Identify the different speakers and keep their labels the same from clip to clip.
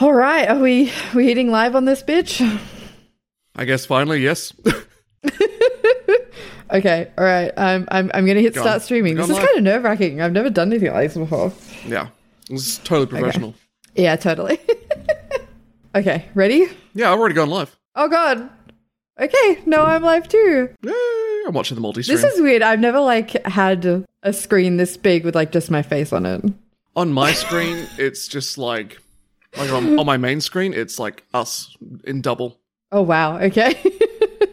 Speaker 1: All right, are we we hitting live on this bitch?
Speaker 2: I guess finally, yes.
Speaker 1: Okay, all right. I'm I'm I'm gonna hit
Speaker 2: Go on.
Speaker 1: start streaming.
Speaker 2: Go
Speaker 1: This
Speaker 2: on
Speaker 1: is
Speaker 2: live.
Speaker 1: kind of nerve wracking. I've never done anything like this before.
Speaker 2: yeah. This is totally professional.
Speaker 1: Yeah, totally. okay, ready?
Speaker 2: Yeah, I've already gone live.
Speaker 1: Oh god. Okay, no, I'm live too.
Speaker 2: Yay! I'm watching the multi stream.
Speaker 1: This is weird. I've never like had a screen this big with like just my face on it.
Speaker 2: on my screen, it's just like like on, on my main screen, it's like us in double.
Speaker 1: Oh wow. Okay.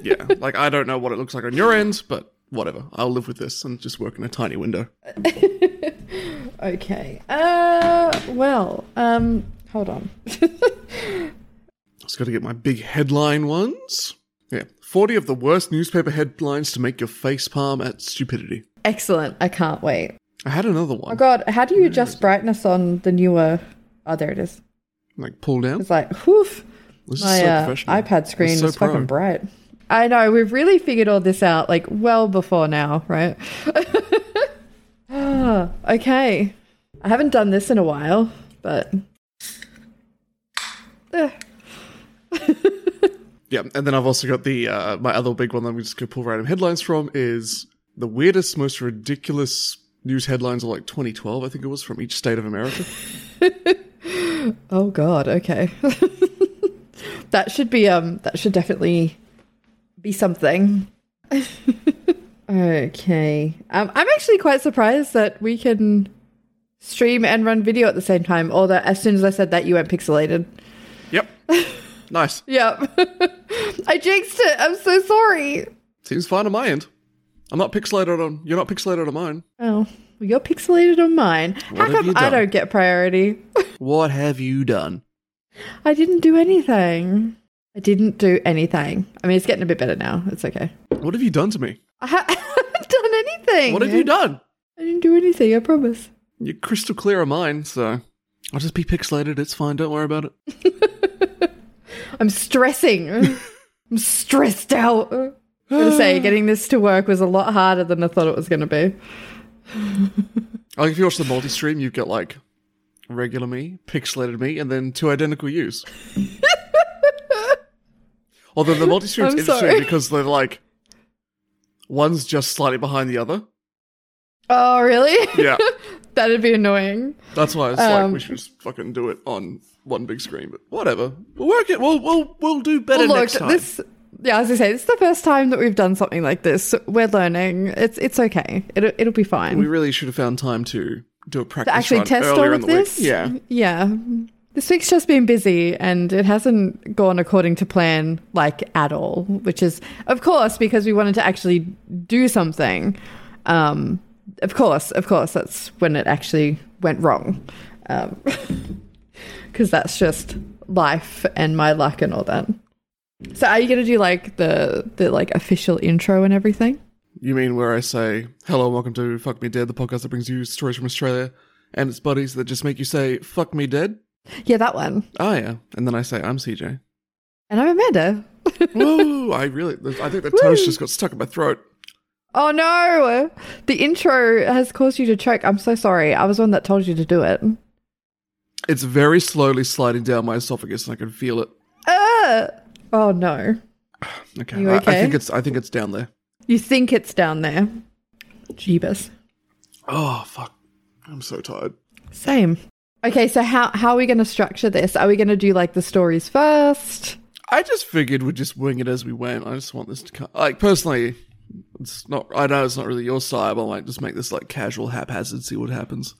Speaker 2: Yeah. Like I don't know what it looks like on your end, but whatever. I'll live with this and just work in a tiny window.
Speaker 1: okay. Uh. Well. Um. Hold on.
Speaker 2: Just got to get my big headline ones. Yeah. 40 of the worst newspaper headlines to make your face palm at stupidity.
Speaker 1: Excellent. I can't wait.
Speaker 2: I had another one.
Speaker 1: Oh god. How do you adjust brightness on the newer? Oh, there it is.
Speaker 2: Like pull down.
Speaker 1: It's like whoof.
Speaker 2: This is
Speaker 1: My
Speaker 2: so
Speaker 1: uh,
Speaker 2: professional.
Speaker 1: iPad screen
Speaker 2: It's so
Speaker 1: is fucking
Speaker 2: pro.
Speaker 1: bright. I know. We've really figured all this out like well before now, right? Ah, okay. I haven't done this in a while, but. Eh.
Speaker 2: Yeah, and then I've also got the uh, my other big one that we just could pull random headlines from is the weirdest, most ridiculous news headlines of like 2012, I think it was from each state of America.
Speaker 1: Oh god, okay. that should be um that should definitely be something. okay. Um I'm actually quite surprised that we can stream and run video at the same time, or that as soon as I said that you went pixelated.
Speaker 2: yep, nice.
Speaker 1: Yep. I jinxed it. I'm so sorry.
Speaker 2: Seems fine on my end. I'm not pixelated on. You're not pixelated on mine.
Speaker 1: Oh, well, you're pixelated on mine.
Speaker 2: What have
Speaker 1: How come
Speaker 2: you
Speaker 1: I
Speaker 2: done?
Speaker 1: don't get priority?
Speaker 2: What have you done?
Speaker 1: I didn't do anything. I didn't do anything. I mean, it's getting a bit better now. It's okay.
Speaker 2: What have you done to me?
Speaker 1: I ha- I haven't done anything.
Speaker 2: What have you done?
Speaker 1: I didn't do anything, I promise.
Speaker 2: You're crystal clear of mine, so I'll just be pixelated. It's fine. Don't worry about it.
Speaker 1: I'm stressing. I'm stressed out. I'm going to say, getting this to work was a lot harder than I thought it was going to be.
Speaker 2: Like if you watch the multi stream, you've got like regular me, pixelated me, and then two identical yous. Although the multi stream's
Speaker 1: I'm
Speaker 2: interesting
Speaker 1: sorry.
Speaker 2: because they're like one's just slightly behind the other.
Speaker 1: Oh, really?
Speaker 2: Yeah,
Speaker 1: That'd be annoying.
Speaker 2: that's why it's
Speaker 1: Um,
Speaker 2: like we should just fucking do it on one big screen. But whatever, we'll work it. We'll we'll we'll do better
Speaker 1: Well, look,
Speaker 2: next time.
Speaker 1: this. Yeah, as I say, this is the first time that we've done something like this. We're learning. It's it's okay. It'll it'll be fine.
Speaker 2: we really should have found time to do a practice
Speaker 1: to actually
Speaker 2: run
Speaker 1: test all
Speaker 2: earlier
Speaker 1: of
Speaker 2: in the
Speaker 1: this.
Speaker 2: Week. Yeah,
Speaker 1: Yeah. This week's just been busy and it hasn't gone according to plan, like at all, which is, of course, because we wanted to actually do something. Um, of course, of course, that's when it actually went wrong. Because that's just life and my luck and all that. So are you going to do like the, the like official intro and everything?
Speaker 2: You mean where I say, hello, welcome to Fuck Me Dead, the podcast that brings you stories from Australia and its buddies that just make you say, fuck me dead?
Speaker 1: Yeah, that one.
Speaker 2: Ah, yeah. And then I say, I'm CJ.
Speaker 1: And I'm Amanda.
Speaker 2: Whoa, I really, I think the toast just got stuck in my throat.
Speaker 1: Oh no! The intro has caused you to choke. I'm so sorry. I was the one that told you to do it.
Speaker 2: It's very slowly sliding down my esophagus and I can feel it.
Speaker 1: Ah! Oh no.
Speaker 2: Okay.
Speaker 1: You
Speaker 2: I, I
Speaker 1: okay?
Speaker 2: think it's, I think it's down there.
Speaker 1: You think it's down there. Jeebus.
Speaker 2: Oh, fuck. I'm so tired.
Speaker 1: Same. Okay, so how, how are we going to structure this? Are we going to do like the stories first?
Speaker 2: I just figured we'd just wing it as we went. I just want this to come, like, personally, it's not, I know it's not really your style, but like, just make this like casual, haphazard, see what happens.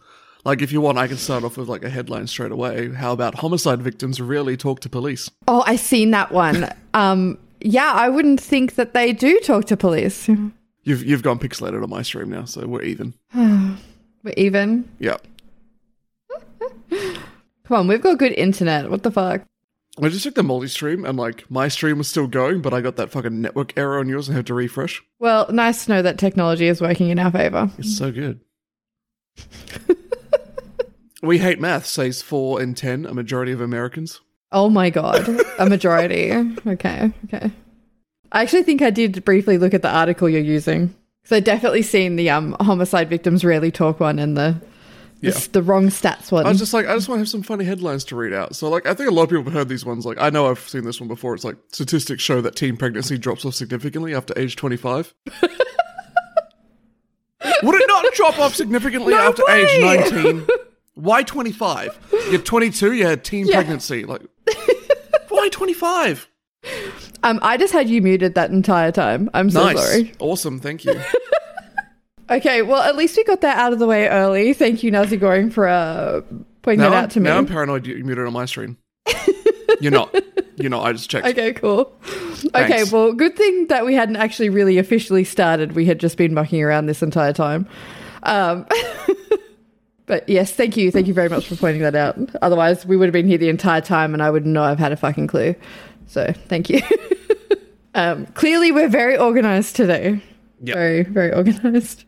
Speaker 2: Like, if you want, I can start off with like a headline straight away. How about homicide victims really talk to police?
Speaker 1: Oh, I seen that one. um, yeah, I wouldn't think that they do talk to police. We're
Speaker 2: You've, you've gone pixelated on my stream now, so we're even.
Speaker 1: even.
Speaker 2: Yeah.
Speaker 1: Come on, we've got good internet. What the fuck?
Speaker 2: I just took the multi stream and like my stream was still going, but I got that fucking network error on yours and had to refresh.
Speaker 1: Well, nice to know that technology is working in our favor.
Speaker 2: It's so good. we hate math, says four in ten, a majority of Americans.
Speaker 1: Oh my god, a majority. okay, okay. I actually think I did briefly look at the article you're using because I definitely seen the um homicide victims rarely talk one and the It's the wrong stats one.
Speaker 2: I was just like, I just want to have some funny headlines to read out. So, like, I think a lot of people have heard these ones. Like, I know I've seen this one before. It's like, statistics show that teen pregnancy drops off significantly after age 25. Would it not drop off significantly
Speaker 1: No
Speaker 2: after
Speaker 1: way!
Speaker 2: age 19? Why 25? You're 22, you had teen
Speaker 1: Yeah.
Speaker 2: pregnancy. Like, why 25?
Speaker 1: um, I just had you muted that entire time. I'm so
Speaker 2: Nice.
Speaker 1: sorry.
Speaker 2: Awesome. Thank you.
Speaker 1: Okay, well, at least we got that out of the way early. Thank you, Nazi Goring, for uh, pointing
Speaker 2: now,
Speaker 1: that
Speaker 2: I'm,
Speaker 1: out to me.
Speaker 2: now I'm paranoid you muted it on my screen. You're not. You're not. I just checked.
Speaker 1: Okay, cool. Okay,
Speaker 2: Thanks.
Speaker 1: well, good thing that we hadn't actually really officially started. We had just been mucking around this entire time. Um, but yes, thank you. Thank you very much for pointing that out. Otherwise, we would have been here the entire time and I would not have had a fucking clue. So, thank you. um, clearly, we're very organized today.
Speaker 2: Yep.
Speaker 1: Very, very organized.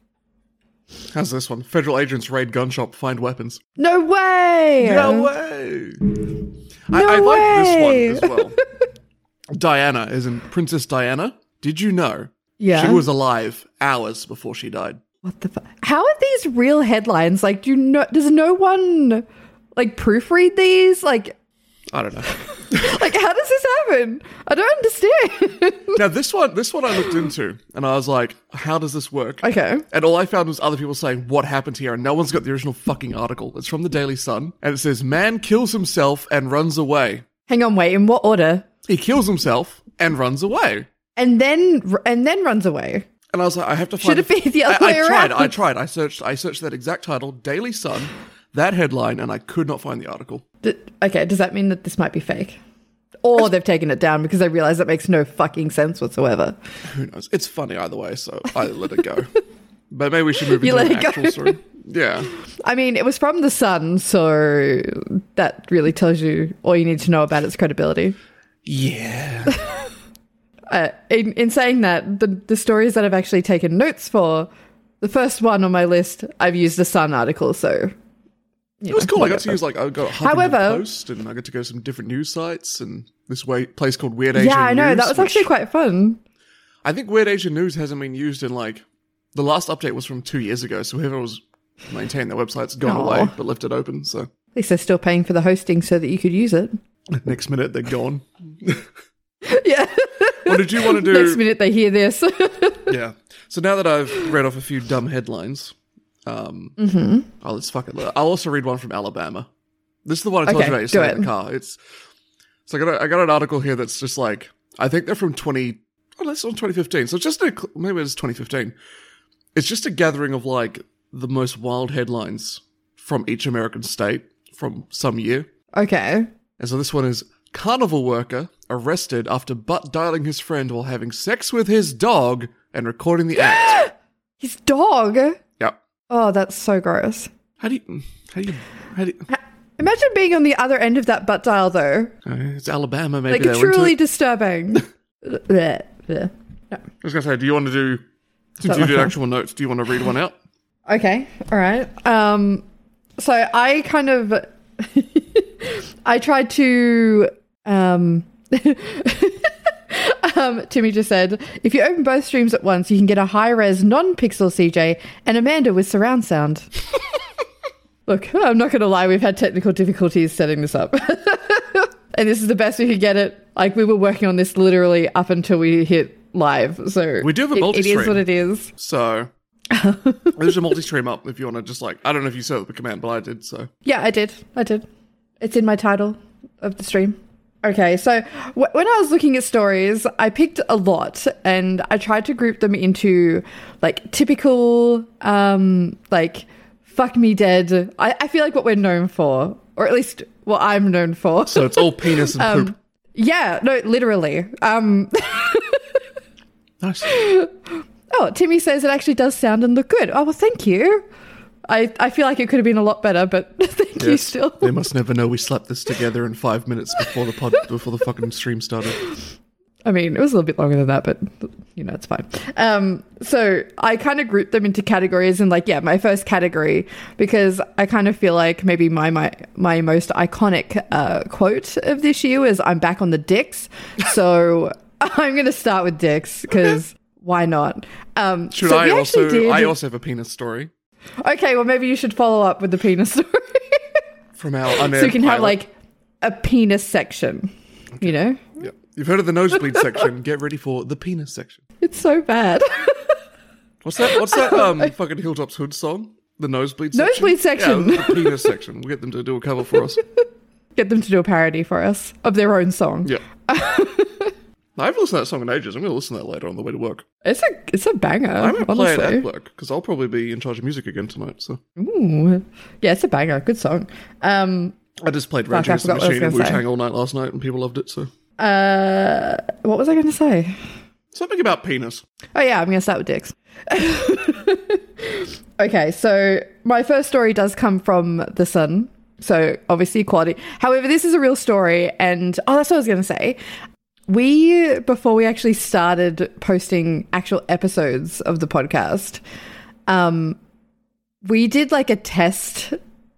Speaker 2: How's this one? Federal agents raid gun shop, find weapons.
Speaker 1: No way!
Speaker 2: No way. I, I
Speaker 1: way.
Speaker 2: like this one as well. Diana, is in Princess Diana. Did you know
Speaker 1: Yeah.
Speaker 2: she was alive hours before she died?
Speaker 1: What the fuck? How are these real headlines? Like, do you know? Does no one like proofread these? Like,
Speaker 2: I don't know.
Speaker 1: like how does this happen? I don't understand.
Speaker 2: now this one, this one I looked into, and I was like, "How does this work?"
Speaker 1: okay.
Speaker 2: And all I found was other people saying what happened here, and no one's got the original fucking article. It's from the Daily Sun, and it says, "Man kills himself and runs away."
Speaker 1: Hang on. Wait. In what order?
Speaker 2: He kills himself and runs away.
Speaker 1: And then and then runs away.
Speaker 2: And I was like, I have to find.
Speaker 1: Should it be the
Speaker 2: I-
Speaker 1: other
Speaker 2: I,
Speaker 1: way
Speaker 2: tried.
Speaker 1: around?
Speaker 2: I tried. I searched. I searched that exact title, Daily Sun, that headline, and I could not find the article.
Speaker 1: D- okay. Does that mean that this might be fake? Or they've taken it down because they realize it makes no fucking sense whatsoever.
Speaker 2: Who knows? It's funny either way, so I let it go. but maybe we should move
Speaker 1: You
Speaker 2: into
Speaker 1: let
Speaker 2: an
Speaker 1: it go.
Speaker 2: actual story. Yeah,
Speaker 1: I mean, it was from the Sun, so that really tells you all you need to know about its credibility.
Speaker 2: yeah.
Speaker 1: uh, in, in saying that, the, the stories that I've actually taken notes for, the first one on my list, I've used a Sun article, so.
Speaker 2: It was cool. I got to use like I got Huffington
Speaker 1: However-
Speaker 2: Post, and I got to go to some different news sites and this way place called Weird Asian.
Speaker 1: Yeah, I know.
Speaker 2: News,
Speaker 1: That was
Speaker 2: which-
Speaker 1: actually quite fun.
Speaker 2: I think Weird Asian News hasn't been used in like the last update was from two years ago. So whoever was maintaining their website's gone
Speaker 1: Aw.
Speaker 2: away, but left it open. So
Speaker 1: At least they're still paying for the hosting so that you could use it.
Speaker 2: next minute they're gone.
Speaker 1: yeah.
Speaker 2: What did you want to do?
Speaker 1: Next minute they hear this.
Speaker 2: Yeah. So now that I've read off a few dumb headlines, um,
Speaker 1: Mm-hmm.
Speaker 2: oh, let's fuck it. I'll also read one from Alabama. This is the one I told
Speaker 1: Okay,
Speaker 2: you about
Speaker 1: do
Speaker 2: yesterday in
Speaker 1: it.
Speaker 2: the car. It's so I got a, I got an article here that's just like I think they're from twenty. Oh, that's on twenty fifteen. So it's just a, cl- maybe it's twenty fifteen. It's just a gathering of like the most wild headlines from each American state from some year.
Speaker 1: okay.
Speaker 2: And so this one is carnival worker arrested after butt dialing his friend while having sex with his dog and recording the act.
Speaker 1: His dog.
Speaker 2: yep.
Speaker 1: Oh, that's so gross.
Speaker 2: How do you? How do you? How do you?
Speaker 1: Imagine being on the other end of that butt dial, though.
Speaker 2: Uh, it's Alabama, maybe.
Speaker 1: Like,
Speaker 2: they're into
Speaker 1: truly
Speaker 2: it.
Speaker 1: disturbing. Blech, blech.
Speaker 2: I was gonna say, do you want to do? Since
Speaker 1: that
Speaker 2: you
Speaker 1: like
Speaker 2: did
Speaker 1: a-
Speaker 2: actual notes, do you want to read one out?
Speaker 1: Okay. All right. Um, so I kind of, I tried to, um, um, Timmy just said, if you open both streams at once, you can get a high res non pixel CJ and Amanda with surround sound. Look, I'm not going to lie. We've had technical difficulties setting this up. and this is the best we could get it. Like we were working on this literally up until we hit live. So
Speaker 2: We do have a
Speaker 1: it- It
Speaker 2: multi-stream.
Speaker 1: is what it is.
Speaker 2: So there's a multi-stream up if you want to just like I don't know if you set up the command, but I did. So
Speaker 1: Yeah, I did. I did. It's in my title of the stream. Okay, so w- when I was looking at stories, I picked a lot and I tried to group them into like typical, um, like fuck me dead. I, I feel like what we're known for, or at least what I'm known for. Um,
Speaker 2: so it's all penis and poop.
Speaker 1: yeah, no, literally. Um,
Speaker 2: Nice.
Speaker 1: oh, Timmy says it actually does sound and look good. Oh, well, thank you. I, I feel like it could have been a lot better, but thank you still.
Speaker 2: They must never know we slapped this together in five minutes before the pod before the fucking stream started.
Speaker 1: I mean, it was a little bit longer than that, but you know, it's fine. Um, so I kind of grouped them into categories, and like, yeah, my first category because I kind of feel like maybe my my my most iconic uh, quote of this year was "I'm back on the dicks," so I'm going to start with dicks because why not? Um,
Speaker 2: Should
Speaker 1: so
Speaker 2: I
Speaker 1: we actually
Speaker 2: also?
Speaker 1: did-
Speaker 2: I also have a penis story.
Speaker 1: Okay, well maybe you should follow up with the penis story.
Speaker 2: From our unaired
Speaker 1: so you can have
Speaker 2: pilot.
Speaker 1: like a penis section. You know?
Speaker 2: Yeah. You've heard of the nosebleed section. Get ready for the penis section.
Speaker 1: It's so bad.
Speaker 2: What's that? What's that? Um, fucking Hilltops Hood song. The nosebleed section.
Speaker 1: Nosebleed section.
Speaker 2: Yeah, the penis section. We'll get them to do a cover for us.
Speaker 1: Get them to do a parody for us of their own song.
Speaker 2: Yeah. I haven't listened to that song in ages. I'm going to listen to that later on the way to work.
Speaker 1: It's a it's a banger.
Speaker 2: I might play it
Speaker 1: Oh, honestly.
Speaker 2: at work because I'll probably be in charge of music again tonight. So
Speaker 1: Ooh. Yeah, it's a banger. Good song. Um
Speaker 2: I just played
Speaker 1: Fuck,
Speaker 2: Rage
Speaker 1: I
Speaker 2: Against the
Speaker 1: forgot what I was
Speaker 2: Machine and Wu
Speaker 1: gonna say.
Speaker 2: Tang all night last night, and people loved it. So
Speaker 1: uh what was I gonna say?
Speaker 2: something about penis.
Speaker 1: Oh yeah, I'm gonna start with dicks. okay, so my first story does come from the Sun, so obviously equality. However, this is a real story, and oh, that's what I was gonna say. We before we actually started posting actual episodes of the podcast, um, we did like a test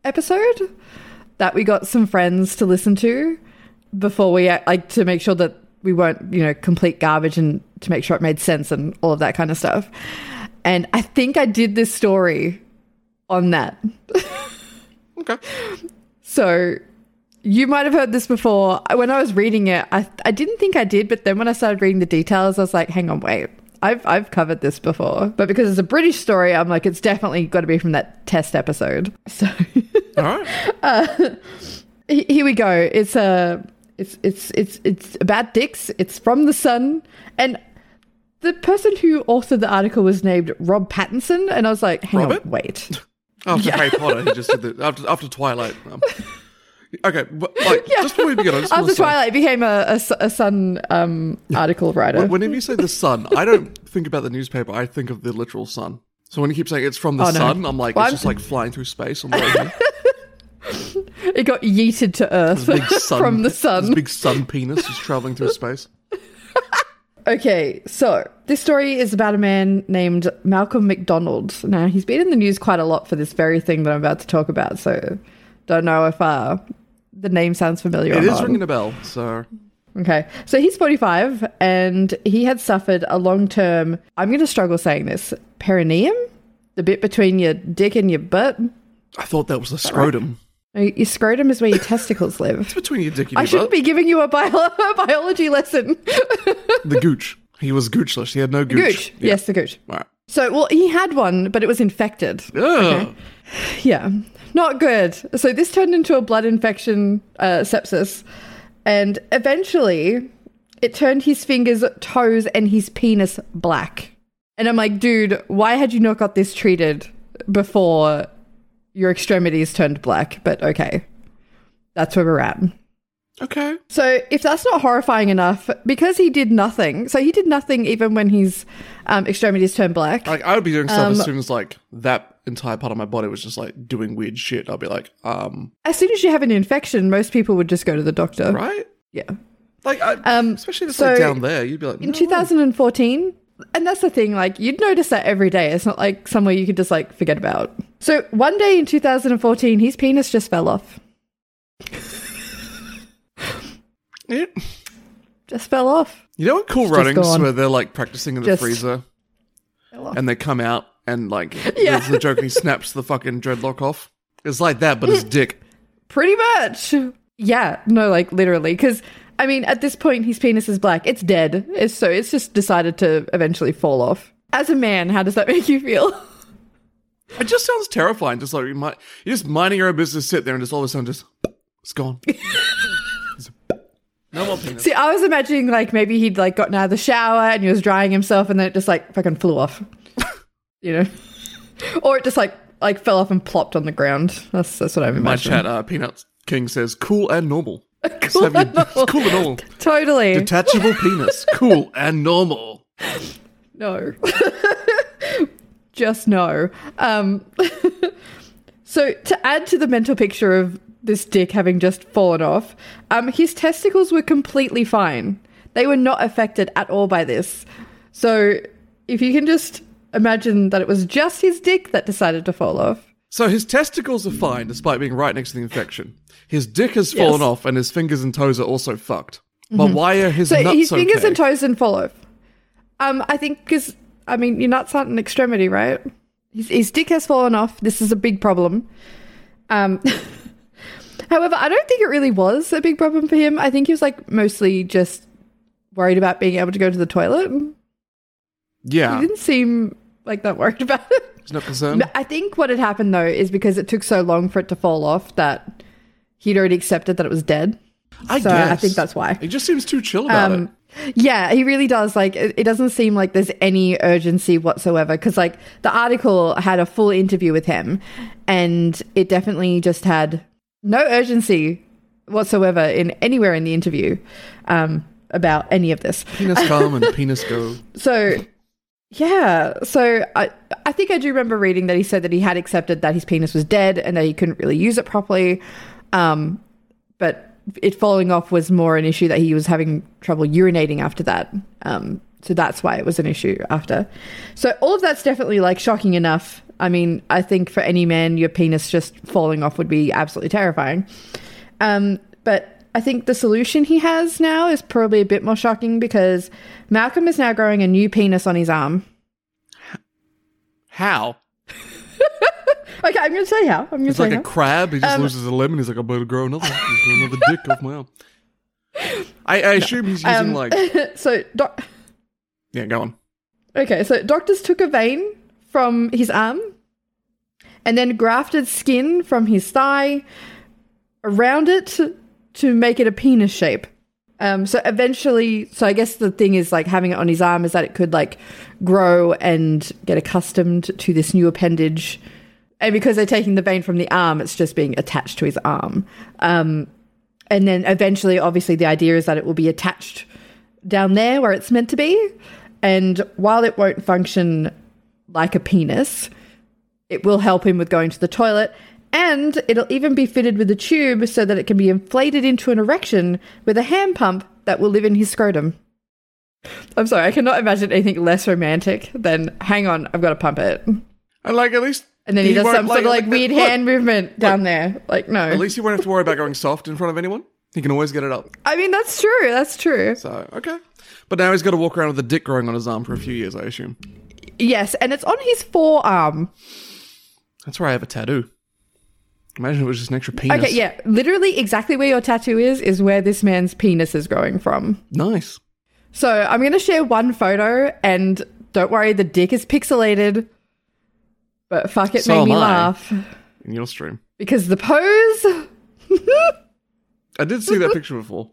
Speaker 1: episode that we got some friends to listen to before we like to make sure that we weren't you know complete garbage and to make sure it made sense and all of that kind of stuff and i think i did this story on that
Speaker 2: Okay.
Speaker 1: so you might have heard this before I- when i was reading it i, I didn't think i did but then when i started reading the details i was like hang on wait I've, I've covered this before, but because it's a British story, I'm like, it's definitely got to be from that test episode. So
Speaker 2: All right.
Speaker 1: He- here we go. It's a it's it's it's it's about dicks. It's from the Sun, and the person who authored the article was named Rob Pattinson. And I was like, hang
Speaker 2: Robert?
Speaker 1: on, wait.
Speaker 2: After Harry Potter, he just did the after after Twilight. um, okay, but like just before we begin, I just want
Speaker 1: After
Speaker 2: to say,
Speaker 1: Twilight became a, a s- a Sun um, article writer.
Speaker 2: Wh- Whenever you say the sun, I don't think about the newspaper. I think of the literal sun. So when you keep saying it's from the
Speaker 1: Oh, no.
Speaker 2: sun, I'm like
Speaker 1: Well,
Speaker 2: it's
Speaker 1: I'm-
Speaker 2: just like flying through space on the way here.
Speaker 1: It got yeeted to Earth
Speaker 2: Big sun
Speaker 1: from the
Speaker 2: this
Speaker 1: Sun.
Speaker 2: big sun penis is traveling through space.
Speaker 1: Okay, so this story is about a man named Malcolm McDonald. Now, he's been in the news quite a lot for this very thing that I'm about to talk about, so don't know if uh, the name sounds familiar or
Speaker 2: It is
Speaker 1: not.
Speaker 2: ringing a bell. So
Speaker 1: okay, so he's 45 and he had suffered a long term, I'm going to struggle saying this, perineum? The bit between your dick and your butt?
Speaker 2: I thought that was the scrotum.
Speaker 1: No, Your scrotum is where your testicles live.
Speaker 2: It's between your dick and your
Speaker 1: I shouldn't
Speaker 2: butt.
Speaker 1: be giving you a, bio- a biology lesson.
Speaker 2: The gooch. He was goochless. He had no gooch.
Speaker 1: Gooch.
Speaker 2: Yeah.
Speaker 1: Yes, the gooch.
Speaker 2: All right.
Speaker 1: So, well, he had one, but it was infected.
Speaker 2: Ugh.
Speaker 1: Yeah, not good. So this turned into a blood infection, uh, sepsis, and eventually it turned his fingers, toes, and his penis black. And I'm like, dude, why had you not got this treated before your extremities turned black? But okay, that's where we're at.
Speaker 2: Okay.
Speaker 1: So if that's not horrifying enough, because he did nothing, so he did nothing even when his um, extremities turned black.
Speaker 2: Like I would be
Speaker 1: Um,
Speaker 2: doing stuff as soon as like that entire part of my body was just like doing weird shit. I'll be like, um,
Speaker 1: As soon as you have an infection, most people would just go to the doctor.
Speaker 2: right?
Speaker 1: Yeah.
Speaker 2: Like, I,
Speaker 1: Um,
Speaker 2: especially this
Speaker 1: so-
Speaker 2: like down there, you'd be like,
Speaker 1: in
Speaker 2: no.
Speaker 1: 2014 and that's the thing like you'd notice that every day it's not like somewhere you could just like forget about so one day in 2014 his penis just fell off
Speaker 2: "Mm, Yeah.
Speaker 1: just fell off
Speaker 2: You know what cool
Speaker 1: just
Speaker 2: runnings
Speaker 1: gone.
Speaker 2: where they're like practicing in the
Speaker 1: Just-
Speaker 2: freezer
Speaker 1: Fell off.
Speaker 2: and they come out and like
Speaker 1: Yeah.
Speaker 2: there's the joke and he snaps the fucking dreadlock off. It's like that, but his dick.
Speaker 1: pretty much yeah no like literally because i mean at this point his penis is black it's dead it's, so it's just decided to eventually fall off as a man how does that make you feel
Speaker 2: It just sounds terrifying. Just like you might, you're just minding your own business, sit there, and just all of a sudden, just it's gone. It's- no more penis.
Speaker 1: see i was imagining like maybe he'd like gotten out of the shower and he was drying himself and then it just like fucking flew off you know or it just like like fell off and plopped on the ground that's that's what i'm
Speaker 2: My
Speaker 1: imagining
Speaker 2: chat, uh, Peanut King says, cool and normal. Just
Speaker 1: Cool
Speaker 2: have you-
Speaker 1: and normal.
Speaker 2: cool and normal.
Speaker 1: totally
Speaker 2: Detachable penis. Cool and normal.
Speaker 1: no just no um so to add to the mental picture of this dick having just fallen off um his testicles were completely fine they were not affected at all by this so if you can just imagine that it was just his dick that decided to fall off
Speaker 2: So his testicles are fine despite being right next to the infection. His dick has fallen
Speaker 1: Yes. Mm-hmm.
Speaker 2: off and his fingers and toes are also fucked. But why are his
Speaker 1: So
Speaker 2: nuts
Speaker 1: his fingers
Speaker 2: okay?
Speaker 1: and toes didn't fall off. Um, I think because I mean your nuts aren't an extremity, right? His, his dick has fallen off. This is a big problem. Um, however, I don't think it really was a big problem for him. I think he was like mostly just worried about being able to go to the toilet. He
Speaker 2: Yeah.
Speaker 1: didn't seem like that worried about it.
Speaker 2: He's not concerned.
Speaker 1: But I think what had happened though is because it took so long for it to fall off that he'd already accepted that it was dead.
Speaker 2: I
Speaker 1: so
Speaker 2: guess.
Speaker 1: I think that's why.
Speaker 2: He just seems too chill about it.
Speaker 1: Um, yeah, he really does. Like, it, it doesn't seem like there's any urgency whatsoever. Because, like, the article had a full interview with him, and it definitely just had no urgency whatsoever in anywhere in the interview um, about any of this.
Speaker 2: Penis come and penis go.
Speaker 1: So, yeah. So I, I think I do remember reading that he said that he had accepted that his penis was dead and that he couldn't really use it properly. Um, but it falling off was more an issue that he was having trouble urinating after that. Um, so that's why it was an issue after. So all of that's definitely like shocking enough. I mean, I think for any man, your penis just falling off would be absolutely terrifying. Um, but I think the solution he has now is probably a bit more shocking because Malcolm is now growing a new penis on his arm.
Speaker 2: How?
Speaker 1: Okay, I'm going to tell you how. I'm going to
Speaker 2: It's
Speaker 1: tell
Speaker 2: like
Speaker 1: you
Speaker 2: a
Speaker 1: how.
Speaker 2: crab. He just
Speaker 1: Um,
Speaker 2: loses a limb and he's like, I better grow another, Just grow another dick off my arm. I, I assume he's using
Speaker 1: Um,
Speaker 2: like.
Speaker 1: so, doc-
Speaker 2: Yeah, go on.
Speaker 1: okay, so doctors took a vein from his arm and then grafted skin from his thigh around it to make it a penis shape. Um, so eventually, so I guess the thing is like having it on his arm is that it could like grow and get accustomed to this new appendage. And because they're taking the vein from the arm, it's just being attached to his arm. Um, and then eventually, obviously, the idea is that it will be attached down there where it's meant to be. And while it won't function like a penis, it will help him with going to the toilet. And it'll even be fitted with a tube so that it can be inflated into an erection with a hand pump that will live in his scrotum. I'm sorry, I cannot imagine anything less romantic than hang on, I've got to pump it. And
Speaker 2: And like, at least.
Speaker 1: then he, does
Speaker 2: won't-
Speaker 1: some sort of like weird
Speaker 2: look,
Speaker 1: hand movement down there. Like, no.
Speaker 2: At least he won't have to worry about going soft in front of anyone. He can always get it up.
Speaker 1: I mean, that's true. That's true.
Speaker 2: So, okay. But now he's got to walk around with a dick growing on his arm for a few years, I assume.
Speaker 1: Yes, and it's on his forearm.
Speaker 2: That's where I have a tattoo. Imagine if it was just an extra penis.
Speaker 1: Okay, yeah. Literally exactly where your tattoo is is where this man's penis is growing from.
Speaker 2: Nice.
Speaker 1: So I'm gonna share one photo and don't worry, the dick is pixelated. But fuck it
Speaker 2: So
Speaker 1: made me
Speaker 2: am I.
Speaker 1: laugh.
Speaker 2: In your stream.
Speaker 1: Because the pose
Speaker 2: I did see that picture before.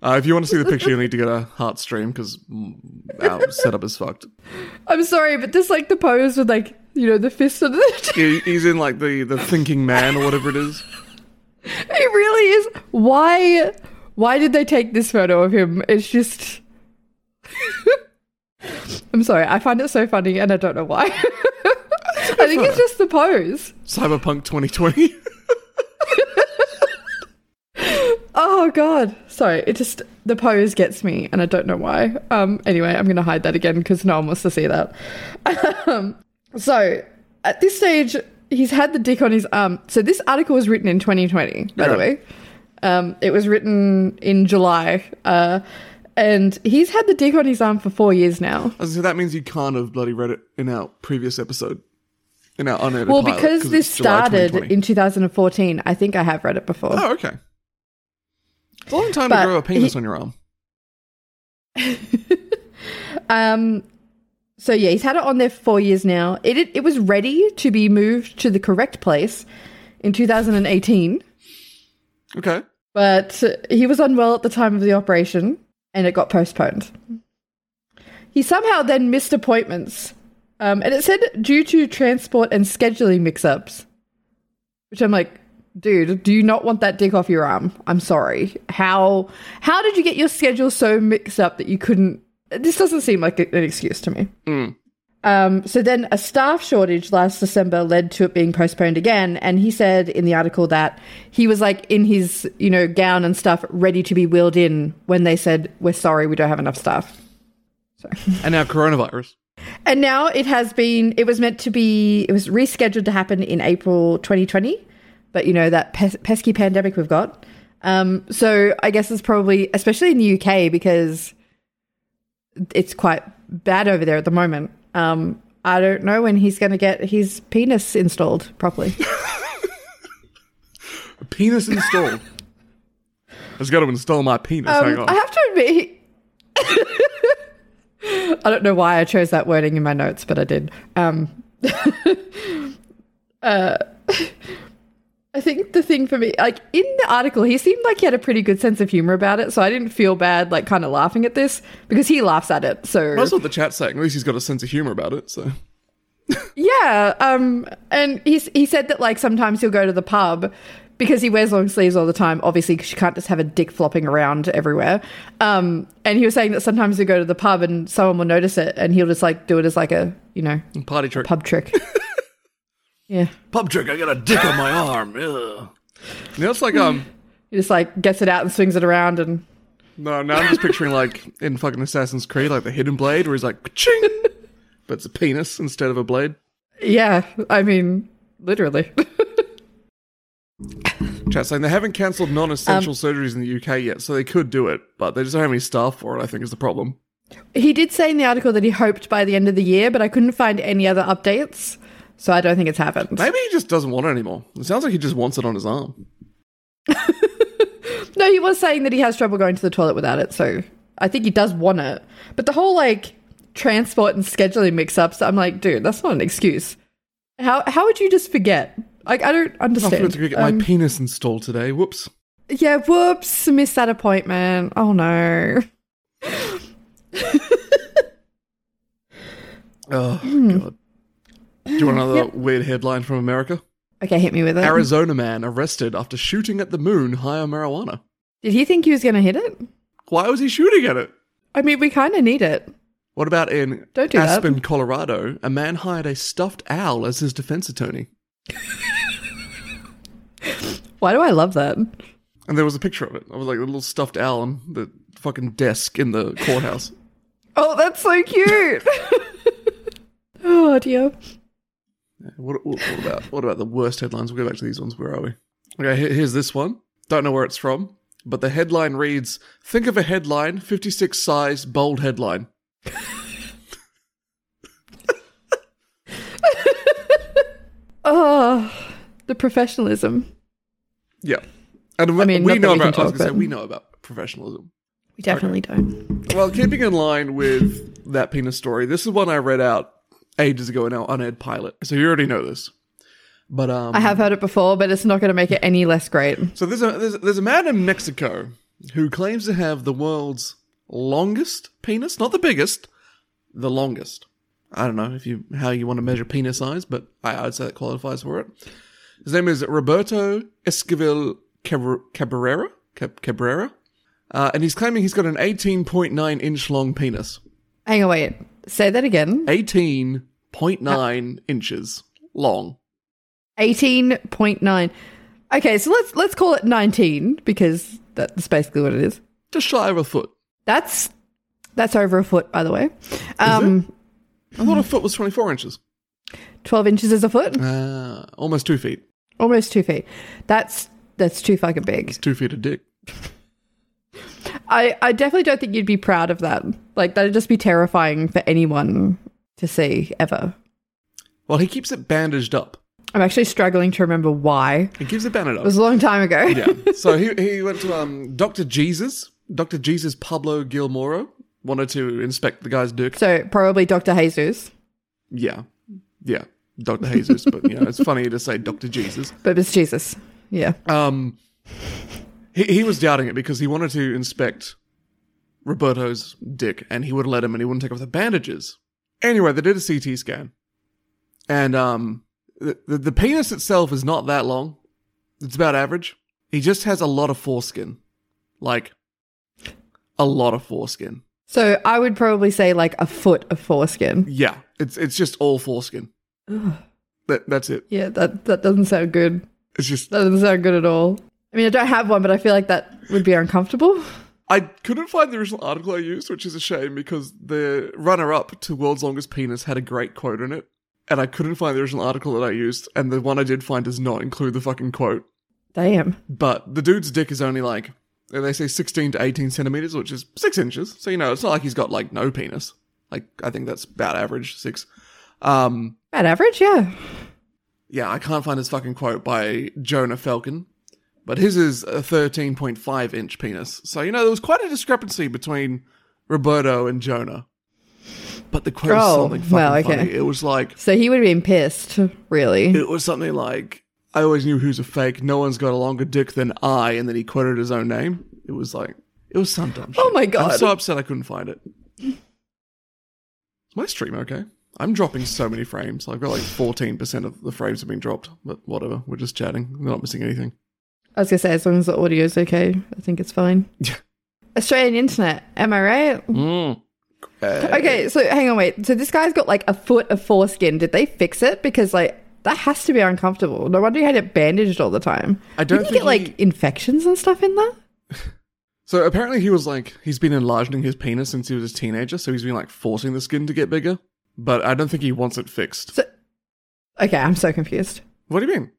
Speaker 2: Uh, if you want to see the picture, you'll need to get a heart stream because our setup is fucked.
Speaker 1: I'm sorry, but just like the pose with like, you know, the fist of the
Speaker 2: He- He's in like the, the thinking man or whatever it is.
Speaker 1: It really is why why did they take this photo of him? It's just I'm sorry, I find it so funny and I don't know why. I think it's just the pose.
Speaker 2: Cyberpunk 2020.
Speaker 1: Oh god. Sorry, it just the pose gets me and I don't know why. Um anyway, I'm going to hide that again cuz no one wants to see that. Um, so, at this stage he's had the dick on his arm. So this article was written in 2020, by the
Speaker 2: Yeah.
Speaker 1: way. Um it was written in July. Uh and he's had the dick on his arm for 4 years now.
Speaker 2: so that means you can't have bloody read it in our previous episode. In our unedited
Speaker 1: Well,
Speaker 2: pilot,
Speaker 1: because
Speaker 2: 'cause
Speaker 1: this
Speaker 2: it's July
Speaker 1: started
Speaker 2: 2020.
Speaker 1: in 2014, I think I have read it before.
Speaker 2: Oh, okay. It's a long time
Speaker 1: But
Speaker 2: to grow a penis
Speaker 1: he-
Speaker 2: on your arm.
Speaker 1: Um, so yeah, he's had it on there for four years now. It it, it was ready to be moved to the correct place in 2018,
Speaker 2: Okay.
Speaker 1: but he was unwell at the time of the operation, and it got postponed. He somehow then missed appointments, um, and it said due to transport and scheduling mix-ups, which I'm like. Dude, do you not want that dick off your arm? I'm sorry. How how did you get your schedule so mixed up that you couldn't? This doesn't seem like an excuse to me. Um, so then a staff shortage last December led to it being postponed again. And he said in the article that he was like in his, you know, gown and stuff, ready to be wheeled in when they said, we're sorry, we don't have enough staff.
Speaker 2: And now coronavirus.
Speaker 1: And now it has been, it was meant to be, it was rescheduled to happen in April 2020. But, you know, that pes- pesky pandemic we've got. Um, so I guess it's probably, especially in the UK, because it's quite bad over there at the moment. Um, I don't know when he's going to get his penis installed properly.
Speaker 2: A penis installed. I has got to install my penis. Hang
Speaker 1: Um,
Speaker 2: on.
Speaker 1: I have to admit, I don't know why I chose that wording in my notes, but I did. Um, uh, I think the thing for me, like in the article, he seemed like he had a pretty good sense of humor about it, so I didn't feel bad, like kind of laughing at this because he laughs at it. So
Speaker 2: That's what the chat's saying. At least he's got a sense of humor about it. So
Speaker 1: Yeah, um, and he he said that like sometimes he'll go to the pub because he wears long sleeves all the time. Obviously, because you can't just have a dick flopping around everywhere. Um, and he was saying that sometimes he'll go to the pub and someone will notice it, and he'll just like do it as like a you know
Speaker 2: party trick.
Speaker 1: pub trick. yeah,
Speaker 2: Pub trick. I got a dick on my arm. Ugh. Now it's like um.
Speaker 1: he just like gets it out and swings it around, and
Speaker 2: No, now I'm just picturing like in fucking Assassin's Creed, like the hidden blade, where he's like, ching, but it's a penis instead of a blade.
Speaker 1: yeah, I mean literally.
Speaker 2: Chat saying they haven't cancelled
Speaker 1: Um,
Speaker 2: non-essential surgeries in the UK yet, so they could do it, but they just don't have any staff for it. I think is the problem.
Speaker 1: he did say in the article that he hoped by the end of the year, but I couldn't find any other updates, so I don't think it's happened.
Speaker 2: Maybe he just doesn't want it anymore. It sounds like he just wants it on his arm.
Speaker 1: No, he was saying that he has trouble going to the toilet without it, so I think he does want it. But the whole like transport and scheduling mix ups, I'm like, dude, that's not an excuse. How how would you just forget? Like I don't
Speaker 2: I forgot
Speaker 1: understand.
Speaker 2: to go get
Speaker 1: Um,
Speaker 2: my penis installed today. Whoops.
Speaker 1: yeah, whoops, missed that appointment. Oh no.
Speaker 2: Oh
Speaker 1: hmm.
Speaker 2: god. Do you want another weird headline from America?
Speaker 1: Okay, hit me with it.
Speaker 2: Arizona man arrested after shooting at the moon high on marijuana.
Speaker 1: Did he think he was gonna hit it?
Speaker 2: Why was he shooting at it?
Speaker 1: I mean, we kind of need it.
Speaker 2: What about in
Speaker 1: Don't do that.
Speaker 2: Aspen, Colorado? A man hired a stuffed owl as his defense attorney.
Speaker 1: Why do I love that?
Speaker 2: And there was a picture of it. I was like a little stuffed owl on the fucking desk in the courthouse.
Speaker 1: Oh, that's so cute. oh dear.
Speaker 2: what, what, what about what about the worst headlines? We'll go back to these ones. Where are we? Okay, here- here's this one. Don't know where it's from, but the headline reads: "Think of a headline, 56 size, bold headline."
Speaker 1: Oh, the professionalism.
Speaker 2: Yeah, and we,
Speaker 1: mean,
Speaker 2: we
Speaker 1: not that
Speaker 2: know
Speaker 1: we can
Speaker 2: about. I was
Speaker 1: talk,
Speaker 2: gonna say
Speaker 1: but-
Speaker 2: we know about professionalism.
Speaker 1: We definitely don't.
Speaker 2: Well, keeping in line with that penis story, this is one I read out ages ago in our uned pilot. So you already know this. But um
Speaker 1: I have heard it before, but it's not going to make it any less great.
Speaker 2: so there's a there's, there's a man in Mexico who claims to have the world's longest penis, not the biggest, the longest. I don't know if you how you want to measure penis size, but I, I'd say that qualifies for it. His name is Roberto Esquivel Cabr- Cabrera, Cab- Cabrera, uh, and he's claiming he's got an 18.9 inch long penis.
Speaker 1: Hang on, wait. Say that again.
Speaker 2: 18.9 inches long.
Speaker 1: Eighteen point nine. Okay, so let's let's call it nineteen because that's basically what it is.
Speaker 2: Just shy of a foot.
Speaker 1: That's that's over a foot, by the way. Um,
Speaker 2: I thought a foot was 24 inches.
Speaker 1: twelve inches is a foot,
Speaker 2: Uh, almost two feet.
Speaker 1: almost two feet. That's that's too fucking big.
Speaker 2: It's two feet of dick.
Speaker 1: I I definitely don't think you'd be proud of that. Like that'd just be terrifying for anyone to see ever.
Speaker 2: Well, he keeps it bandaged up.
Speaker 1: I'm actually struggling to remember why.
Speaker 2: He keeps it bandaged
Speaker 1: It was
Speaker 2: up.
Speaker 1: a long time ago.
Speaker 2: yeah. So he, he went to um, Dr. Jesus. Dr. Jesus Pablo Gilmoro wanted to inspect the guy's dick.
Speaker 1: So probably Dr. Jesus,
Speaker 2: Yeah. Yeah. Dr. Jesus. but, you know, it's funny to say Dr. Jesus.
Speaker 1: but it's Jesus. Yeah.
Speaker 2: Um, he, he was doubting it because he wanted to inspect Roberto's dick, and he would let him, and he wouldn't take off the bandages. Anyway, they did a CT scan, and um, the, the the penis itself is not that long; it's about average. He just has a lot of foreskin, like a lot of foreskin.
Speaker 1: So I would probably say like a foot of foreskin.
Speaker 2: Yeah, it's it's just all foreskin. That that's it.
Speaker 1: Yeah, that that doesn't sound good.
Speaker 2: It's just
Speaker 1: That doesn't sound good at all. I mean, I don't have one, but I feel like that would be uncomfortable.
Speaker 2: I couldn't find the original article I used, which is a shame because the runner up to World's Longest Penis had a great quote in it. And I couldn't find the original article that I used, and the one I did find does not include the fucking quote.
Speaker 1: Damn.
Speaker 2: But the dude's dick is only like, they say 16 to 18 centimeters, which is six inches. So, you know, it's not like he's got like no penis. Like, I think that's about average, six. Um,
Speaker 1: Bad average, yeah.
Speaker 2: yeah, I can't find this fucking quote by Jonah Falcon, but his is a 13.5 inch penis. So, you know, there was quite a discrepancy between Roberto and Jonah. But the quote was
Speaker 1: Oh,
Speaker 2: something fucking
Speaker 1: well, okay.
Speaker 2: funny. It was like,
Speaker 1: So he would have been pissed, really.
Speaker 2: it was something like, I always knew who's a fake. No one's got a longer dick than I. And then he quoted his own name. It was like, it was some dumb shit.
Speaker 1: Oh my God.
Speaker 2: I'm so upset I couldn't find it. Is my stream okay? I'm dropping so many frames. I've got like 14% of the frames have been dropped, but whatever. We're just chatting. We're not missing anything.
Speaker 1: I was gonna say, as long as the audio's okay, I think it's fine. Australian internet, am I right? Mm. Okay, so hang on, wait. So this guy's got like a foot of foreskin. Did they fix it? Because like that has to be uncomfortable. No wonder he had it bandaged all the time.
Speaker 2: I don't
Speaker 1: Didn't
Speaker 2: think
Speaker 1: he get
Speaker 2: he-
Speaker 1: like infections and stuff in there.
Speaker 2: So apparently he was like, he's been enlarging his penis since he was a teenager, so he's been like forcing the skin to get bigger. But I don't think he wants it fixed.
Speaker 1: So, okay, I'm so confused.
Speaker 2: What do you mean?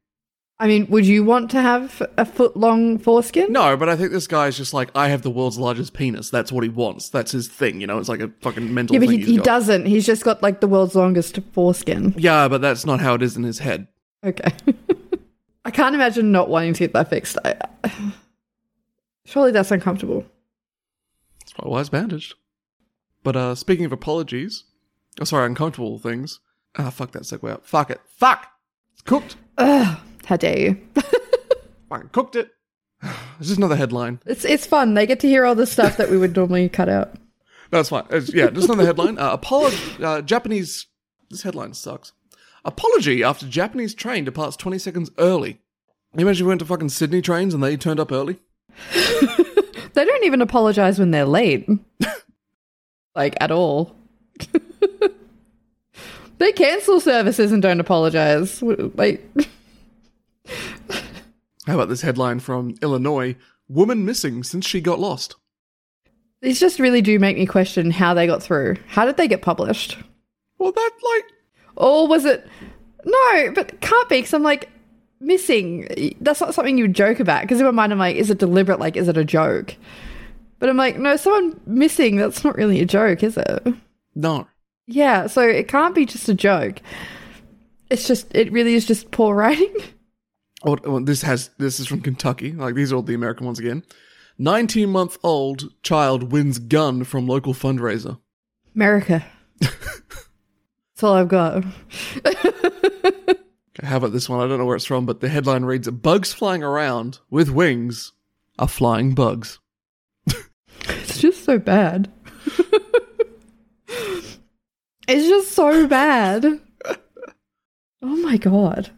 Speaker 1: I mean, would you want to have a foot long foreskin?
Speaker 2: No, but I think this guy's just like, I have the world's largest penis. That's what he wants. That's his thing. You know, it's like a fucking mental
Speaker 1: Yeah, but
Speaker 2: thing.
Speaker 1: he,
Speaker 2: he's
Speaker 1: he
Speaker 2: got.
Speaker 1: doesn't. He's just got like the world's longest foreskin.
Speaker 2: Yeah, but that's not how it is in his head.
Speaker 1: Okay. I can't imagine not wanting to get that fixed. I, surely that's uncomfortable.
Speaker 2: That's probably why it's bandaged. But uh speaking of apologies, oh, sorry, uncomfortable things. Ah, fuck that segue up. Fuck it. Fuck. It's cooked.
Speaker 1: How dare you?
Speaker 2: Fucking cooked it. It's just another headline.
Speaker 1: It's it's fun. They get to hear all the stuff that we would normally cut out.
Speaker 2: That's fine. It's- yeah, just another headline. Uh, apology. Uh, Japanese. This headline sucks. Apology after Japanese train departs 20 seconds early. Can you imagine if we went to fucking Sydney trains and they turned up early?
Speaker 1: They don't even apologize when they're late. like at all. they cancel services and don't apologize. Like
Speaker 2: How about this headline from Illinois? Woman missing since she got lost.
Speaker 1: these just really do make me question how they got through. How did they get published?
Speaker 2: Well, that, like,
Speaker 1: Or was it No, but can't be cuz I'm like missing. That's not something you would joke about because in my mind I'm like is it deliberate like is it a joke? But I'm like no, someone missing that's not really a joke, is it?
Speaker 2: no.
Speaker 1: Yeah, so it can't be just a joke. It's just, it really is just poor writing.
Speaker 2: Oh, oh, this has this is from Kentucky. Like these are all the American ones again. Nineteen-month-old child wins gun from local fundraiser.
Speaker 1: America. That's all I've got.
Speaker 2: Okay, how about this one? I don't know where it's from, but the headline reads Bugs flying around with wings are flying bugs.
Speaker 1: It's just so bad. it's just so bad. Oh my god.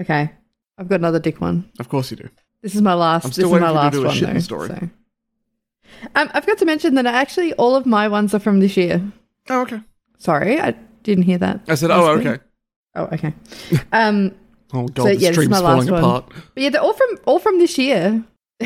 Speaker 1: Okay, I've got another dick one.
Speaker 2: Of course you do.
Speaker 1: This is my last.
Speaker 2: I'm still
Speaker 1: this is my
Speaker 2: waiting
Speaker 1: last
Speaker 2: for you to do a
Speaker 1: one, though,
Speaker 2: shitting story.
Speaker 1: so. Um, I've got to mention that actually all of my ones are from this year.
Speaker 2: Oh, okay.
Speaker 1: Sorry, I didn't hear that.
Speaker 2: I said,
Speaker 1: last
Speaker 2: oh,
Speaker 1: week.
Speaker 2: okay.
Speaker 1: Oh, okay. Um,
Speaker 2: Oh god,
Speaker 1: So,
Speaker 2: the
Speaker 1: yeah, this is
Speaker 2: stream's
Speaker 1: my last
Speaker 2: falling
Speaker 1: one.
Speaker 2: apart.
Speaker 1: But yeah, they're all from all from this year.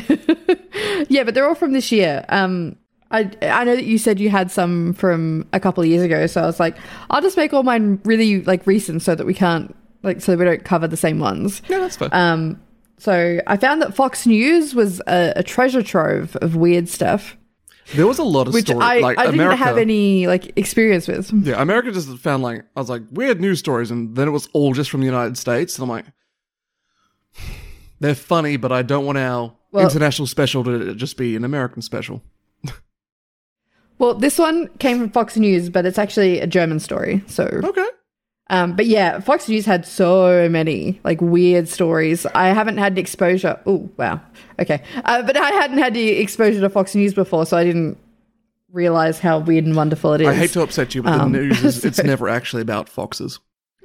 Speaker 1: yeah, but they're all from this year. Um, I I know that you said you had some from a couple of years ago, so I was like, I'll just make all mine really like recent, so that we can't like so that we don't cover the same ones.
Speaker 2: Yeah, that's fair.
Speaker 1: Um, so I found that Fox News was a, a treasure trove of weird stuff,
Speaker 2: there was a lot of
Speaker 1: which
Speaker 2: stories.
Speaker 1: I
Speaker 2: like
Speaker 1: I didn't
Speaker 2: America,
Speaker 1: have any like experience with.
Speaker 2: Yeah, America just found like I was like weird news stories, and then it was all just from the United States, and I'm like, they're funny, but I don't want our
Speaker 1: Well-
Speaker 2: international special to just be an American special.
Speaker 1: Well, this one came from Fox News, but it's actually a German story, so
Speaker 2: Okay,
Speaker 1: Um, but yeah, Fox News had so many like weird stories. I haven't had exposure. Oh wow, okay. Uh, but I hadn't had the exposure to Fox News before, so I didn't realize how weird and wonderful it is.
Speaker 2: I hate to upset you, but
Speaker 1: Um,
Speaker 2: the news is it's never actually about foxes.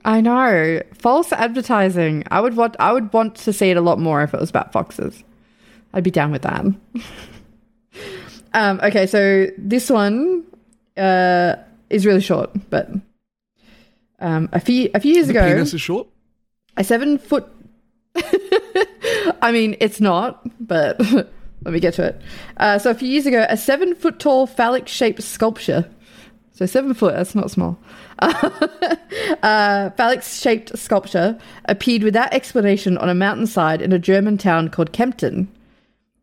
Speaker 1: I know false advertising. I would want. I would want to see it a lot more if it was about foxes. I'd be down with that. um, okay, so this one uh, is really short, but um, a few a few years
Speaker 2: The
Speaker 1: ago,
Speaker 2: penis is short.
Speaker 1: A seven foot. I mean, it's not, but let me get to it. Uh, so, a few years ago, a seven foot tall phallic shaped sculpture. So, seven foot, that's not small. uh, phallic shaped sculpture appeared without explanation on a mountainside in a German town called Kempten,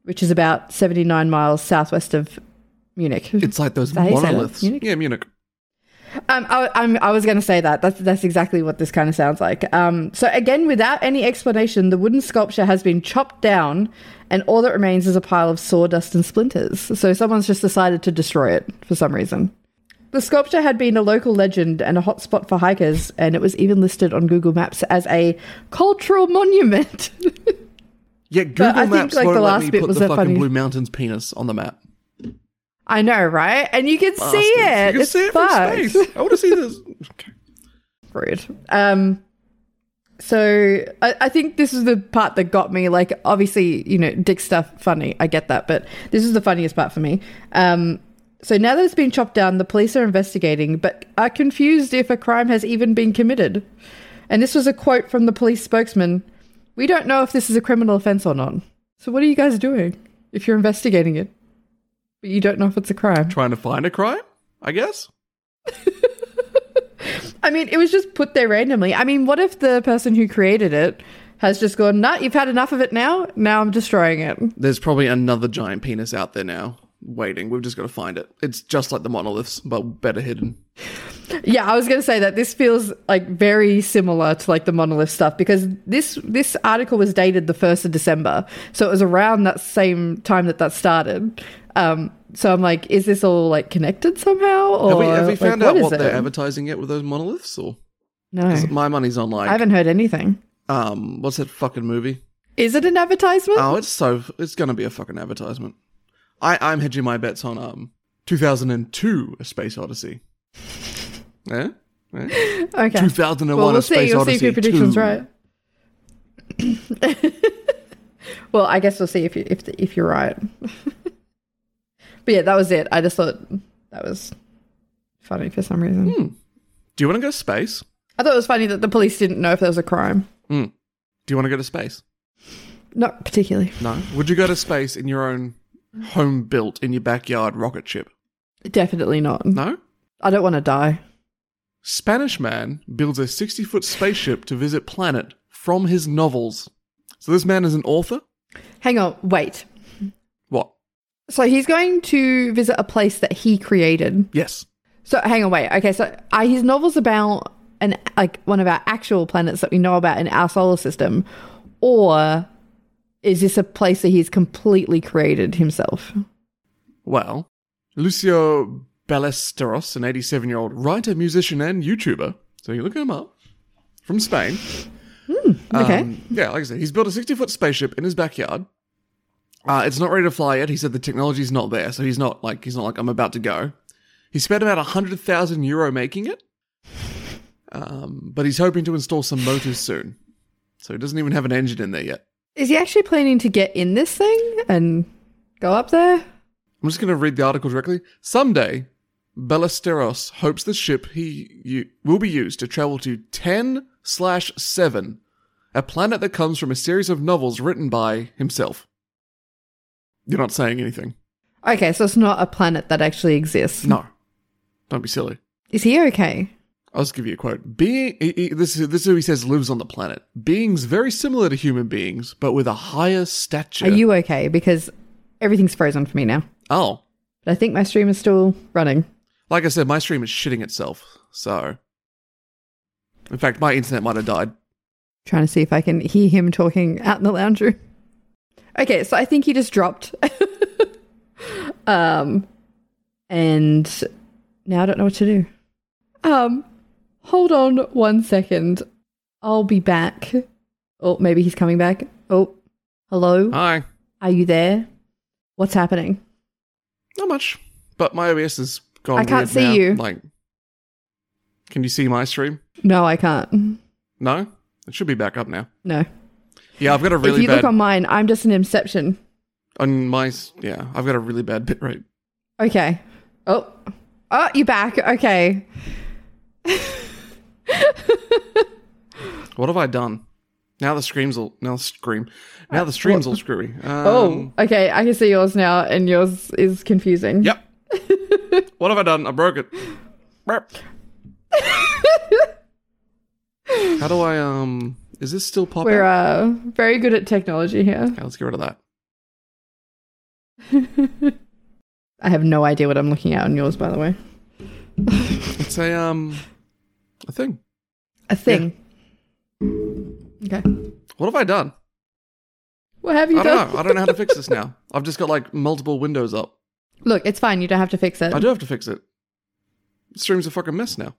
Speaker 1: which is about 79 miles southwest of Munich.
Speaker 2: It's like those
Speaker 1: how you say that?
Speaker 2: monoliths.
Speaker 1: Munich?
Speaker 2: Yeah, Munich.
Speaker 1: Um, I, I'm, I was going to say that. That's, that's exactly what this kind of sounds like. Um, so, again, without any explanation, the wooden sculpture has been chopped down, and all that remains is a pile of sawdust and splinters. So, someone's just decided to destroy it for some reason. The sculpture had been a local legend and a hotspot for hikers, and it was even listed on Google Maps as a cultural monument.
Speaker 2: Yeah, Google
Speaker 1: I think,
Speaker 2: Maps
Speaker 1: like, the
Speaker 2: won't let
Speaker 1: last
Speaker 2: me
Speaker 1: bit
Speaker 2: put
Speaker 1: was
Speaker 2: the
Speaker 1: a
Speaker 2: fucking
Speaker 1: funny-
Speaker 2: Blue Mountains penis on the map.
Speaker 1: I know, right? And you can see
Speaker 2: Bastards.
Speaker 1: it.
Speaker 2: You can
Speaker 1: it's
Speaker 2: see it
Speaker 1: fucked.
Speaker 2: from space. I want to see this. Okay.
Speaker 1: rude. Um, so I, I think this is the part that got me. Like, obviously, you know, dick stuff funny. I get that, but this is the funniest part for me. Um, so now that it's been chopped down, the police are investigating, but are confused if a crime has even been committed. And this was a quote from the police spokesman. We don't know if this is a criminal offense or not. So what are you guys doing if you're investigating it, but you don't know if it's a crime?
Speaker 2: Trying to find a crime, I guess.
Speaker 1: I mean, it was just put there randomly. I mean, what if the person who created it has just gone, nah, you've had enough of it now. Now I'm destroying it.
Speaker 2: There's probably another giant penis out there now, waiting. We've just got to find it. It's just like the monoliths, but better hidden.
Speaker 1: Yeah, I was going to say that this feels like very similar to like the monolith stuff because this this article was dated the 1st of December. So it was around that same time that that started. Um, so I'm like, is this all like connected somehow? Or
Speaker 2: Have we, have we
Speaker 1: like,
Speaker 2: found out
Speaker 1: is
Speaker 2: what
Speaker 1: it?
Speaker 2: they're advertising yet with those monoliths? Or
Speaker 1: No,
Speaker 2: 'cause my money's on
Speaker 1: I
Speaker 2: like
Speaker 1: haven't heard anything.
Speaker 2: um, what's that fucking movie?
Speaker 1: Is it an advertisement?
Speaker 2: Oh, it's so it's gonna be a fucking advertisement. I I'm hedging my bets on um 2002: A Space Odyssey. Eh? Yeah.
Speaker 1: okay.
Speaker 2: 2001
Speaker 1: Well, we'll
Speaker 2: A Space
Speaker 1: see. You'll see
Speaker 2: Odyssey
Speaker 1: if your prediction's
Speaker 2: 2.
Speaker 1: right. well, I guess we'll see if you, if if you're right. but yeah, that was it. I just thought that was funny for some reason.
Speaker 2: Do you want to go to space? Hmm.
Speaker 1: I thought it was funny that the police didn't know if there was a crime.
Speaker 2: Do you want to go to space?
Speaker 1: Not particularly.
Speaker 2: No. Would you go to space in your own home built in your backyard rocket ship?
Speaker 1: Definitely not.
Speaker 2: No.
Speaker 1: I don't want to die.
Speaker 2: Spanish man builds a 60 foot spaceship to visit planet from his novels. So this man is an author?
Speaker 1: Hang on, wait.
Speaker 2: What?
Speaker 1: So he's going to visit a place that he created.
Speaker 2: Yes.
Speaker 1: So hang on, wait. Okay, so uh, his novel's about an like one of our actual planets that we know about in our solar system, or is this a place that he's completely created himself?
Speaker 2: Well, Lucio Ballesteros, an 87 year old writer, musician, and YouTuber, so you look him up, from Spain.
Speaker 1: Okay,
Speaker 2: Um, yeah, like I said, he's built a 60 foot spaceship in his backyard. Uh, it's not ready to fly yet. He said the technology's not there, so he's not like he's not like I'm about to go. He spent about hundred thousand euro making it, um, but he's hoping to install some motors soon. So he doesn't even have an engine in there yet.
Speaker 1: is he actually planning to get in this thing and go up there?
Speaker 2: I'm just going to read the article directly. Someday, Ballesteros hopes the ship he u- will be used to travel to 10 slash 7, a planet that comes from a series of novels written by himself. You're not saying anything.
Speaker 1: Okay, so it's not a planet that actually exists.
Speaker 2: No. Don't be silly.
Speaker 1: Is he okay?
Speaker 2: I'll just give you a quote. Being he- he- this is this is who he says lives on the planet. Beings very similar to human beings, but with a higher stature.
Speaker 1: Are you okay? Because everything's frozen for me now.
Speaker 2: Oh,
Speaker 1: But I think my stream is still running.
Speaker 2: like I said, my stream is shitting itself. So, in fact, my internet might have died.
Speaker 1: Trying to see if I can hear him talking out in the lounge room. Okay, so I think he just dropped. um, and now I don't know what to do. Um, hold on one second. I'll be back. Oh, maybe he's coming back. Oh, hello.
Speaker 2: Hi.
Speaker 1: Are you there? What's happening?
Speaker 2: Not much, but my OBS is gone.
Speaker 1: I can't
Speaker 2: weird
Speaker 1: see
Speaker 2: now.
Speaker 1: you.
Speaker 2: Like, can you see my stream?
Speaker 1: No, I can't.
Speaker 2: No, it should be back up now.
Speaker 1: No.
Speaker 2: Yeah, I've got a
Speaker 1: if
Speaker 2: really
Speaker 1: you
Speaker 2: bad
Speaker 1: look on
Speaker 2: on-,
Speaker 1: mine, I'm just an inception.
Speaker 2: my s- yeah. I've got a really bad bit rate.
Speaker 1: Okay. Oh. Oh, you're back. Okay.
Speaker 2: What have I done? Now the screams will now scream. Now the streams all screwy. Um,
Speaker 1: Uh, Oh, okay. I can see yours now, and yours is confusing.
Speaker 2: yep. what have I done? I broke it. Burp. How do I um? Is this still popping?
Speaker 1: We're uh, very good at technology here.
Speaker 2: okay, let's get rid of that.
Speaker 1: I have no idea what I'm looking at on yours, by the way.
Speaker 2: It's It's a um a thing.
Speaker 1: A thing. Okay.
Speaker 2: What have I done?
Speaker 1: What have you
Speaker 2: I
Speaker 1: done?
Speaker 2: don't know. I don't know how to fix this now. I've just got like multiple windows up.
Speaker 1: Look, it's fine. You don't have to fix it.
Speaker 2: I
Speaker 1: I,
Speaker 2: do have to fix it. Stream's a fucking mess now.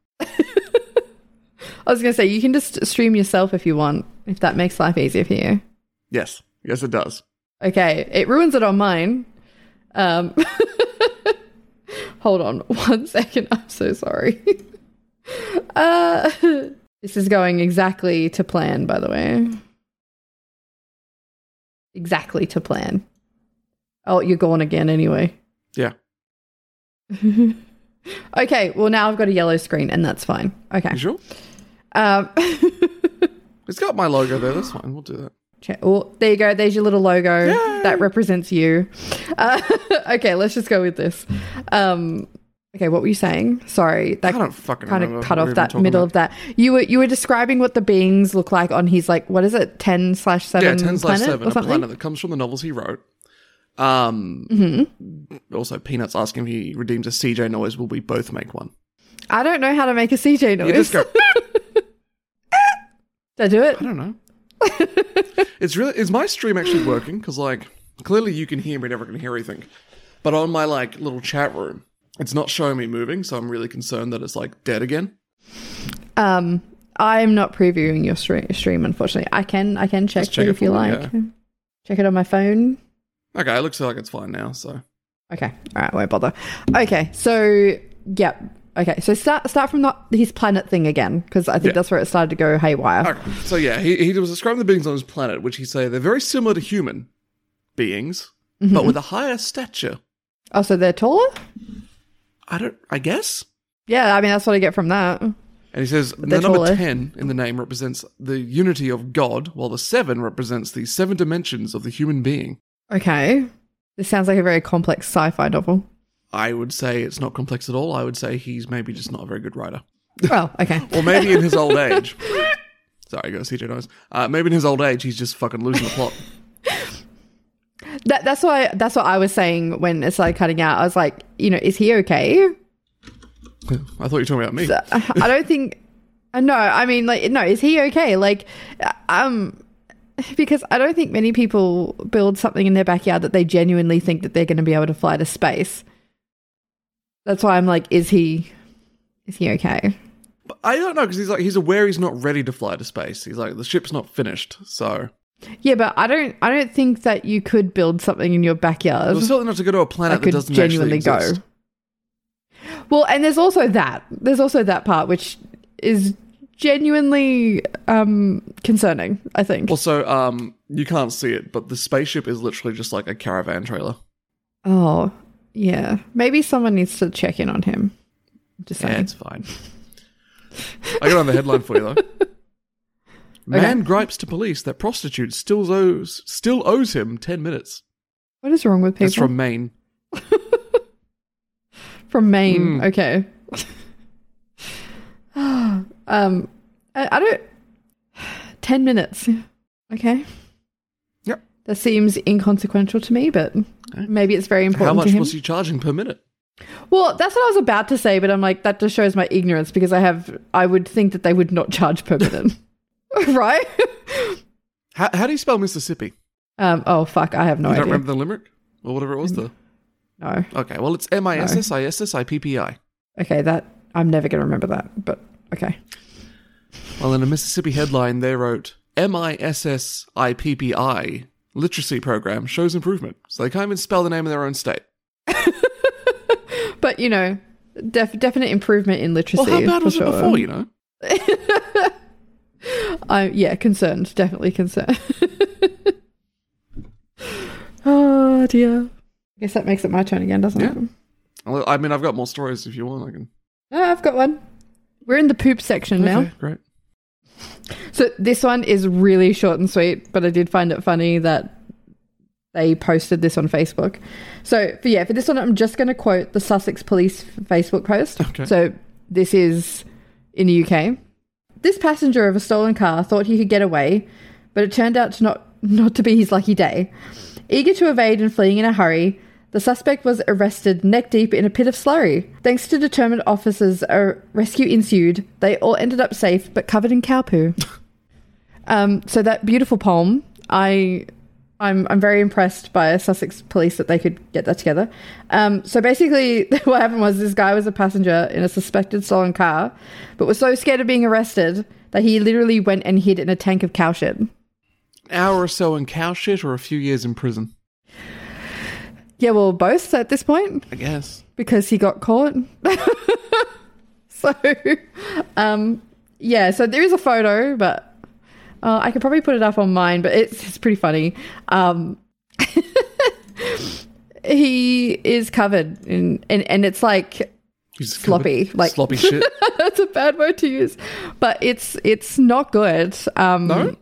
Speaker 1: was going to say, you can just stream yourself if you want, if that makes life easier for you.
Speaker 2: Yes. Yes it does.
Speaker 1: Okay. It ruins it on mine. Um, hold on one second. I'm so sorry. uh, this is going exactly to plan, by the way. Exactly to plan. Oh, you're gone again anyway.
Speaker 2: Yeah.
Speaker 1: Okay, well, now I've got a yellow screen, and that's fine. Okay.
Speaker 2: You sure?
Speaker 1: Um,
Speaker 2: It's got my logo there, that's fine. We'll do that.
Speaker 1: check- oh, there you go. There's your little logo that represents you. Uh, okay, let's just go with this. Um, okay, what were you saying? Sorry, that
Speaker 2: I don't fucking
Speaker 1: kind
Speaker 2: remember
Speaker 1: of cut
Speaker 2: what we
Speaker 1: off
Speaker 2: were
Speaker 1: that
Speaker 2: talking
Speaker 1: middle
Speaker 2: about.
Speaker 1: of that. You were you were describing what the beings look like on his like what is it ten slash
Speaker 2: Yeah,
Speaker 1: seven?
Speaker 2: ten slash seven,
Speaker 1: or
Speaker 2: a
Speaker 1: something.
Speaker 2: planet that comes from the novels he wrote. Um
Speaker 1: Mm-hmm.
Speaker 2: also Peanuts asking if he redeems a CJ noise, will we both make one?
Speaker 1: I don't know how to make a CJ noise.
Speaker 2: You just go
Speaker 1: Did I do it?
Speaker 2: I don't know. it's really is my stream actually working? Because like clearly you can hear me, and everyone can hear anything. But on my like little chat room, it's not showing me moving, so I'm really concerned that it's like dead again.
Speaker 1: Um, I'm not previewing your stream, stream unfortunately. I can I can check,
Speaker 2: Just check
Speaker 1: it
Speaker 2: it
Speaker 1: if you
Speaker 2: for me,
Speaker 1: like. Check it on my phone.
Speaker 2: Okay, it looks like it's fine now. So
Speaker 1: Okay. All right. Won't bother. Okay. So yep. Okay. So start start from the, his planet thing again because I think
Speaker 2: Yeah.
Speaker 1: that's where it started to go haywire.
Speaker 2: okay. so yeah, he he was describing the beings on his planet, which he say they're very similar to human beings,
Speaker 1: Mm-hmm.
Speaker 2: but with a higher stature.
Speaker 1: Oh, so they're taller.
Speaker 2: I don't. I guess.
Speaker 1: Yeah. I mean, that's what I get from that.
Speaker 2: And he says the
Speaker 1: they're
Speaker 2: number
Speaker 1: taller.
Speaker 2: ten in the name represents the unity of God, while the seven represents the seven dimensions of the human being.
Speaker 1: Okay. This sounds like a very complex sci-fi novel.
Speaker 2: I would say it's not complex at all. I would say he's maybe just not a very good writer.
Speaker 1: Oh, okay.
Speaker 2: Or maybe in his old age. Sorry, I got CJ Noise. Uh, maybe in his old age, he's just fucking losing the plot.
Speaker 1: That, that's why that's what I was saying when it started cutting out. I was like, you know, is he okay?
Speaker 2: I thought you were talking about me.
Speaker 1: I don't think. uh, No, I mean, like, no, is he okay? Like, uh, um, because I don't think many people build something in their backyard that they genuinely think that they're going to be able to fly to space. That's why I'm like, is he, is he okay?
Speaker 2: But I don't know because he's like he's aware he's not ready to fly to space. He's like the ship's not finished, so
Speaker 1: Yeah, but I don't, I don't think that you could build something in your backyard
Speaker 2: well, certainly not to go to a planet
Speaker 1: that
Speaker 2: that
Speaker 1: could
Speaker 2: doesn't
Speaker 1: genuinely
Speaker 2: actually
Speaker 1: go.
Speaker 2: exist.
Speaker 1: Well, and there's also that. There's also that part which is genuinely um concerning. I think.
Speaker 2: Also, um, you can't see it, but the spaceship is literally just like a caravan trailer.
Speaker 1: Oh, yeah. Maybe someone needs to check in on him. Just
Speaker 2: Yeah,
Speaker 1: saying.
Speaker 2: it's fine. I got on the headline for you though. Man gripes to police that prostitute still owes still owes him ten minutes.
Speaker 1: What is wrong with people
Speaker 2: That's
Speaker 1: from,
Speaker 2: from Maine. Hmm.
Speaker 1: Maine? Okay. um, I, I don't. Ten minutes. Okay.
Speaker 2: Yep.
Speaker 1: That seems inconsequential to me, but maybe it's very
Speaker 2: How
Speaker 1: important to
Speaker 2: much
Speaker 1: him.
Speaker 2: was he charging per minute?
Speaker 1: well, that's what I was about to say, but I'm like, that just shows my ignorance because I have. I would think that they would not charge per minute, right?
Speaker 2: How, how do you spell Mississippi?
Speaker 1: Um, oh fuck, I have no
Speaker 2: I don't
Speaker 1: idea.
Speaker 2: remember the limerick or whatever it was. The
Speaker 1: No.
Speaker 2: okay, well it's M I S S I S S I P P I.
Speaker 1: Okay, that I'm never going to remember that, but okay.
Speaker 2: Well, in a Mississippi headline, they wrote M I S S I P P I literacy program shows improvement. So they can't even spell the name of their own state.
Speaker 1: But you know, def- definite improvement in literacy.
Speaker 2: Well, how bad
Speaker 1: for
Speaker 2: was
Speaker 1: sure.
Speaker 2: it before? You know,
Speaker 1: I yeah, concerned, definitely concerned. oh dear. I guess that makes it my turn again, doesn't
Speaker 2: Yeah.
Speaker 1: it?
Speaker 2: Well, I mean, I've got more stories if you want. I can.
Speaker 1: No, Ah, I've got one. We're in the poop section now.
Speaker 2: Okay, great.
Speaker 1: So this one is really short and sweet, but I did find it funny that they posted this on Facebook. So for yeah, for this one, I'm just going to quote the Sussex Police Facebook post.
Speaker 2: Okay.
Speaker 1: So this is in the UK. This passenger of a stolen car thought he could get away, but it turned out to not not to be his lucky day. Eager to evade and fleeing in a hurry, The suspect was arrested neck deep in a pit of slurry. Thanks to determined officers, a rescue ensued. They all ended up safe, but covered in cow poo. um, so that beautiful poem, I, I'm, I'm very impressed by Sussex police that they could get that together. Um, so basically, what happened was this guy was a passenger in a suspected stolen car, but was so scared of being arrested that he literally went and hid in a tank of cow shit.
Speaker 2: Hour or so in cow shit, or a few years in prison.
Speaker 1: Yeah, well, both at this point.
Speaker 2: I guess.
Speaker 1: because he got caught. so, um, yeah, so there is a photo, but uh, I could probably put it up on mine, but it's, it's pretty funny. Um, he is covered in, and, and it's like,
Speaker 2: He's
Speaker 1: Sloppy,
Speaker 2: covered-
Speaker 1: like-
Speaker 2: sloppy shit.
Speaker 1: that's a bad word to use, but it's, it's not good. Um,
Speaker 2: No.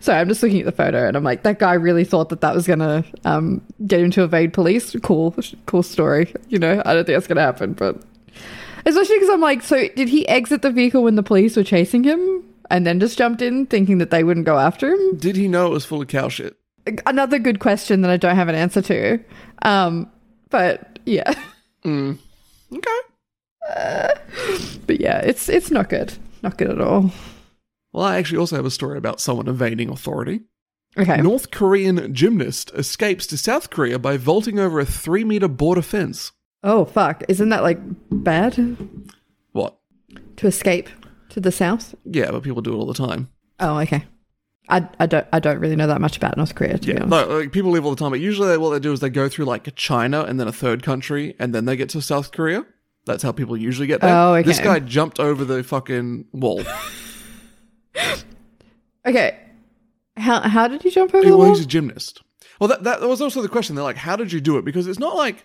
Speaker 1: Sorry, I'm just looking at the photo and I'm like, that guy really thought that that was going to um, get him to evade police. Cool, cool story. You know, I don't think that's going to happen, but. Especially because I'm like, so did he exit the vehicle when the police were chasing him and then just jumped in thinking that they wouldn't go after him?
Speaker 2: Did he know it was full of cow shit?
Speaker 1: Another good question that I don't have an answer to. Um, but yeah,
Speaker 2: Mm. Okay.
Speaker 1: but yeah, it's it's not good. Not good at all.
Speaker 2: Well, I actually also have a story about someone evading authority.
Speaker 1: Okay.
Speaker 2: North Korean gymnast escapes to South Korea by vaulting over a three meter border fence.
Speaker 1: Oh, fuck. Isn't that like bad
Speaker 2: What?
Speaker 1: to escape to the south?
Speaker 2: Yeah, but people do it all the time.
Speaker 1: Oh, okay. I, I don't I don't really know that much about North Korea to be honest.
Speaker 2: No, like, people leave all the time, but usually what they do is they go through like China and then a third country, and then they get to South Korea. That's how people usually get there.
Speaker 1: Oh, okay.
Speaker 2: This guy jumped over the fucking wall.
Speaker 1: Okay, how how did you jump over the
Speaker 2: well,
Speaker 1: wall?
Speaker 2: he's a gymnast. Well, that, that was also the question. They're like, how did you do it? Because it's not like,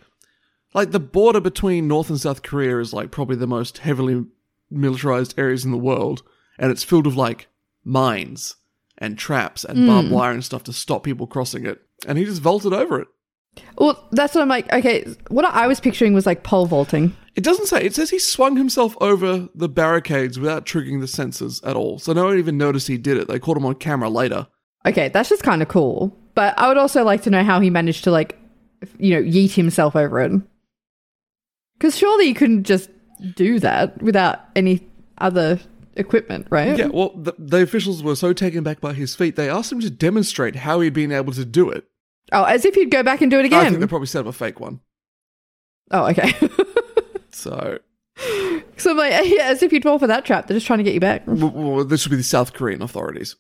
Speaker 2: like the border between North and South Korea is like probably the most heavily militarized areas in the world, and it's filled with like mines and traps and barbed wire and stuff to stop people crossing it. And he just vaulted over it.
Speaker 1: Well, that's what I'm like. Okay, what I was picturing was like pole vaulting.
Speaker 2: It doesn't say. It says he swung himself over the barricades without triggering the sensors at all. So no one even noticed he did it. They caught him on camera later.
Speaker 1: Okay, that's just kind of cool. But I would also like to know how he managed to like, you know, yeet himself over it. Because surely you couldn't just do that without any other equipment, right?
Speaker 2: Yeah, well, the, the officials were so taken back by his feat, they asked him to demonstrate how he'd been able to do it.
Speaker 1: Oh, as if you'd go back and do it
Speaker 2: I think they
Speaker 1: again.
Speaker 2: probably set up a fake one.
Speaker 1: Oh, okay.
Speaker 2: So
Speaker 1: so I'm like, yeah, as if you'd fall for that trap. They're just trying to get you back.
Speaker 2: w- w- this would be the South Korean authorities,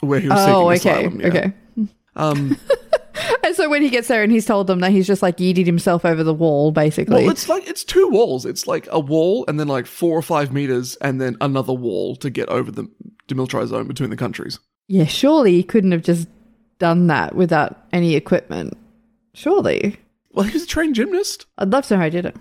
Speaker 2: where he was
Speaker 1: Oh,
Speaker 2: seeking
Speaker 1: okay,
Speaker 2: asylum. yeah.
Speaker 1: okay.
Speaker 2: Um,
Speaker 1: And so when he gets there and he's told them that he's just like yeeted himself over the wall, basically.
Speaker 2: well, it's like it's two walls. It's like a wall, and then like four or five meters, and then another wall to get over the demilitarized zone between the countries.
Speaker 1: yeah, surely he couldn't have just done that without any equipment. Surely.
Speaker 2: Well, he was a trained gymnast.
Speaker 1: I'd love to know how he did it.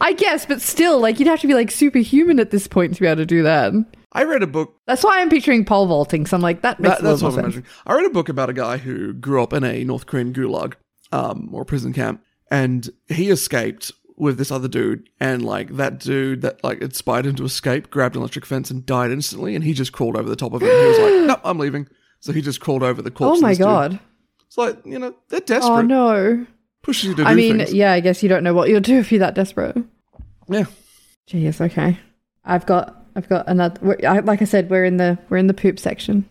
Speaker 1: I guess, but still, like, you'd have to be like superhuman at this point to be able to do that.
Speaker 2: I read a book
Speaker 1: That's why I'm picturing pole vaulting. So I'm like, that makes
Speaker 2: That-
Speaker 1: a
Speaker 2: that's
Speaker 1: little
Speaker 2: what I'm
Speaker 1: more sense.
Speaker 2: imagining. I read a book about a guy who grew up in a North Korean gulag um, or prison camp, and he escaped with this other dude, and like that dude that like inspired him to escape grabbed an electric fence and died instantly, and he just crawled over the top of it. he was like, "No, I'm leaving." So he just crawled over the
Speaker 1: Oh
Speaker 2: corpse. of
Speaker 1: my
Speaker 2: this dude.
Speaker 1: god.
Speaker 2: It's like you know they're
Speaker 1: Oh
Speaker 2: desperate,
Speaker 1: no.
Speaker 2: pushes you to do
Speaker 1: I mean,
Speaker 2: things.
Speaker 1: yeah, I guess you don't know what you'll do if you're that desperate.
Speaker 2: Yeah.
Speaker 1: Jeez, okay. I've got, I've got another. we- I- Like I said, we're in the, we're in the poop section.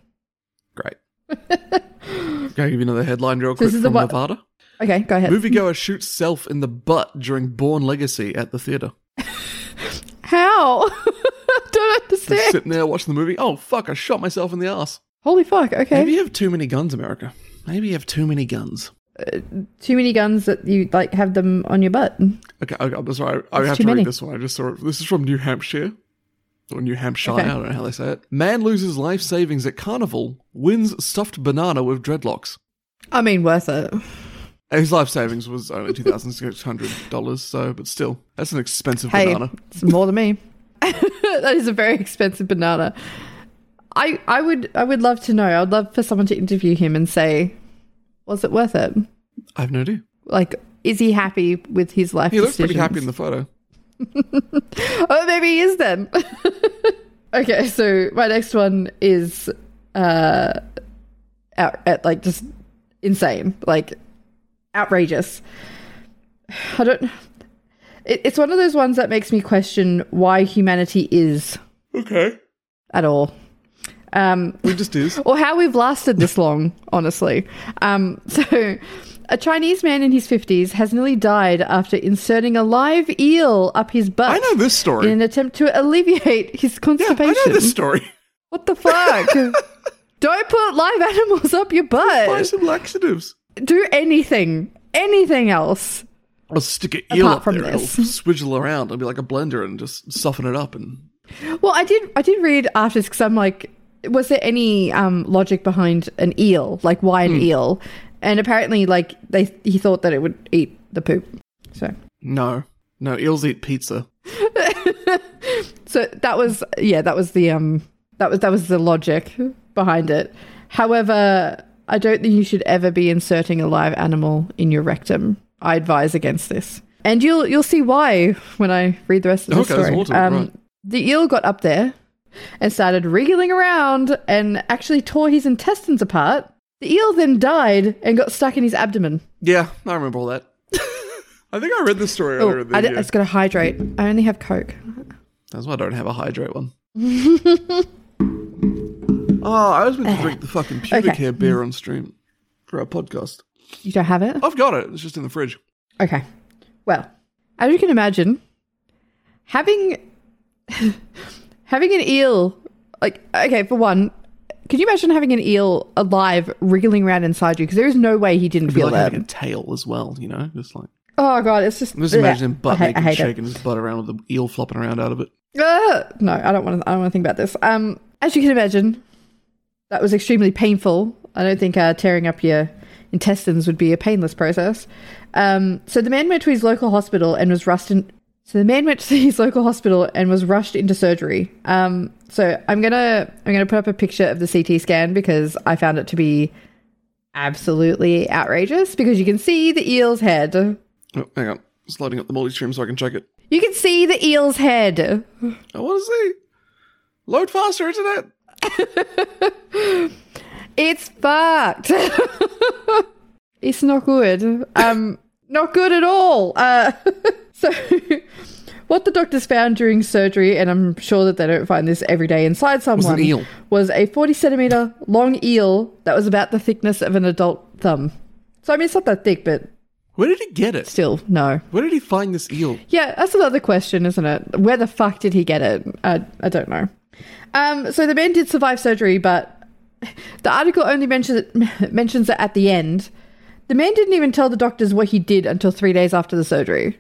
Speaker 2: great. Can I give you another headline real
Speaker 1: this
Speaker 2: quick
Speaker 1: is the
Speaker 2: from
Speaker 1: one-
Speaker 2: Nevada?
Speaker 1: Okay, go ahead.
Speaker 2: Moviegoer shoots self in the butt during Born Legacy at the theater.
Speaker 1: How? I don't
Speaker 2: Just
Speaker 1: understand.
Speaker 2: sitting there watching the movie. Oh fuck! I shot myself in the ass.
Speaker 1: Holy fuck. Okay.
Speaker 2: Maybe you have too many guns, America. Maybe you have too many guns.
Speaker 1: Too many guns that you like have them on your butt.
Speaker 2: Okay, okay I'm sorry. I, I
Speaker 1: It's
Speaker 2: have
Speaker 1: too
Speaker 2: to
Speaker 1: many.
Speaker 2: read this one. I just saw it. This is from New Hampshire or New Hampshire.
Speaker 1: Okay.
Speaker 2: I don't know how they say it. Man loses life savings at carnival, wins stuffed banana with dreadlocks.
Speaker 1: I mean, worth it.
Speaker 2: His life savings was only two thousand six hundred dollars, so but still, that's an expensive
Speaker 1: Hey,
Speaker 2: banana.
Speaker 1: it's more than me. that is a very expensive banana. I, I would, I would love to know. I would love for someone to interview him and say, was it worth it?
Speaker 2: I have no idea.
Speaker 1: Like, is he happy with his life?
Speaker 2: He looks pretty happy in
Speaker 1: decisions?
Speaker 2: the photo.
Speaker 1: Oh, maybe he is then. okay, so my next one is uh, out at like just insane, like outrageous. I don't. It, it's one of those ones that makes me question why humanity is
Speaker 2: Okay.
Speaker 1: at all. Um,
Speaker 2: We just is.
Speaker 1: or how we've lasted this long, honestly. Um, so, a Chinese man in his 50s has nearly died after inserting a live eel up his butt
Speaker 2: I know this
Speaker 1: in
Speaker 2: story.
Speaker 1: an attempt to alleviate his
Speaker 2: Yeah, I
Speaker 1: constipation.
Speaker 2: know this story.
Speaker 1: what the fuck? Don't put live animals up your
Speaker 2: Buy
Speaker 1: butt.
Speaker 2: some laxatives.
Speaker 1: Do anything, anything else.
Speaker 2: I'll stick an eel
Speaker 1: Apart
Speaker 2: up
Speaker 1: from
Speaker 2: there. and It'll
Speaker 1: this.
Speaker 2: swidgel around. It'll be like a blender and just soften it up. And
Speaker 1: Well, I did. I did read after this because I'm like, was there any um, logic behind an eel? Like, why
Speaker 2: Hmm.
Speaker 1: an eel? And apparently, like they, he thought that it would eat the poop. So,
Speaker 2: no, no, eels eat pizza.
Speaker 1: so that was yeah, that was the um, that was that was the logic behind it. However, I don't think you should ever be inserting a live animal in your rectum. I advise against this, and you'll you'll see why when I read the rest of the
Speaker 2: Okay, there's
Speaker 1: story. Um,
Speaker 2: more to it, right.
Speaker 1: The eel got up there and started wriggling around and actually tore his intestines apart. The eel then died and got stuck in his abdomen.
Speaker 2: Yeah, I remember all that. I think I read this story earlier
Speaker 1: Oh,
Speaker 2: in the
Speaker 1: I, d- I
Speaker 2: year.
Speaker 1: just got to hydrate. I only have Coke.
Speaker 2: That's why I don't have a hydrate one. oh, I was meant to drink the fucking pubic
Speaker 1: Okay.
Speaker 2: hair beer on stream for our podcast.
Speaker 1: You don't have it?
Speaker 2: I've got it. It's just in the fridge.
Speaker 1: Okay. Well, as you can imagine, having having an eel like okay, for one, could you imagine having an eel alive wriggling around inside you? Because there is no way he didn't
Speaker 2: I feel
Speaker 1: feel
Speaker 2: like
Speaker 1: that.
Speaker 2: having a tail as well, you know? Just like
Speaker 1: Oh god, it's just
Speaker 2: I'm just
Speaker 1: Ugh.
Speaker 2: imagining butt
Speaker 1: I hate, I
Speaker 2: naked
Speaker 1: hate it.
Speaker 2: shaking his butt around with the eel flopping around out of it.
Speaker 1: Ugh. Uh, no, I don't want to. I don't want to think about this. Um, as you can imagine, that was extremely painful. I don't think uh, tearing up your intestines would be a painless process. Um, so the man went to his local hospital and was rushed. In- so the man went to his local hospital and was rushed into surgery. Um, so I'm gonna I'm gonna put up a picture of the CT scan because I found it to be absolutely outrageous because you can see the eel's head.
Speaker 2: Oh, hang on. Just loading up the multi stream so I can check it.
Speaker 1: You can see the eel's head.
Speaker 2: I want to see. Load faster, internet.
Speaker 1: It's fucked. it's not good. Um, not good at all. Uh, so, what the doctors found during surgery, and I'm sure that they don't find this every day inside someone,
Speaker 2: eel.
Speaker 1: was a 40 centimeter long eel that was about the thickness of an adult thumb. So, I mean, it's not that thick, but
Speaker 2: Where did he get it?
Speaker 1: still, no.
Speaker 2: Where did he find this eel?
Speaker 1: Yeah, that's another question, isn't it? Where the fuck did he get it? I, I don't know. Um, so the man did survive surgery, but the article only mentions it, mentions it at the end. The man didn't even tell the doctors what he did until three days after the surgery.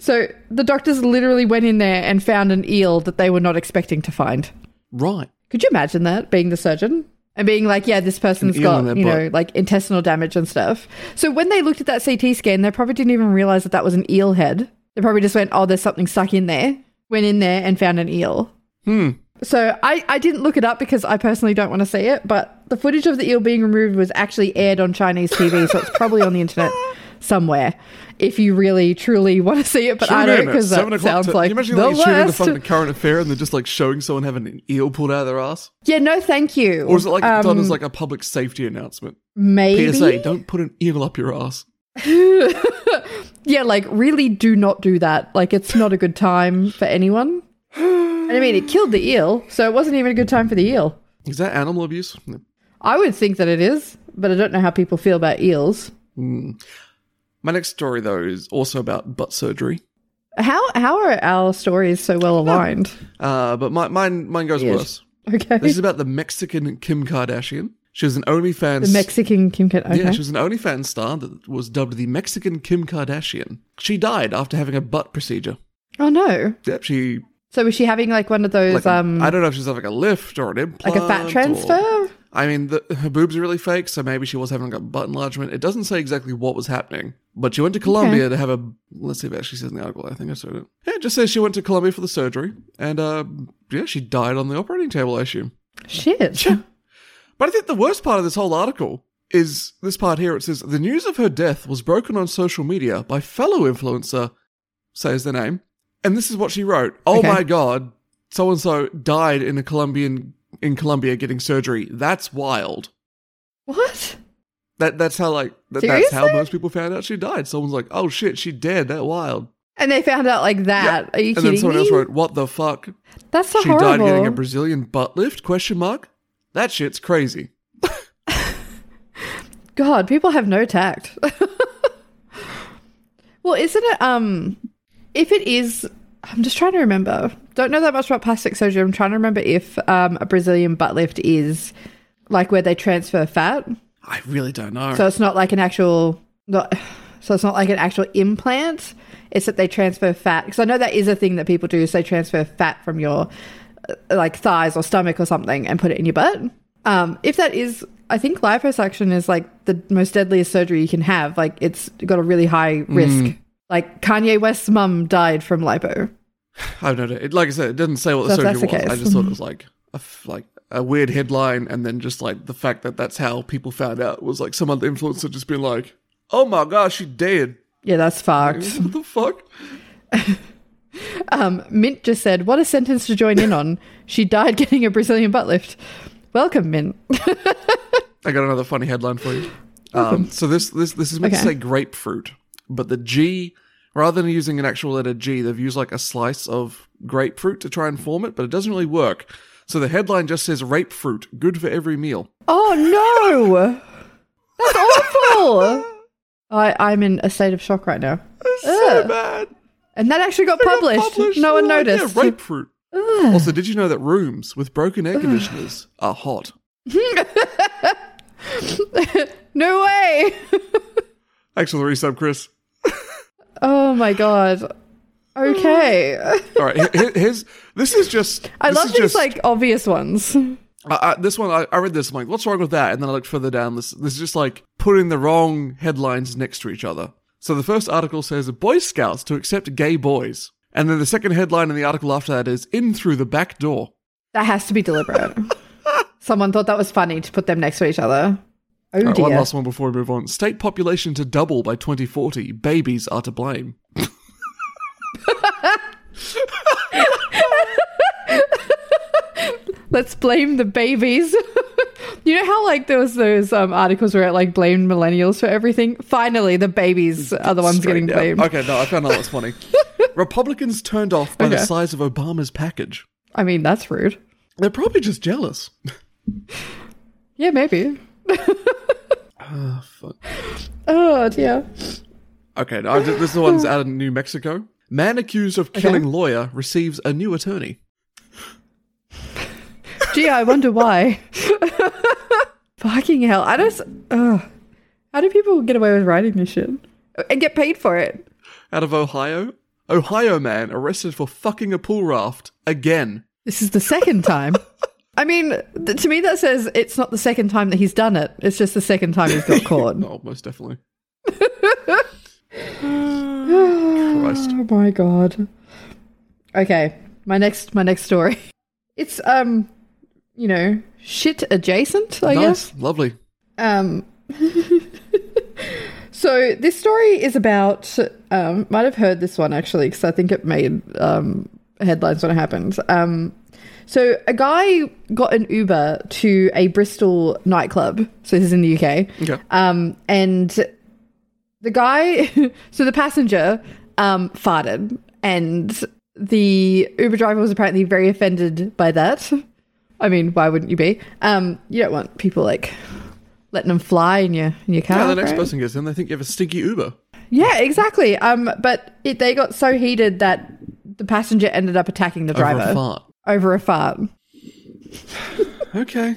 Speaker 1: So the doctors literally went in there and found an eel that they were not expecting to find.
Speaker 2: Right.
Speaker 1: Could you imagine that being the surgeon and being like, yeah, this person's
Speaker 2: eel in
Speaker 1: got
Speaker 2: their
Speaker 1: you know
Speaker 2: butt.
Speaker 1: like intestinal damage and stuff. So when they looked at that CT scan, they probably didn't even realize that that was an eel head. They probably just went, oh, there's something stuck in there. Went in there and found an eel.
Speaker 2: Hmm.
Speaker 1: So I, I didn't look it up because I personally don't want to see it, but the footage of the eel being removed was actually aired on Chinese TV, so it's probably on the internet somewhere if you really truly want to see it. But I don't because that sounds
Speaker 2: to,
Speaker 1: like
Speaker 2: you imagine
Speaker 1: the
Speaker 2: like, you're shooting the
Speaker 1: worst.
Speaker 2: fucking current affair and they're just like showing someone having an eel pulled out of their ass?
Speaker 1: yeah, no, thank you.
Speaker 2: Or is it like
Speaker 1: Um,
Speaker 2: done as like a public safety announcement?
Speaker 1: maybe?
Speaker 2: PSA, don't put an eel up your ass.
Speaker 1: yeah, like really do not do that. Like it's not a good time for anyone. And I mean, it killed the eel, so it wasn't even a good time for the eel.
Speaker 2: Is that animal abuse? No.
Speaker 1: I would think that it is, but I don't know how people feel about eels.
Speaker 2: My next story though is also about butt surgery.
Speaker 1: How how are our stories so well aligned?
Speaker 2: Uh, but my, mine mine goes worse.
Speaker 1: Okay,
Speaker 2: This is about the Mexican Kim Kardashian. She was an OnlyFans.
Speaker 1: the Mexican Kim Kat. Okay,
Speaker 2: Yeah, she was an OnlyFans star that was dubbed the Mexican Kim Kardashian. She died after having a butt procedure.
Speaker 1: oh no.
Speaker 2: Yep, she
Speaker 1: So was she having like one of those
Speaker 2: like,
Speaker 1: um
Speaker 2: I don't know if she's having a lift or an
Speaker 1: like
Speaker 2: implant,
Speaker 1: a fat
Speaker 2: or-
Speaker 1: transfer?
Speaker 2: I mean, the, her boobs are really fake, so maybe she was having like a butt enlargement. It doesn't say exactly what was happening, but she went to Colombia to have a. Let's see if it actually says in the article. I think I saw it. Yeah, it just says she went to Colombia for the surgery, and uh, yeah, she died on the operating table, I assume.
Speaker 1: Shit.
Speaker 2: But I think the worst part of this whole article is this part here. It says the news of her death was broken on social media by fellow influencer, says the name, and this is what she wrote: "Oh
Speaker 1: Okay.
Speaker 2: my god, so and so died in a Colombian in Colombia getting surgery. That's wild."
Speaker 1: What?
Speaker 2: That that's how like that, that's
Speaker 1: Seriously?
Speaker 2: how most people found out she died. Someone's like, "Oh shit, she dead. That wild."
Speaker 1: And they found out like that. Are you
Speaker 2: And then
Speaker 1: kidding
Speaker 2: someone
Speaker 1: me?
Speaker 2: else wrote, "What the fuck?
Speaker 1: That's so
Speaker 2: she
Speaker 1: horrible.
Speaker 2: died getting a Brazilian butt lift?" Question mark. That shit's crazy.
Speaker 1: God, people have no tact. well, isn't it? Um, if it is, I'm just trying to remember. Don't know that much about plastic surgery. I'm trying to remember if um, a Brazilian butt lift is like where they transfer fat,
Speaker 2: I really don't know.
Speaker 1: so it's not like an actual, not, so it's not like an actual implant. It's that they transfer fat because I know that is a thing that people do. Is they transfer fat from your uh, like thighs or stomach or something and put it in your butt. Um, if that is, I think liposuction is like the most deadliest surgery you can have. Like it's got a really high risk. Like Kanye West's mum died from lipo.
Speaker 2: I've no idea. It, like I said, it didn't say what the
Speaker 1: So if
Speaker 2: surgery was.
Speaker 1: that's the
Speaker 2: I
Speaker 1: case. hmm.
Speaker 2: just thought it was like a f- like a weird headline, and then just like the fact that that's how people found out was like some other influencer just been like, "Oh my gosh, she dead.
Speaker 1: Yeah, that's fucked.
Speaker 2: What the fuck?"
Speaker 1: Um, Mint just said, "What a sentence to join in on." She died getting a Brazilian butt lift. Welcome, Mint.
Speaker 2: I got another funny headline for you. Um, so this this this is meant to
Speaker 1: Okay.
Speaker 2: say grapefruit, but the G rather than using an actual letter G, they've used like a slice of grapefruit to try and form it, but it doesn't really work. So the headline just says "Rapefruit, good for every meal."
Speaker 1: Oh no! That's awful. I, I'm in a state of shock right now.
Speaker 2: So
Speaker 1: Ugh.
Speaker 2: bad.
Speaker 1: And that actually got,
Speaker 2: They got
Speaker 1: published. No one
Speaker 2: They're like,
Speaker 1: noticed.
Speaker 2: Oh, Yeah, grapefruit. Also, did you know that rooms with broken air conditioners are hot?
Speaker 1: no way.
Speaker 2: Thanks for the resub, Chris.
Speaker 1: Oh my god. Okay.
Speaker 2: All right, he- he- here's this is just.
Speaker 1: I
Speaker 2: this
Speaker 1: love
Speaker 2: is
Speaker 1: these
Speaker 2: just-
Speaker 1: like obvious ones.
Speaker 2: I, I, this one, I, I read this. I'm like, what's wrong with that? And then I looked further down. This, this is just like putting the wrong headlines next to each other. So the first article says Boy Scouts to accept gay boys, and then the second headline in the article after that is "In through the back door."
Speaker 1: That has to be deliberate. Someone thought that was funny to put them next to each other. Oh
Speaker 2: All right,
Speaker 1: dear.
Speaker 2: one last one before we move on. State population to double by 2040. Babies are to blame.
Speaker 1: Let's blame the babies. you know how like there was those um, articles where it like blamed millennials for everything. Finally, the babies are the ones
Speaker 2: Straight
Speaker 1: getting
Speaker 2: down.
Speaker 1: blamed.
Speaker 2: Okay, no, I found out that's funny. Republicans turned off by the
Speaker 1: Okay.
Speaker 2: size of Obama's package.
Speaker 1: I mean, that's rude.
Speaker 2: They're probably just jealous.
Speaker 1: Yeah, maybe.
Speaker 2: Ah, fuck.
Speaker 1: Oh dear.
Speaker 2: Okay, no, I did- this one's out of New Mexico. Man accused of killing lawyer receives a new attorney.
Speaker 1: Gee, I wonder why. Fucking hell. I just. Ugh. How do people get away with writing this shit? And get paid for it?
Speaker 2: Out of Ohio, Ohio man arrested for fucking a pool raft again.
Speaker 1: This is the second time. I mean, th- to me, that says it's not the second time that he's done it. It's just the second time he's got caught.
Speaker 2: Oh, most definitely. Christ.
Speaker 1: oh my god. Okay, my next my next story. It's um, you know, shit adjacent. I guess.
Speaker 2: nice, lovely.
Speaker 1: Um, so this story is about. Um, might have heard this one actually because I think it made um, headlines when it happened. Um, so a guy got an Uber to a Bristol nightclub. So this is in the UK.
Speaker 2: Okay.
Speaker 1: Um, and the guy, so the passenger, um, farted, and the Uber driver was apparently very offended by that. I mean, why wouldn't you be? Um, you don't want people like letting them fly in your in your car.
Speaker 2: Now the next
Speaker 1: right?
Speaker 2: person gets in, they think you have a stinky Uber.
Speaker 1: Yeah, exactly. Um, but it, they got so heated that the passenger ended up attacking the
Speaker 2: Over
Speaker 1: driver
Speaker 2: a fart.
Speaker 1: Over a fart.
Speaker 2: Okay.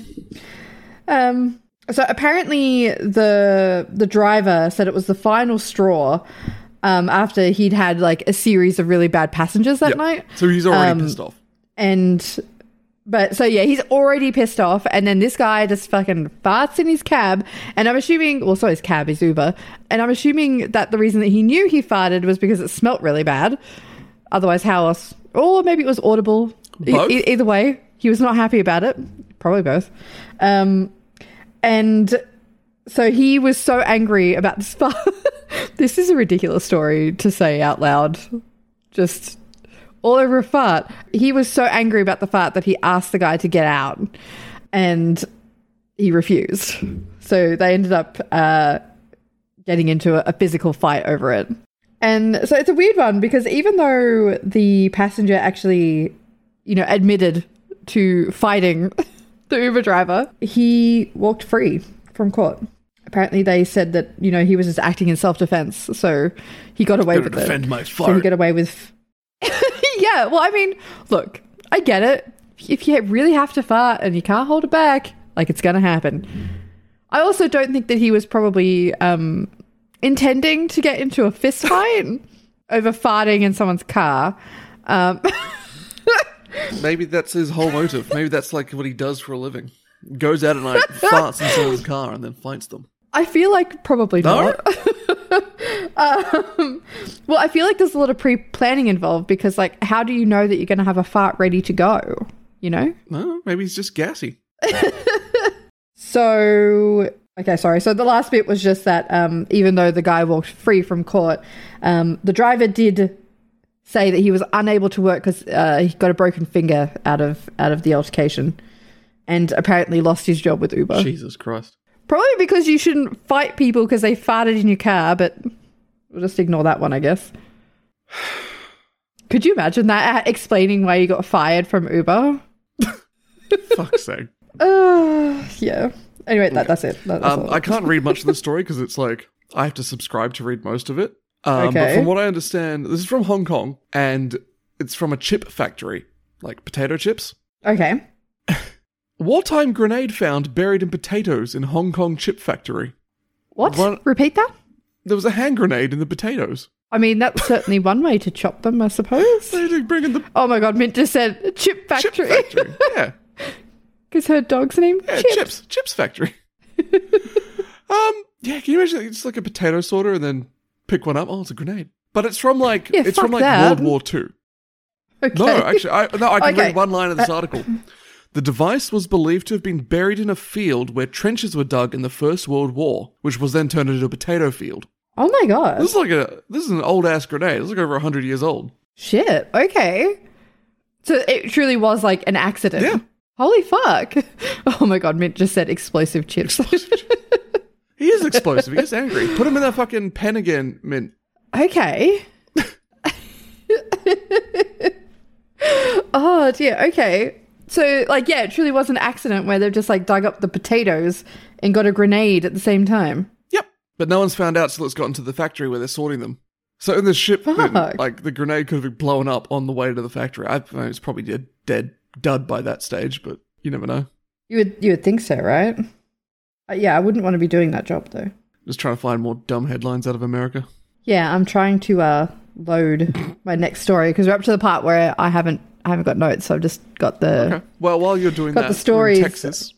Speaker 1: Um, so apparently the the driver said it was the final straw um, after he'd had like a series of really bad passengers that
Speaker 2: Yep.
Speaker 1: night,
Speaker 2: So he's already
Speaker 1: Um,
Speaker 2: pissed off.
Speaker 1: and but so yeah, he's already pissed off, and then this guy just fucking farts in his cab, and I'm assuming, well, sorry, his cab, his Uber, and I'm assuming that the reason that he knew he farted was because it smelt really bad. Otherwise, how else? Or maybe it was audible. E-
Speaker 2: Both?
Speaker 1: e- either way, he was not happy about it. Probably both. Um, and so he was so angry about this fart. this is a ridiculous story to say out loud. Just all over a fart. He was so angry about the fart that he asked the guy to get out and he refused. So they ended up uh, getting into a, a physical fight over it. And so it's a weird one because even though the passenger actually, you know, admitted to fighting the Uber driver, he walked free from court. Apparently, they said that, you know, he was just acting in self defense. So he got away
Speaker 2: Gotta
Speaker 1: with it.
Speaker 2: defend my
Speaker 1: So he
Speaker 2: fart.
Speaker 1: got away with. yeah, well, I mean, look, I get it. If you really have to fart and you can't hold it back, like it's going to happen. I also don't think that he was probably um, intending to get into a fist fight over farting in someone's car. Um,
Speaker 2: Maybe that's his whole motive. Maybe that's like what he does for a living. Goes out at night, farts in someone's car, and then fights them.
Speaker 1: I feel like probably
Speaker 2: No?
Speaker 1: not. Well, I feel like there's a lot of pre planning involved because, like, how do you know that you're going to have a fart ready to go? You know?
Speaker 2: No, maybe he's just gassy.
Speaker 1: So okay, sorry. So the last bit was just that um, even though the guy walked free from court, um, the driver did say that he was unable to work because uh, he got a broken finger out of out of the altercation, and apparently lost his job with Uber.
Speaker 2: Jesus Christ.
Speaker 1: Probably because you shouldn't fight people because they farted in your car. But we'll just ignore that one, I guess. Could you imagine that uh, explaining why you got fired from Uber?
Speaker 2: Fuck's sake.
Speaker 1: Uh, yeah. Anyway, that, that's it. That- that's
Speaker 2: Um,
Speaker 1: all.
Speaker 2: I can't read much of the story because it's like I have to subscribe to read most of it. Um, But
Speaker 1: Okay.
Speaker 2: from what I understand, this is from Hong Kong and it's from a chip factory, like potato chips.
Speaker 1: okay.
Speaker 2: Wartime grenade found buried in potatoes in Hong Kong chip factory.
Speaker 1: What?
Speaker 2: One-
Speaker 1: Repeat that?
Speaker 2: There was a hand grenade in the potatoes.
Speaker 1: I mean, that's certainly one way to chop them, I suppose.
Speaker 2: They did bring in the
Speaker 1: Oh my god, Mint just said chip
Speaker 2: chip
Speaker 1: factory
Speaker 2: factory. Yeah.
Speaker 1: because her dog's named
Speaker 2: Yeah,
Speaker 1: Chip.
Speaker 2: chips. Chips, factory. um, yeah, can you imagine? It's like a potato sorter and then pick one up. Oh, it's a grenade. But it's from like
Speaker 1: Yeah,
Speaker 2: it's from
Speaker 1: fuck
Speaker 2: like
Speaker 1: that.
Speaker 2: World War Two.
Speaker 1: Okay.
Speaker 2: No, actually, I, no, I can
Speaker 1: Okay. Uh,
Speaker 2: read one line of this article. The device was believed to have been buried in a field where trenches were dug in the First World War, which was then turned into a potato field.
Speaker 1: Oh my god.
Speaker 2: This is like a this is an old ass grenade. It's like over hundred years old.
Speaker 1: Shit. Okay. So it truly was like an accident.
Speaker 2: Yeah.
Speaker 1: Holy fuck. Oh my god, Mint just said explosive chips.
Speaker 2: He is explosive. he gets angry. Put him in that fucking pen again, mint.
Speaker 1: okay. oh dear. Okay. So like yeah, it truly was an accident where they've just like dug up the potatoes and got a grenade at the same time.
Speaker 2: Yep. But no one's found out till it's gotten to the factory where they're sorting them. So in the ship, bin,
Speaker 1: Fuck.
Speaker 2: like the grenade could have been blown up on the way to the factory. I, I mean, it's probably dead, dead dud by that stage, but you never know.
Speaker 1: You would you would think so, right? Uh, yeah, I wouldn't want to be doing that job though.
Speaker 2: Just trying to find more dumb headlines out of America.
Speaker 1: Yeah, I'm trying to uh, load my next story because we're up to the part where I haven't I haven't got notes. So I've just got the.
Speaker 2: Okay. Well, while you're doing
Speaker 1: Got
Speaker 2: that,
Speaker 1: the
Speaker 2: we're
Speaker 1: stories.
Speaker 2: in Texas,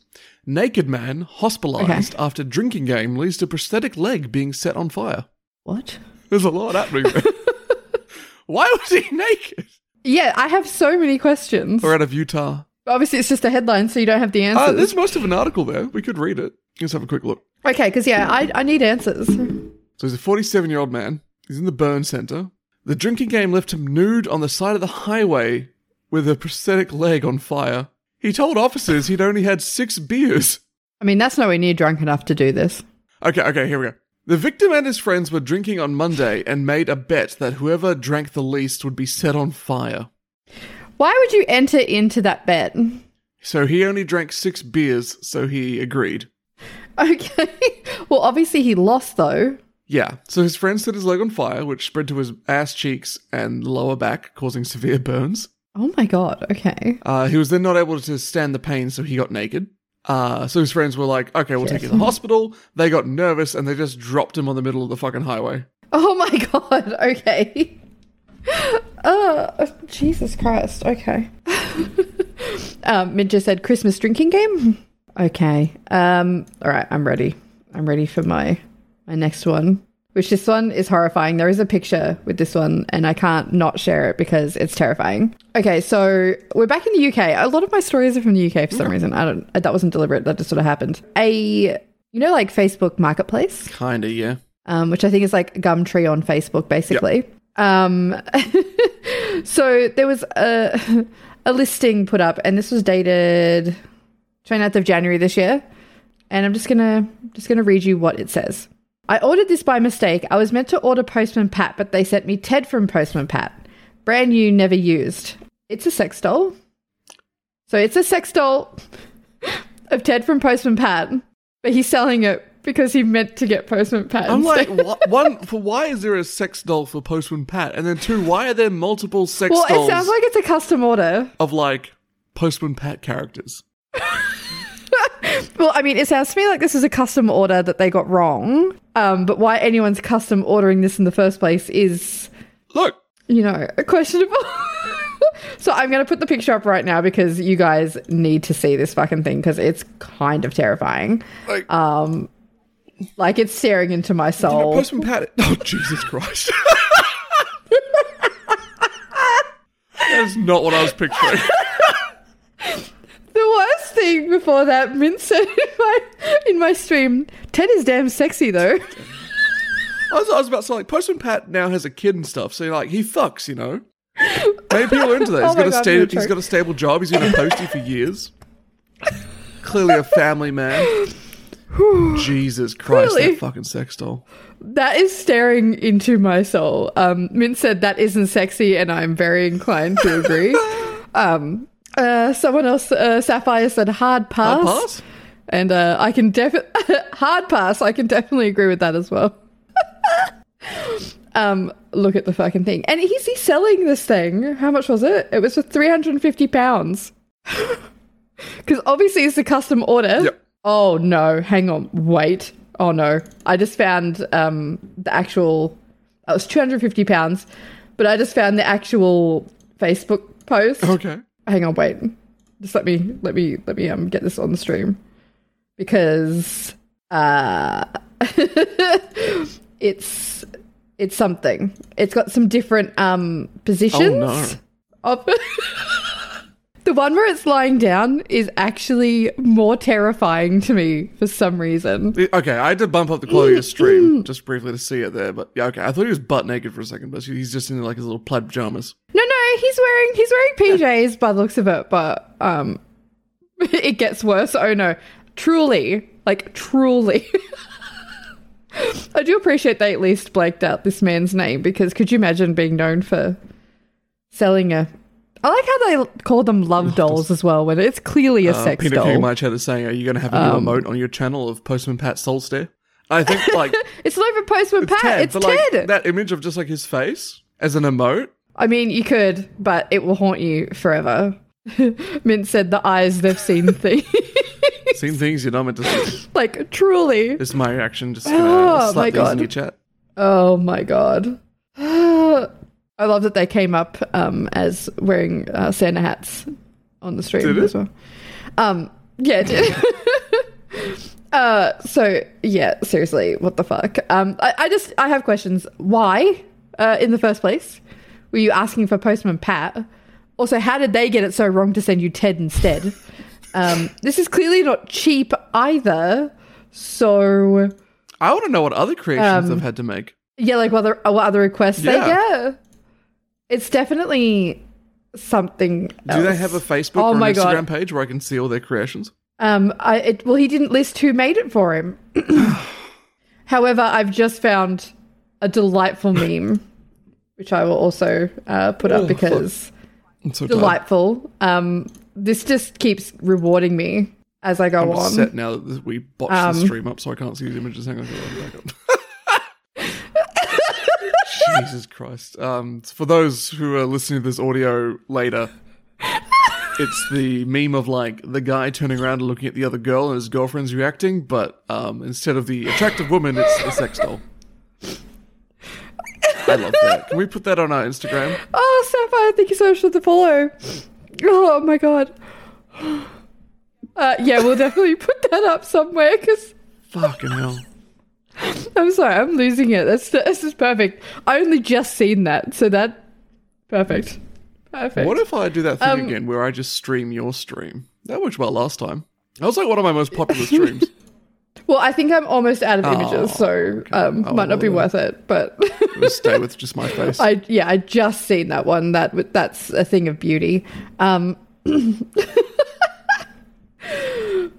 Speaker 2: naked man hospitalized after drinking game leads to prosthetic leg being set on fire.
Speaker 1: What?
Speaker 2: There's a lot happening there. Why was he naked?
Speaker 1: Yeah, I have so many questions.
Speaker 2: Or out of Utah?
Speaker 1: Obviously, it's just a headline, so you don't have the
Speaker 2: Uh,
Speaker 1: answers.
Speaker 2: there's most of an article there. We could read it. Let's have a quick look.
Speaker 1: Okay, because yeah, I, I need answers.
Speaker 2: So he's a 47 year old man. He's in the burn center. The drinking game left him nude on the side of the highway with a prosthetic leg on fire. He told officers he'd only had six beers.
Speaker 1: I mean, that's nowhere near drunk enough to do this.
Speaker 2: Okay, okay, here we go. The victim and his friends were drinking on Monday and made a bet that whoever drank the least would be set on fire.
Speaker 1: Why would you enter into that bet?
Speaker 2: So he only drank six beers, so he agreed.
Speaker 1: Okay. well, obviously he lost though.
Speaker 2: Yeah, so his friend set his leg on fire, which spread to his ass cheeks and lower back, causing severe burns.
Speaker 1: Oh my god. Okay.
Speaker 2: Uh, he was then not able to stand the pain, so he got naked. Uh, so his friends were like, okay, we'll take you to the hospital. They got nervous and they just dropped him on the middle of the fucking highway.
Speaker 1: Oh my god. Okay. Oh, Jesus Christ. Okay. um, Midja said Christmas drinking game. Okay. Um, all right. I'm ready. I'm ready for my my next one. Which this one is horrifying. There is a picture with this one, and I can't not share it because it's terrifying. Okay, so we're back in the UK. A lot of my stories are from the UK for some reason. I don't. That wasn't deliberate. That just sort of happened. A, you know, like Facebook Marketplace
Speaker 2: Kinda, yeah.
Speaker 1: um, which I think is like Gumtree on Facebook, basically. Um, so there was a, a listing put up, and this was dated 29th of January this year. and I'm just gonna just gonna read you what it says. I ordered this by mistake. I was meant to order Postman Pat, but they sent me Ted from Postman Pat. Brand new, never used. It's a sex doll. So it's a sex doll of Ted from Postman Pat, but he's selling it because he meant to get Postman Pat.
Speaker 2: I'm
Speaker 1: instead.
Speaker 2: like, wh- one, for why is there a sex doll for Postman Pat? And then two, why are there multiple sex
Speaker 1: well,
Speaker 2: dolls
Speaker 1: it sounds like it's a custom order.
Speaker 2: of like Postman Pat characters?
Speaker 1: Well, I mean, it sounds to me like this is a custom order that they got wrong. Um, but why anyone's custom ordering this in the first place is,
Speaker 2: Look,
Speaker 1: you know, questionable. so I'm going to put the picture up right now because you guys need to see this fucking thing because it's kind of terrifying.
Speaker 2: like
Speaker 1: Oh. Like it's staring into my soul.
Speaker 2: Postman Pat. Oh Jesus Christ! That's not what I was picturing.
Speaker 1: The worst thing before that, Mint said in my, in my stream, Ted is damn sexy though.
Speaker 2: I was, I was about to say, like, Postman Pat now has a kid and stuff, so like he fucks, you know. Maybe people are into that.
Speaker 1: Oh
Speaker 2: He's
Speaker 1: my
Speaker 2: got a
Speaker 1: God, no
Speaker 2: stable, he's
Speaker 1: joke.
Speaker 2: got a stable job. He's been a postie for years. Clearly a family man. Jesus Christ,
Speaker 1: Clearly.
Speaker 2: that fucking sex doll.
Speaker 1: That is staring into my soul. Um, Mint said that isn't sexy, and I'm very inclined to agree. um, uh, someone else, uh, Sapphire said hard pass,
Speaker 2: Hard pass?
Speaker 1: and uh, I can definitely hard pass. I can definitely agree with that as well. um, look at the fucking thing, and he's he's selling this thing. How much was it? It was for three hundred and fifty pounds. Because obviously it's a custom order.
Speaker 2: Yep.
Speaker 1: Oh no, hang on, wait. Oh no, I just found um, the actual. It was two hundred fifty pounds, but I just found the actual Facebook post.
Speaker 2: Okay.
Speaker 1: Hang on, wait. Just let me let me let me um get this on the stream because uh it's it's something. It's got some different um positions.
Speaker 2: no.
Speaker 1: of- the one where it's lying down is actually more terrifying to me for some reason.
Speaker 2: The- Okay, I had to bump up the quality of the stream just briefly to see it there, but yeah, okay. I thought he was butt naked for a second, but he's just in like his little plaid pajamas.
Speaker 1: No, no, he's wearing he's wearing PJs by the looks of it, but um, it gets worse. Oh no, truly, like truly. I do appreciate they at least blanked out this man's name because could you imagine being known for selling a? I like how they call them love dolls as well when it's clearly a
Speaker 2: Uh,
Speaker 1: sex
Speaker 2: Peter
Speaker 1: doll. Um,
Speaker 2: King in my chat is saying, "Are you going to have a new emote on your channel of Postman Pat Soul Stare?" I think like
Speaker 1: it's not even Postman Pat.
Speaker 2: Ted,
Speaker 1: it's
Speaker 2: but,
Speaker 1: Ted.
Speaker 2: like, that image of just like his face as an emote.
Speaker 1: I mean, you could, but it will haunt you forever. Mint said the eyes they've seen thing.
Speaker 2: Seen things you're not meant to see.
Speaker 1: like truly.
Speaker 2: This is my reaction. Just
Speaker 1: Oh,
Speaker 2: gonna
Speaker 1: my
Speaker 2: slap these in
Speaker 1: God.
Speaker 2: your chat.
Speaker 1: Oh my god. I love that they came up um, as wearing uh, Santa hats on the stream
Speaker 2: Did it?
Speaker 1: as well. Um, yeah, it did. uh, so yeah, seriously, what the fuck? Um, I, I just I have questions. Why, uh, in the first place, were you asking for Postman Pat? Also, how did they get it so wrong to send you Ted instead? um, this is clearly not cheap either. So
Speaker 2: I want to know what other creations
Speaker 1: Um,
Speaker 2: I've had to make.
Speaker 1: yeah, like what other, what other requests
Speaker 2: Yeah.
Speaker 1: they get. It's definitely something.
Speaker 2: Do they have a Facebook
Speaker 1: Oh
Speaker 2: or an
Speaker 1: my
Speaker 2: Instagram
Speaker 1: God.
Speaker 2: page where I can see all their creations?
Speaker 1: Um, I it, well, he didn't list who made it for him. However, I've just found a delightful meme, which I will also uh, put
Speaker 2: Oh,
Speaker 1: up because
Speaker 2: I'm so tired.
Speaker 1: delightful. Um, this just keeps rewarding me as I go
Speaker 2: I'm
Speaker 1: on.
Speaker 2: upset now that we botched
Speaker 1: Um,
Speaker 2: the stream up, so I can't see these images. Hang on, I'll go back up. Jesus Christ! Um, for those who are listening to this audio later, it's the meme of like the guy turning around and looking at the other girl and his girlfriend's reacting, but um, instead of the attractive woman, it's the sex doll. I love that. Can we put that on our Instagram?
Speaker 1: Oh, Sapphire, thank you so much for the follow. Oh my god. Uh, yeah, we'll definitely put that up somewhere because
Speaker 2: Fucking hell!
Speaker 1: I'm sorry, I'm losing it. That's this is perfect. I only just seen that, so that perfect, perfect.
Speaker 2: What if I do that thing
Speaker 1: Um,
Speaker 2: again where I just stream your stream? That worked well last time. That was like one of my most popular streams.
Speaker 1: well, I think I'm almost out of images,
Speaker 2: Oh,
Speaker 1: so um,
Speaker 2: Oh,
Speaker 1: might not be
Speaker 2: well,
Speaker 1: worth it. But
Speaker 2: We'll stay with just my face.
Speaker 1: I yeah, I just seen that one. That that's a thing of beauty. Um,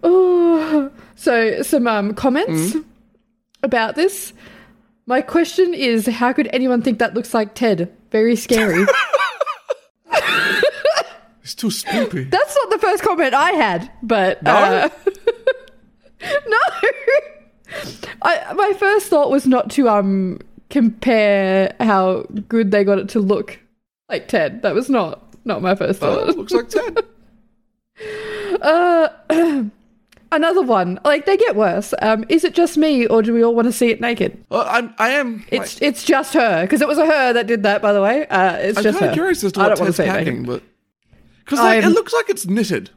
Speaker 1: oh, So, some um, comments about this. My question is how could anyone think that looks like Ted? Very scary.
Speaker 2: It's too spoopy.
Speaker 1: That's not the first comment I had, but.
Speaker 2: No?
Speaker 1: uh, no! I, my first thought was not to um compare how good they got it to look like Ted. That was not not my first
Speaker 2: Oh,
Speaker 1: thought.
Speaker 2: it looks like Ted.
Speaker 1: Another one, like they get worse. Um, is it just me, or do we all want to see it naked?
Speaker 2: Uh, I'm, I am.
Speaker 1: It's it's just her because it was a her that did that, by the way. Uh, it's
Speaker 2: I'm
Speaker 1: just
Speaker 2: kind
Speaker 1: her.
Speaker 2: of curious as to
Speaker 1: I
Speaker 2: what
Speaker 1: don't want
Speaker 2: Ted's
Speaker 1: to see it naked.
Speaker 2: packing, but because like, it
Speaker 1: I'm-
Speaker 2: looks like it's knitted.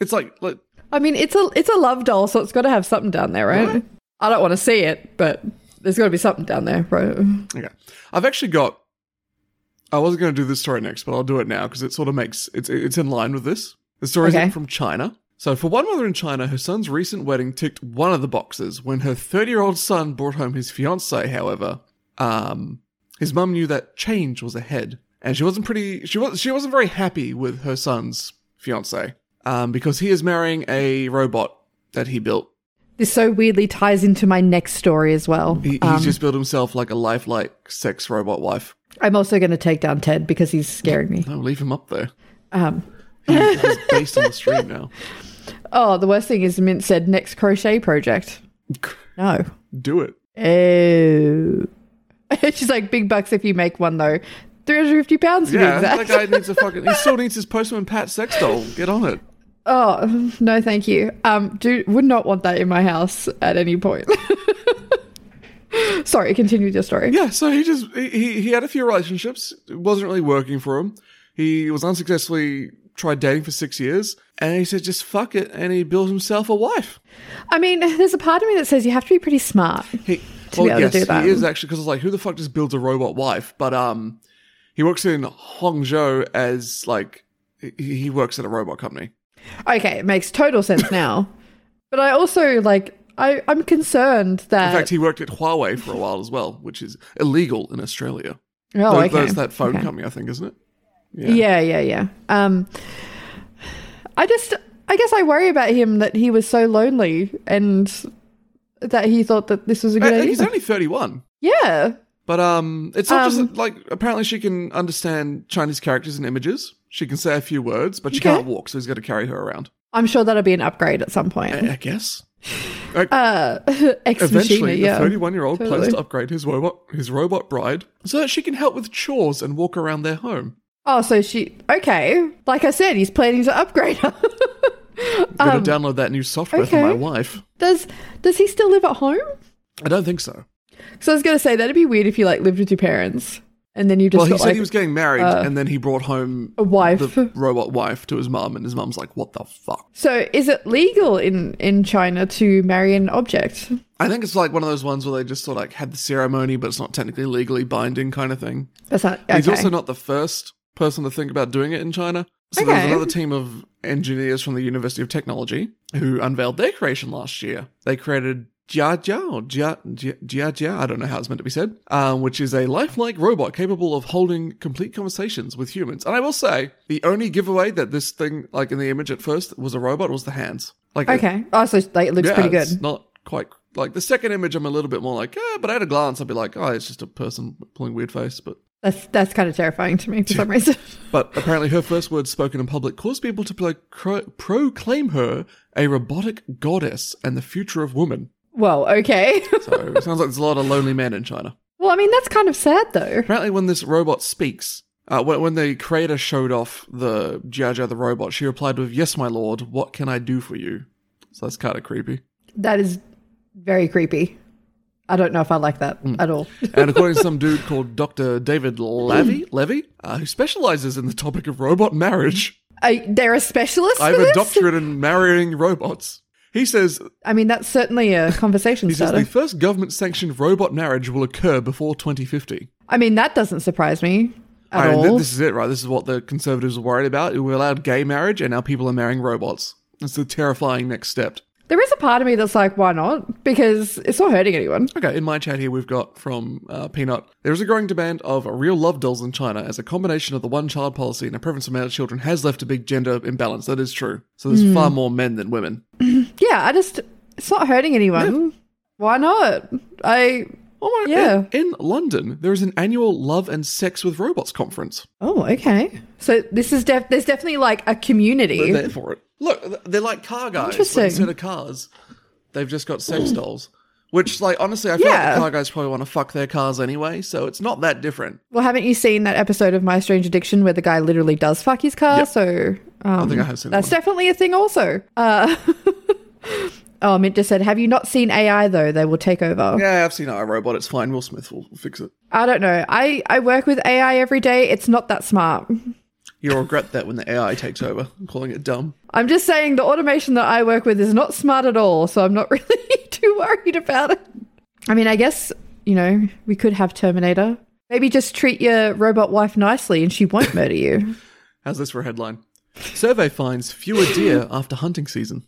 Speaker 2: It's like like
Speaker 1: I mean, it's a it's a love doll, so it's got to have something down there, right?
Speaker 2: Right.
Speaker 1: I don't want to see it, but there's got to be something down there, right?
Speaker 2: okay. I've actually got. I wasn't going to do this story next, but I'll do it now because it sort of makes it's it's in line with this. The story
Speaker 1: Okay.
Speaker 2: is from China. So for one mother in China, her son's recent wedding ticked one of the boxes. When her 30 year old son brought home his fiance, however, um, his mum knew that change was ahead, and she wasn't pretty. She was she wasn't very happy with her son's fiance um, because he is marrying a robot that he built.
Speaker 1: This so weirdly ties into my next story as well.
Speaker 2: He, he's
Speaker 1: Um,
Speaker 2: just built himself like a lifelike sex robot wife.
Speaker 1: I'm also going to take down Ted because he's scaring me.
Speaker 2: No, leave him up there.
Speaker 1: Um,
Speaker 2: He's, he's based on the stream now.
Speaker 1: oh, the worst thing is Mint said next crochet project. No.
Speaker 2: Do it.
Speaker 1: Oh. She's like, big bucks if you make one though. 350 pounds to be
Speaker 2: Yeah,
Speaker 1: exact.
Speaker 2: that guy needs a fucking. He still needs his Postman Pat sex doll. Get on it.
Speaker 1: oh, no, thank you. Um, do, would not want that in my house at any point. Sorry, continue your story.
Speaker 2: Yeah, so he just he- he he had a few relationships. It wasn't really working for him. He was unsuccessfully tried dating for six years, and he said just fuck it, and he built himself a wife.
Speaker 1: I mean, there's a part of me that says you have to be pretty smart.
Speaker 2: He
Speaker 1: To be able to do that.
Speaker 2: he is actually because like who the fuck just builds a robot wife? But um, he works in Hangzhou as like he, he works at a robot company.
Speaker 1: Okay, it makes total sense now. but I also like I, I'm concerned that
Speaker 2: In fact, he worked at Huawei for a while as well, which is illegal in Australia.
Speaker 1: oh,
Speaker 2: Those-
Speaker 1: okay.
Speaker 2: That's that phone
Speaker 1: Okay.
Speaker 2: company, I think, isn't it?
Speaker 1: Yeah, yeah, yeah. Um, I just, I guess I worry about him that he was so lonely and that he thought that this was a
Speaker 2: I- I
Speaker 1: good
Speaker 2: think
Speaker 1: idea.
Speaker 2: he's only 31.
Speaker 1: yeah.
Speaker 2: But um, it's not
Speaker 1: Um,
Speaker 2: just that, like apparently she can understand Chinese characters and images. She can say a few words, but she
Speaker 1: Okay.
Speaker 2: can't walk, so he's got to carry her around.
Speaker 1: I'm sure that'll be an upgrade at some point.
Speaker 2: I, I guess. Like,
Speaker 1: Uh, ex machina,
Speaker 2: eventually,
Speaker 1: yeah.
Speaker 2: the 31 year old plans
Speaker 1: Totally.
Speaker 2: to upgrade his robot, his robot bride, so that she can help with chores and walk around their home.
Speaker 1: Oh, so she, okay. Like I said, he's planning to upgrade her.
Speaker 2: I'm gonna download that new software
Speaker 1: Um, okay.
Speaker 2: for my wife.
Speaker 1: does, does he still live at home?
Speaker 2: I don't think so.
Speaker 1: So I was going to say, that'd be weird if you like lived with your parents and then you just
Speaker 2: Well, he
Speaker 1: got
Speaker 2: said
Speaker 1: like uh, oh.
Speaker 2: he was getting married, and then he brought home
Speaker 1: a wife.
Speaker 2: the robot wife to his mum, and his mum's like, "What the fuck?"
Speaker 1: so is it legal in, in China to marry an object?
Speaker 2: I think it's like one of those ones where they just sort of like had the ceremony, but it's not technically legally binding kind of thing.
Speaker 1: That's not, okay.
Speaker 2: He's also not the first person to think about doing it in China. So there
Speaker 1: Okay.
Speaker 2: was another team of engineers from the University of Technology who unveiled their creation last year. They created Jia Jia or Jia Jia Jia, Jia I don't know how it's meant to be said, um, which is a lifelike robot capable of holding complete conversations with humans. And I will say, the only giveaway that this thing, like in the image at first, was a robot was the hands. Like it-
Speaker 1: Okay. Oh, so like, it looks pretty good.
Speaker 2: it's not quite like the second image. I'm a little bit more like, yeah, but at a glance, I'd be like, oh, it's just a person pulling weird face. But
Speaker 1: That's that's kind of terrifying to me for some reason.
Speaker 2: but apparently, her first words spoken in public caused people to pro- cro- proclaim her a robotic goddess and the future of woman.
Speaker 1: well, okay.
Speaker 2: So it sounds like there's a lot of lonely men in China.
Speaker 1: well, I mean that's kind of sad though.
Speaker 2: Apparently, when this robot speaks, uh, when, when the creator showed off the Jia Jia the robot, she replied with, "Yes, my lord. What can I do for you?" So that's kind of creepy.
Speaker 1: That is very creepy. I don't know if I like that
Speaker 2: Hmm.
Speaker 1: at all.
Speaker 2: and according to some dude called Dr. David Levy, Levy, uh, who specializes in the topic of robot marriage,
Speaker 1: I, they're a specialist.
Speaker 2: I
Speaker 1: for
Speaker 2: have a
Speaker 1: this?
Speaker 2: doctorate in marrying robots. He says,
Speaker 1: I mean, that's certainly a conversation
Speaker 2: he says
Speaker 1: starter.
Speaker 2: the first government sanctioned robot marriage will occur before 2050.
Speaker 1: I mean, that doesn't surprise me at
Speaker 2: I mean,
Speaker 1: all.
Speaker 2: th- this is it, right? This is what the conservatives are worried about. We allowed gay marriage, and now people are marrying robots. That's the terrifying next step.
Speaker 1: there is a part of me that's like, why not? Because it's not hurting anyone.
Speaker 2: Okay, in my chat here, we've got from uh, Peanut. There is a growing demand of real love dolls in China as a combination of the one child policy
Speaker 1: Hmm.
Speaker 2: and a preference for male children has left a big gender imbalance. That is true. So there's far more men than women.
Speaker 1: yeah, I just it's not hurting anyone. Why not? I
Speaker 2: Oh my!
Speaker 1: Yeah.
Speaker 2: In, in London, there is an annual Love and Sex with Robots conference.
Speaker 1: oh okay. So this is def- there's definitely like a community.
Speaker 2: They're there for it. Look, th- they're like car guys.
Speaker 1: Interesting.
Speaker 2: But instead of cars, they've just got sex dolls. Which, like, honestly, I feel like
Speaker 1: Yeah.
Speaker 2: the car guys probably want to fuck their cars anyway, so it's not that different.
Speaker 1: Well, haven't you seen that episode of My Strange Addiction where the guy literally does fuck his car? So um,
Speaker 2: I think I have seen that
Speaker 1: that's definitely a thing. Also, uh, oh, Mint just said, "Have you not seen AI though? They will take over."
Speaker 2: Yeah, I've seen iRobot. It's fine. Will Smith will fix it.
Speaker 1: I don't know. I I work with AI every day. It's not that smart.
Speaker 2: You'll regret that when the AI takes over. I'm calling it dumb.
Speaker 1: I'm just saying the automation that I work with is not smart at all, so I'm not really too worried about it. I mean, I guess, you know, we could have Terminator. Maybe just treat your robot wife nicely and she won't murder you.
Speaker 2: How's this for a headline? Survey finds fewer deer after hunting season.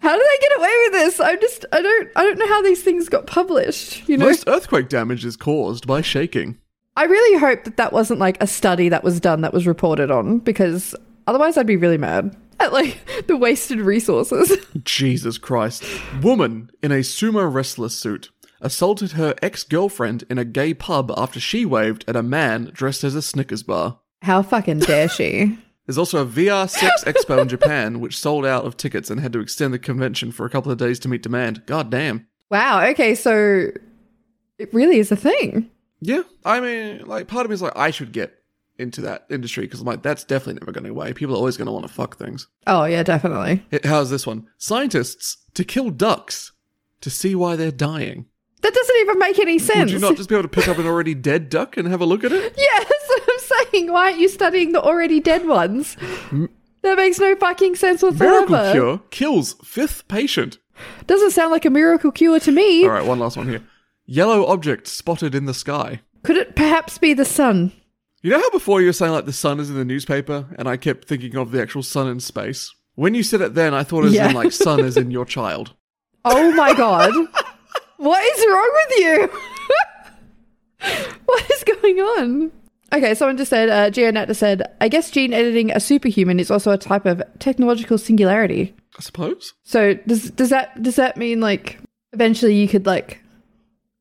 Speaker 1: How did I get away with this? I'm just I don't I don't know how these things got published, you know.
Speaker 2: Most earthquake damage is caused by shaking.
Speaker 1: I really hope that that wasn't like a study that was done that was reported on because otherwise I'd be really mad at like the wasted resources.
Speaker 2: Jesus Christ. Woman in a sumo wrestler suit assaulted her ex girlfriend in a gay pub after she waved at a man dressed as a Snickers bar.
Speaker 1: How fucking dare she?
Speaker 2: There's also a VR6 expo in Japan, which sold out of tickets and had to extend the convention for a couple of days to meet demand. God damn.
Speaker 1: Wow, okay, so it really is a thing.
Speaker 2: Yeah, I mean, like, part of me is like, I should get into that industry because I'm like, that's definitely never going away. People are always going to want to fuck things.
Speaker 1: Oh yeah, definitely.
Speaker 2: H- How's this one? Scientists to kill ducks to see why they're dying.
Speaker 1: That doesn't even make any sense.
Speaker 2: Would you not just be able to pick up an already dead duck and have a look at it?
Speaker 1: yeah, that's what I'm saying. Why aren't you studying the already dead ones? That makes no fucking sense whatsoever.
Speaker 2: Miracle cure kills fifth patient.
Speaker 1: Doesn't sound like a miracle cure to me.
Speaker 2: All right, one last one here. Yellow object spotted in the sky.
Speaker 1: Could it perhaps be the sun?
Speaker 2: You know how before you were saying like the sun is in the newspaper, and I kept thinking of the actual sun in space. When you said it, then I thought it was
Speaker 1: Yeah.
Speaker 2: in like sun is in your child.
Speaker 1: Oh my god. what is wrong with you? what is going on? Okay, someone just said, uh, Gianetta said, I guess gene editing a superhuman is also a type of technological singularity.
Speaker 2: I suppose.
Speaker 1: So does does that does that mean like eventually you could like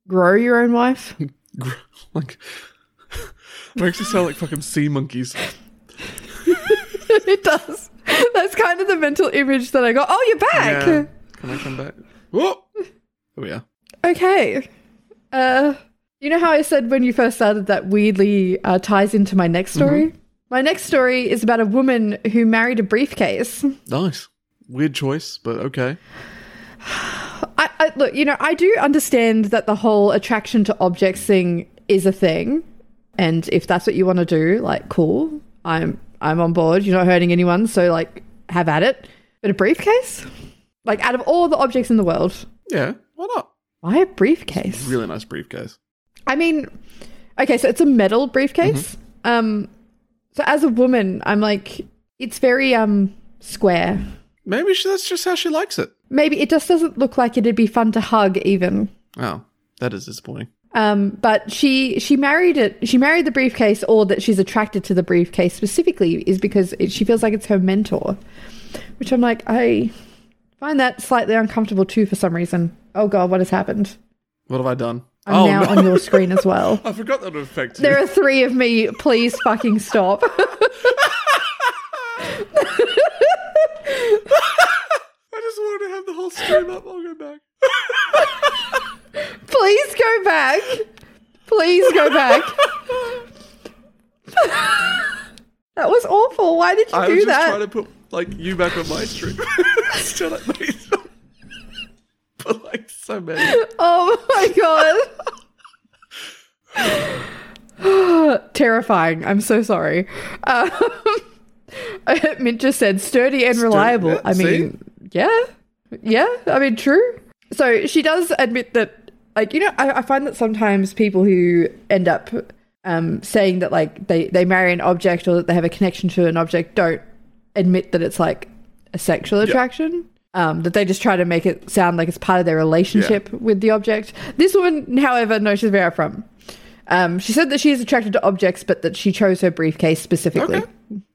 Speaker 1: grow your own wife?
Speaker 2: Gr- Like makes you sound like fucking sea monkeys.
Speaker 1: it does. That's kind of the mental image that I got. Oh, you're back.
Speaker 2: Yeah. Can I come back? Whoa. There we are.
Speaker 1: Okay. Uh, you know how I said when you first started that weirdly uh, ties into my next story. My next story is about a woman who married a briefcase.
Speaker 2: Nice. Weird choice, but okay.
Speaker 1: I, I look, you know, I do understand that the whole attraction to objects thing is a thing, and if that's what you want to do, like, cool, I'm I'm on board. You're not hurting anyone, so like, have at it. But a briefcase, like, out of all the objects in the world,
Speaker 2: Yeah. Why not?
Speaker 1: why a briefcase?
Speaker 2: Really nice briefcase.
Speaker 1: I mean, okay, so it's a metal briefcase.
Speaker 2: Mm-hmm.
Speaker 1: Um, so as a woman, I'm like, it's very um square.
Speaker 2: Maybe she, that's just how she likes it.
Speaker 1: Maybe it just doesn't look like it'd be fun to hug, even.
Speaker 2: Oh, that is disappointing.
Speaker 1: Um, but she she married it. She married the briefcase, or that she's attracted to the briefcase specifically is because it, she feels like it's her mentor, which I'm like I find that slightly uncomfortable too for some reason. Oh God, what has happened?
Speaker 2: What have I done?
Speaker 1: I'm
Speaker 2: oh
Speaker 1: now
Speaker 2: no!
Speaker 1: on your screen as well.
Speaker 2: I forgot that would affect you.
Speaker 1: There are three of me. Please fucking stop.
Speaker 2: I just wanted to have the whole stream up. I'll go back.
Speaker 1: Please go back. Please go back. that was awful. Why did you
Speaker 2: I was
Speaker 1: do
Speaker 2: just
Speaker 1: that?
Speaker 2: trying to put like you back on my stream. Shut up, please. but like so many.
Speaker 1: Oh my god. Terrifying. I'm so sorry. Um, Mint just said sturdy and reliable.
Speaker 2: yeah,
Speaker 1: I mean, yeah. Yeah. I mean, true. So she does admit that, like, you know, I, I find that sometimes people who end up um, saying that, like, they, they marry an object or that they have a connection to an object don't admit that it's, like, a sexual attraction. Um, that they just try to make it sound like it's part of their relationship with the object. This woman, however, no, she's very upfront. Um, she said that she is attracted to objects, but that she chose her briefcase specifically.
Speaker 2: Okay.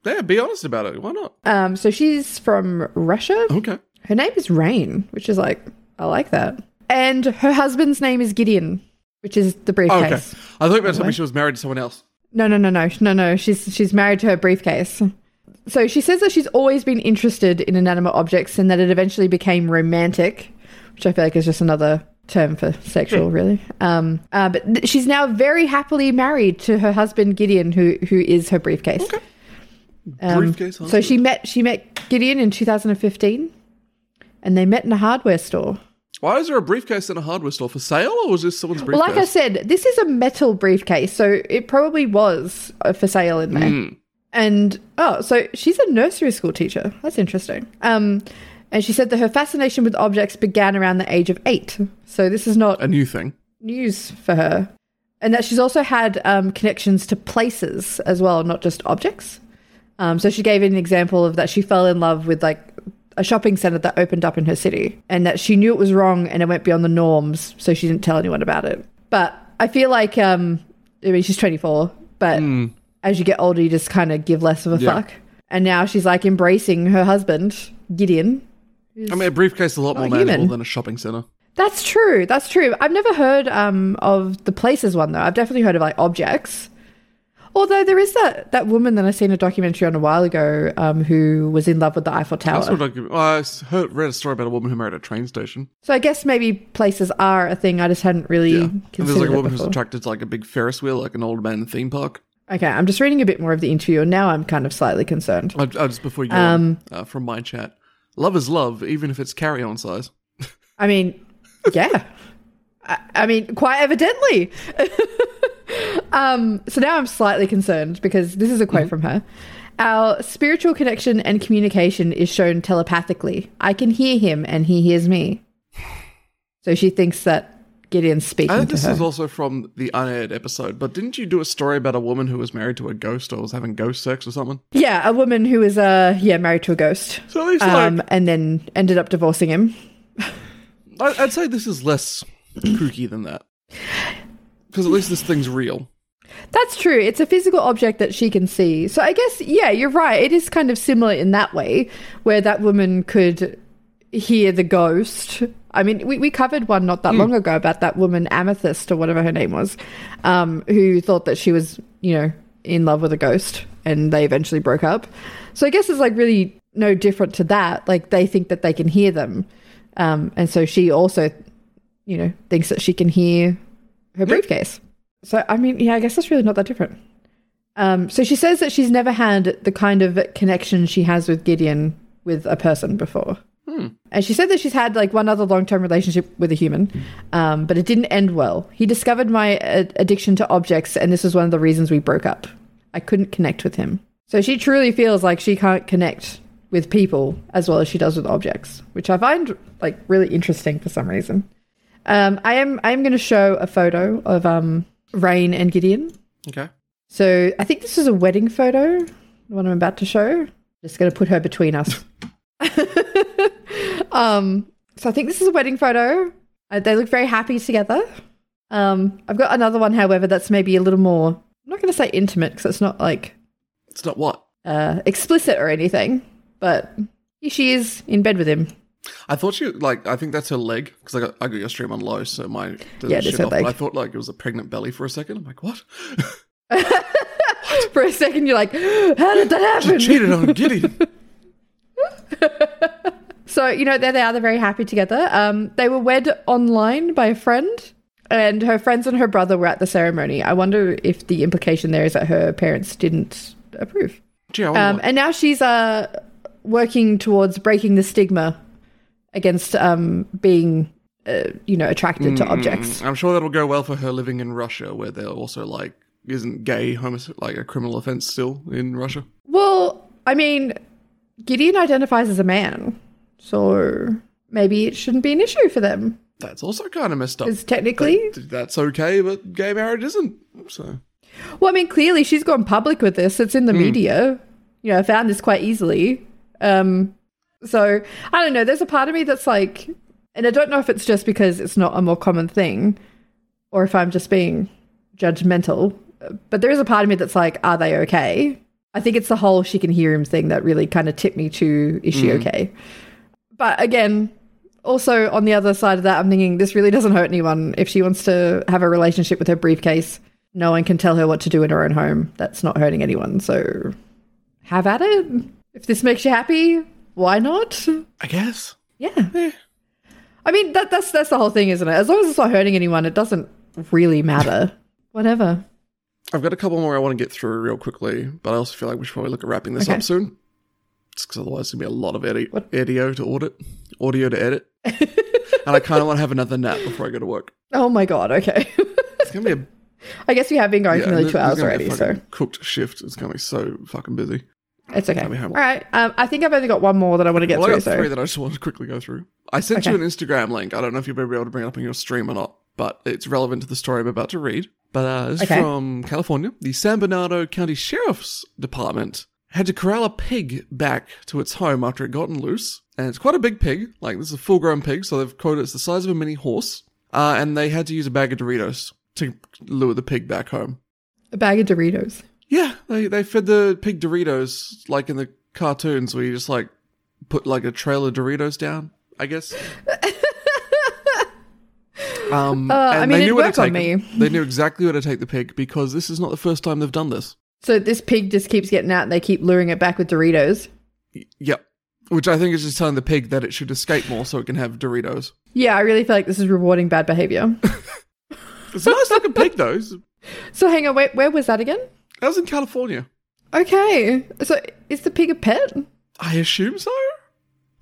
Speaker 2: Yeah, be honest about it. Why not?
Speaker 1: Um, so she's from Russia.
Speaker 2: Okay.
Speaker 1: Her name is Rain, which is like, I like that. And her husband's name is Gideon, which is the
Speaker 2: Oh,
Speaker 1: briefcase.
Speaker 2: okay. I thought you were telling me she was married to someone else.
Speaker 1: No, no, no, no, no, no. She's she's married to her briefcase. So she says that she's always been interested in inanimate objects and that it eventually became romantic, which I feel like is just another term for sexual,
Speaker 2: Hmm.
Speaker 1: really. Um, uh, but th- she's now very happily married to her husband Gideon, who who is her briefcase. Um,
Speaker 2: Briefcase.
Speaker 1: So she met she met Gideon in 2015, and they met in a hardware store.
Speaker 2: Why is there a briefcase in a hardware store for sale, or was this someone's
Speaker 1: Well,
Speaker 2: briefcase?
Speaker 1: like I said, this is a metal briefcase, so it probably was uh, for sale in there. And oh, so she's a nursery school teacher. That's interesting. Um, and she said that her fascination with objects began around the age of eight. So this is not
Speaker 2: a new thing.
Speaker 1: news for her. And that she's also had um, connections to places as well, not just objects. Um, so she gave an example of that she fell in love with like a shopping center that opened up in her city and that she knew it was wrong and it went beyond the norms. So she didn't tell anyone about it. But I feel like, um, I mean, she's 24, but as you get older, you just kind of give less of a
Speaker 2: Yeah.
Speaker 1: fuck. And now she's like embracing her husband, Gideon,
Speaker 2: I mean, a briefcase is a lot more
Speaker 1: Not human.
Speaker 2: manageable than a shopping center.
Speaker 1: That's true. That's true. I've never heard um, of the places one though. I've definitely heard of like objects. Although there is that that woman that I seen a documentary on a while ago um, who was in love with the Eiffel
Speaker 2: I,
Speaker 1: Tower.
Speaker 2: sort of like- well, I s- heard, read a story about a woman who married at a train station.
Speaker 1: so I guess maybe places are a thing. I just hadn't really
Speaker 2: Yeah, and there's
Speaker 1: considered
Speaker 2: like a
Speaker 1: it
Speaker 2: woman who's
Speaker 1: before.
Speaker 2: attracted to like a big Ferris wheel, like an old man in a theme park.
Speaker 1: okay, I'm just reading a bit more of the interview, and now I'm kind of slightly concerned.
Speaker 2: I, I just before you go
Speaker 1: Um,
Speaker 2: on, uh, from my chat, love is love, even if it's carry-on size.
Speaker 1: I mean, yeah. I, I mean, quite evidently. um, so now I'm slightly concerned because this is a
Speaker 2: Mm-hmm.
Speaker 1: quote from her. Our spiritual connection and communication is shown telepathically. I can hear him and he hears me. So she thinks that Gideon's
Speaker 2: I
Speaker 1: speaking
Speaker 2: think
Speaker 1: to
Speaker 2: this
Speaker 1: her.
Speaker 2: is also from the unaired episode. But didn't you do a story about a woman who was married to a ghost or was having ghost sex or something?
Speaker 1: yeah, a woman who was uh yeah, married to a ghost.
Speaker 2: So at least
Speaker 1: Um,
Speaker 2: like,
Speaker 1: and then ended up divorcing him.
Speaker 2: I, I'd say this is less kooky than that because at least this thing's real.
Speaker 1: That's true. It's a physical object that she can see. So I guess, yeah, you're right. It is kind of similar in that way, where that woman could hear the ghost. I mean, we, we covered one not that long ago about that woman, Amethyst, or whatever her name was, um, who thought that she was, you know, in love with a ghost and they eventually broke up. So I guess it's like really no different to that. Like they think that they can hear them. Um, and so she also, you know, thinks that she can hear her briefcase. So I mean, yeah, I guess that's really not that different. Um, so she says that she's never had the kind of connection she has with Gideon with a person before. And she said that she's had like one other long term relationship with a human, um, but it didn't end well. He discovered my uh, addiction to objects, and this was one of the reasons we broke up. I couldn't connect with him. So she truly feels like she can't connect with people as well as she does with objects, which I find like really interesting for some reason. Um, I am I am going to show a photo of um, Rain and Gideon.
Speaker 2: Okay.
Speaker 1: So I think this is a wedding photo, the one I'm about to show. Just going to put her between us. um, so I think this is a wedding photo. Uh, they look very happy together. Um, I've got another one, however, that's maybe a little more. I'm not going to say intimate because it's not like
Speaker 2: It's not what
Speaker 1: uh, explicit or anything. But here she is in bed with him.
Speaker 2: I thought she like. I think that's her leg because I got I got your stream on low, so my the
Speaker 1: Yeah, it is
Speaker 2: shit
Speaker 1: her
Speaker 2: off, but
Speaker 1: leg.
Speaker 2: I thought like it was a pregnant belly for a second. I'm like, what?
Speaker 1: For a second, you're like, "How did that happen?"
Speaker 2: Cheated on Gideon.
Speaker 1: So, you know, there they are. They're very happy together. Um, they were wed online by a friend, and her friends and her brother were at the ceremony. I wonder if the implication there is that her parents didn't approve.
Speaker 2: Gee, I wonder
Speaker 1: Um,
Speaker 2: what-
Speaker 1: and now she's uh, working towards breaking the stigma against um, being, uh, you know, attracted to objects.
Speaker 2: I'm sure that'll go well for her living in Russia, where they're also like, isn't gay homos like a criminal offense still in Russia?
Speaker 1: Well, I mean, Gideon identifies as a man, so maybe it shouldn't be an issue for them.
Speaker 2: That's also kind of messed up.
Speaker 1: Because technically,
Speaker 2: That's okay, but gay marriage isn't. So
Speaker 1: Well, I mean, clearly she's gone public with this. It's in the media. You know, I found this quite easily. Um, so I don't know. There's a part of me that's like, and I don't know if it's just because it's not a more common thing, or if I'm just being judgmental, but there is a part of me that's like, are they okay? I think it's the whole she can hear him thing that really kind of tipped me to is she okay? But again, also on the other side of that, I'm thinking this really doesn't hurt anyone. If she wants to have a relationship with her briefcase, no one can tell her what to do in her own home. That's not hurting anyone. So have at it. If this makes you happy, why not?
Speaker 2: I guess.
Speaker 1: Yeah. I mean that that's that's the whole thing, isn't it? As long as it's not hurting anyone, it doesn't really matter. Whatever.
Speaker 2: I've got a couple more I want to get through real quickly, but I also feel like we should probably look at wrapping this
Speaker 1: Okay.
Speaker 2: up soon. Just because otherwise there's going to be a lot of edi- audio to audit, audio to edit. and I kind of want to have another nap before I go to work.
Speaker 1: Oh my god, okay.
Speaker 2: It's going to be a.
Speaker 1: I guess we have been going
Speaker 2: yeah,
Speaker 1: for nearly
Speaker 2: there's-
Speaker 1: two
Speaker 2: there's
Speaker 1: hours
Speaker 2: gonna be a
Speaker 1: already, so
Speaker 2: fucking Cooked shift. It's going to be so fucking busy.
Speaker 1: it's okay.
Speaker 2: I'll be home.
Speaker 1: All right. Um, I think I've only got one more that I want to get
Speaker 2: Well, I
Speaker 1: through.
Speaker 2: got three
Speaker 1: So
Speaker 2: that I just want to quickly go through. I sent you an
Speaker 1: Okay.
Speaker 2: Instagram link. I don't know if you'll be able to bring it up in your stream or not, but it's relevant to the story I'm about to read. But uh, this
Speaker 1: Okay.
Speaker 2: is from California. The San Bernardo County Sheriff's Department had to corral a pig back to its home after it gotten loose. And it's quite a big pig. Like, this is a full grown pig, so they've quoted it's the size of a mini horse. Uh, and they had to use a bag of Doritos to lure the pig back home.
Speaker 1: a bag of Doritos.
Speaker 2: Yeah, they they fed the pig Doritos like in the cartoons where you just like put like a trail of Doritos down, I guess. um,
Speaker 1: Uh, I
Speaker 2: and
Speaker 1: mean,
Speaker 2: they
Speaker 1: it
Speaker 2: knew where to
Speaker 1: worked on
Speaker 2: take it.
Speaker 1: me.
Speaker 2: They knew exactly where to take the pig because this is not the first time they've done this.
Speaker 1: So this pig just keeps getting out, and they keep luring it back with Doritos.
Speaker 2: Y- Yep. Which I think is just telling the pig that it should escape more so it can have Doritos.
Speaker 1: Yeah, I really feel like this is rewarding bad behavior.
Speaker 2: It's a nice looking pig though. It's-
Speaker 1: so hang on, wait, where was that again?
Speaker 2: That was in California.
Speaker 1: Okay, so is the pig a pet?
Speaker 2: I assume so,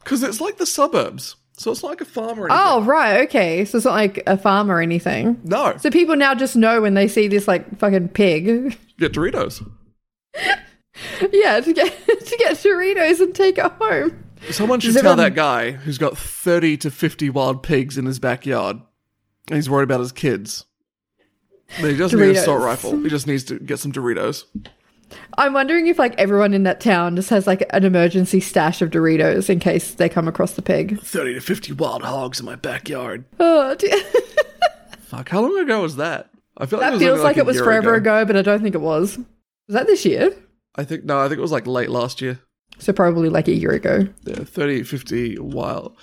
Speaker 2: because it's like the suburbs, so it's not like a farm or anything.
Speaker 1: Oh right, okay. So it's not like a farm or anything.
Speaker 2: no,
Speaker 1: So people now just know when they see this like fucking pig,
Speaker 2: get Doritos.
Speaker 1: yeah, to get to get Doritos and take it home.
Speaker 2: Someone should
Speaker 1: Does
Speaker 2: tell
Speaker 1: everyone-
Speaker 2: that guy who's got 30 to 50 wild pigs in his backyard and he's worried about his kids. that He doesn't need an assault
Speaker 1: Doritos.
Speaker 2: rifle. He just needs to get some Doritos.
Speaker 1: I'm wondering if like everyone in that town just has like an emergency stash of Doritos in case they come across the pig.
Speaker 2: 30 to 50 wild hogs in my backyard.
Speaker 1: Oh, do-
Speaker 2: Fuck, how long ago was that? I feel like it
Speaker 1: that
Speaker 2: was
Speaker 1: feels
Speaker 2: only
Speaker 1: like,
Speaker 2: like, a
Speaker 1: it was
Speaker 2: year
Speaker 1: forever ago. but I don't think it was. Was that this year?
Speaker 2: I think, no, I think it was like late last year.
Speaker 1: So probably like a year ago.
Speaker 2: Yeah, 30, 50 wild.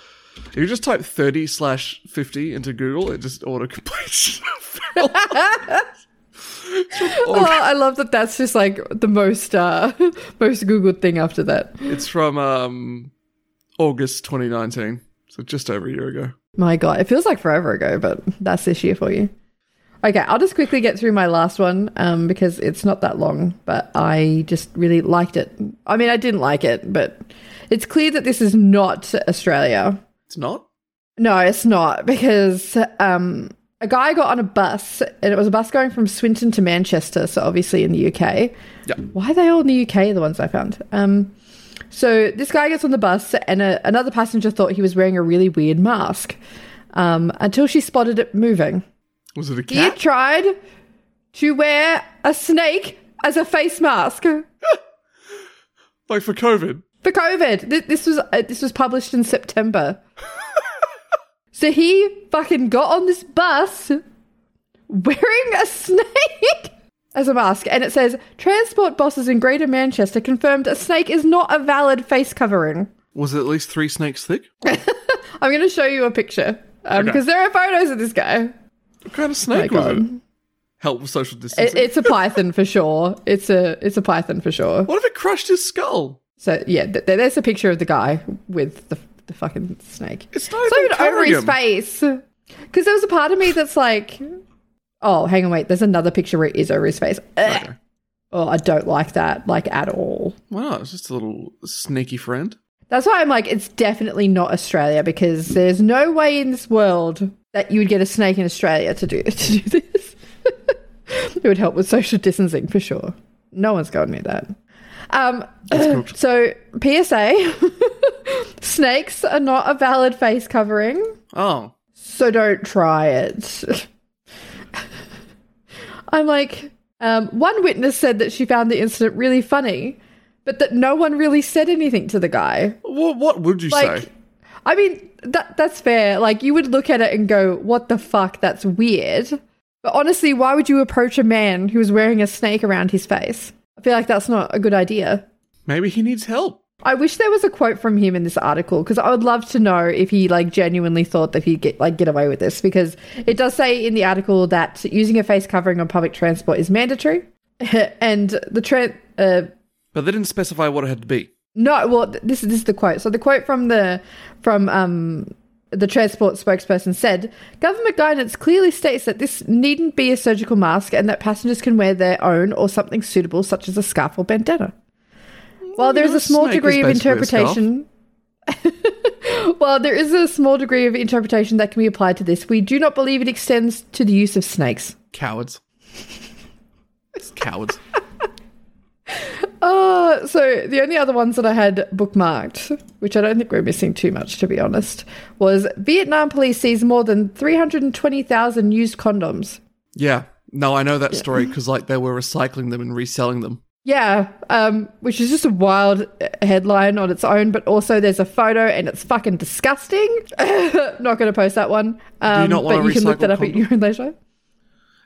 Speaker 2: If you just type 30 slash 50 into Google, it just auto completes.
Speaker 1: Oh, I love that. That's just like the most uh most googled thing after that.
Speaker 2: it's from um, August 2019. So just over a year ago.
Speaker 1: My God, it feels like forever ago, but that's this year for you. Okay, I'll just quickly get through my last one um, because it's not that long, but I just really liked it. I mean, I didn't like it, but it's clear that this is not Australia.
Speaker 2: It's not.
Speaker 1: No, it's not because um, a guy got on a bus and it was a bus going from Swinton to Manchester, so obviously in the UK.
Speaker 2: Yeah.
Speaker 1: Why are they all in the UK, the ones I found? Um, so this guy gets on the bus and a, another passenger thought he was wearing a really weird mask um, until she spotted it moving.
Speaker 2: Was it a
Speaker 1: He
Speaker 2: cat?
Speaker 1: tried to wear a snake as a face mask.
Speaker 2: like for COVID?
Speaker 1: for COVID. Th- This was uh, this was published in September. so he fucking got on this bus wearing a snake as a mask, and it says transport bosses in Greater Manchester confirmed a snake is not a valid face covering.
Speaker 2: Was it at least three snakes thick?
Speaker 1: I'm going to show you a picture because
Speaker 2: Okay.
Speaker 1: there are photos of this guy.
Speaker 2: What kind of snake was
Speaker 1: God.
Speaker 2: it? Help with social
Speaker 1: It,
Speaker 2: distancing.
Speaker 1: it's a python for sure. It's a it's a python for sure.
Speaker 2: what if it crushed his skull?
Speaker 1: So yeah, th- th- there's a picture of the guy with the, the fucking snake.
Speaker 2: It's not
Speaker 1: It's
Speaker 2: even
Speaker 1: not even over
Speaker 2: covering
Speaker 1: his
Speaker 2: him.
Speaker 1: face. Because there was a part of me that's like, oh, hang on, wait. There's another picture where it is over his face. Ugh.
Speaker 2: Okay.
Speaker 1: Oh, I don't like that, like at all.
Speaker 2: Why not? It's just a little sneaky friend.
Speaker 1: That's why I'm like, it's definitely not Australia because there's no way in this world that you would get a snake in Australia to do to do this. it would help with social distancing for sure. No one's going near that. Um,
Speaker 2: cooked.
Speaker 1: so PSA: snakes are not a valid face covering.
Speaker 2: Oh,
Speaker 1: so don't try it. I'm like, um, one witness said that she found the incident really funny, but that no one really said anything to the guy.
Speaker 2: what? What would you
Speaker 1: Like,
Speaker 2: say?
Speaker 1: I mean, that that's fair. Like, you would look at it and go, "What the fuck? That's weird." But honestly, why would you approach a man who is wearing a snake around his face? I feel like that's not a good idea.
Speaker 2: Maybe he needs help.
Speaker 1: I wish there was a quote from him in this article because I would love to know if he like genuinely thought that he'd get like get away with this because it does say in the article that using a face covering on public transport is mandatory, and the tra- uh,
Speaker 2: But they didn't specify what it had to be.
Speaker 1: no, well, th- this is this is the quote. So the quote from the from um the transport spokesperson said, "Government guidance clearly states that this needn't be a surgical mask and that passengers can wear their own or something suitable, such as a scarf or bandana." While there is a small
Speaker 2: Mm, Snake is
Speaker 1: degree of
Speaker 2: basically a scarf.
Speaker 1: interpretation. While there is a small degree of interpretation that can be applied to this, we do not believe it extends to the use of snakes.
Speaker 2: Cowards. It's cowards.
Speaker 1: Uh, so the only other ones that I had bookmarked, which I don't think we're missing too much, to be honest, was Vietnam police sees more than 320,000 used condoms.
Speaker 2: yeah. No, I know that story because like they were recycling them and reselling them.
Speaker 1: Yeah, um, which is just a wild uh, headline on its own, but also there's a photo and it's fucking disgusting. Not going to post that one. Um,
Speaker 2: not wanna
Speaker 1: but you can look
Speaker 2: recycle
Speaker 1: that up at your own leisure.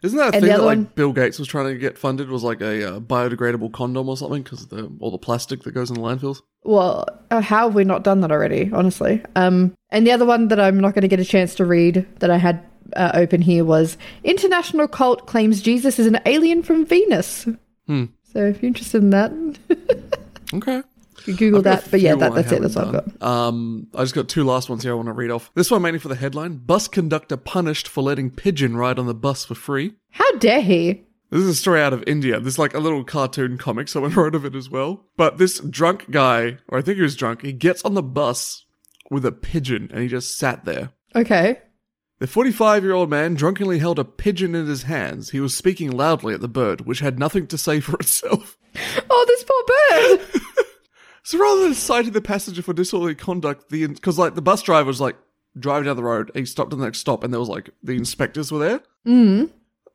Speaker 2: Isn't that a
Speaker 1: And the
Speaker 2: thing that
Speaker 1: other
Speaker 2: like
Speaker 1: one-
Speaker 2: Bill Gates was trying to get funded was like a uh, biodegradable condom or something because of the, all the plastic that goes in the landfills?
Speaker 1: Well, uh, how have we not done that already, honestly? Um, and the other one that I'm not going to get a chance to read that I had uh, open here was International Cult Claims Jesus is an Alien from Venus.
Speaker 2: Hmm.
Speaker 1: So if you're interested in that, you
Speaker 2: Okay.
Speaker 1: can Google
Speaker 2: I've got
Speaker 1: that.
Speaker 2: a
Speaker 1: But yeah,
Speaker 2: few
Speaker 1: that,
Speaker 2: I
Speaker 1: that's it. That's all I've got.
Speaker 2: haven't done. Um, I just got two last ones here I want to read off. This one mainly for the headline Bus conductor punished for letting pigeon ride on the bus for free.
Speaker 1: How dare he?
Speaker 2: This is a story out of India. There's like a little cartoon comic, someone wrote of it as well. But this drunk guy, or I think he was drunk, he gets on the bus with a pigeon and he just sat there.
Speaker 1: Okay.
Speaker 2: The 45 year old man drunkenly held a pigeon in his hands. He was speaking loudly at the bird, which had nothing to say for itself.
Speaker 1: Oh, this poor bird.
Speaker 2: So rather than citing the passenger for disorderly conduct, the because like the bus driver was like driving down the road, he stopped at the next stop, and there was like the inspectors were there. Mm.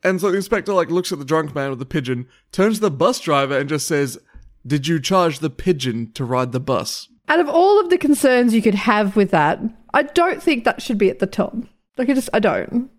Speaker 2: And so the inspector like looks at the drunk man with the pigeon, turns to the bus driver, and just says, "Did you charge the pigeon to ride the bus?"
Speaker 1: Out of all of the concerns you could have with that, I don't think that should be at the top. Like, I just, I don't.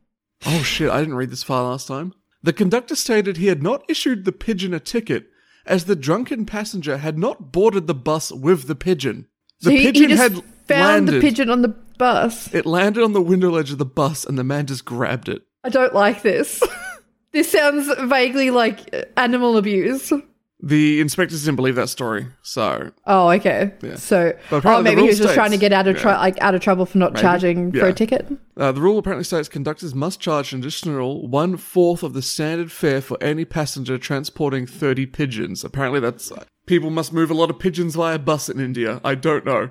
Speaker 2: Oh shit! I didn't read this far last time. The conductor stated he had not issued the pigeon a ticket, as the drunken passenger had not boarded the bus with the pigeon. The
Speaker 1: So he,
Speaker 2: pigeon
Speaker 1: he just
Speaker 2: had
Speaker 1: found the
Speaker 2: landed.
Speaker 1: pigeon on the bus.
Speaker 2: It landed on the window ledge of the bus, and the man just grabbed it.
Speaker 1: I don't like this. this sounds vaguely like uh, animal abuse.
Speaker 2: The inspectors didn't believe that story, so
Speaker 1: Oh, okay. So,
Speaker 2: But
Speaker 1: oh,
Speaker 2: apparently the
Speaker 1: maybe he
Speaker 2: rule
Speaker 1: was just
Speaker 2: states-
Speaker 1: trying to get out of tru- like out of trouble for not charging for
Speaker 2: Yeah.
Speaker 1: a ticket.
Speaker 2: uh, the rule apparently states conductors must charge an additional one fourth of the standard fare for any passenger transporting thirty pigeons. Apparently, that's uh, people must move a lot of pigeons via bus in India. I don't know.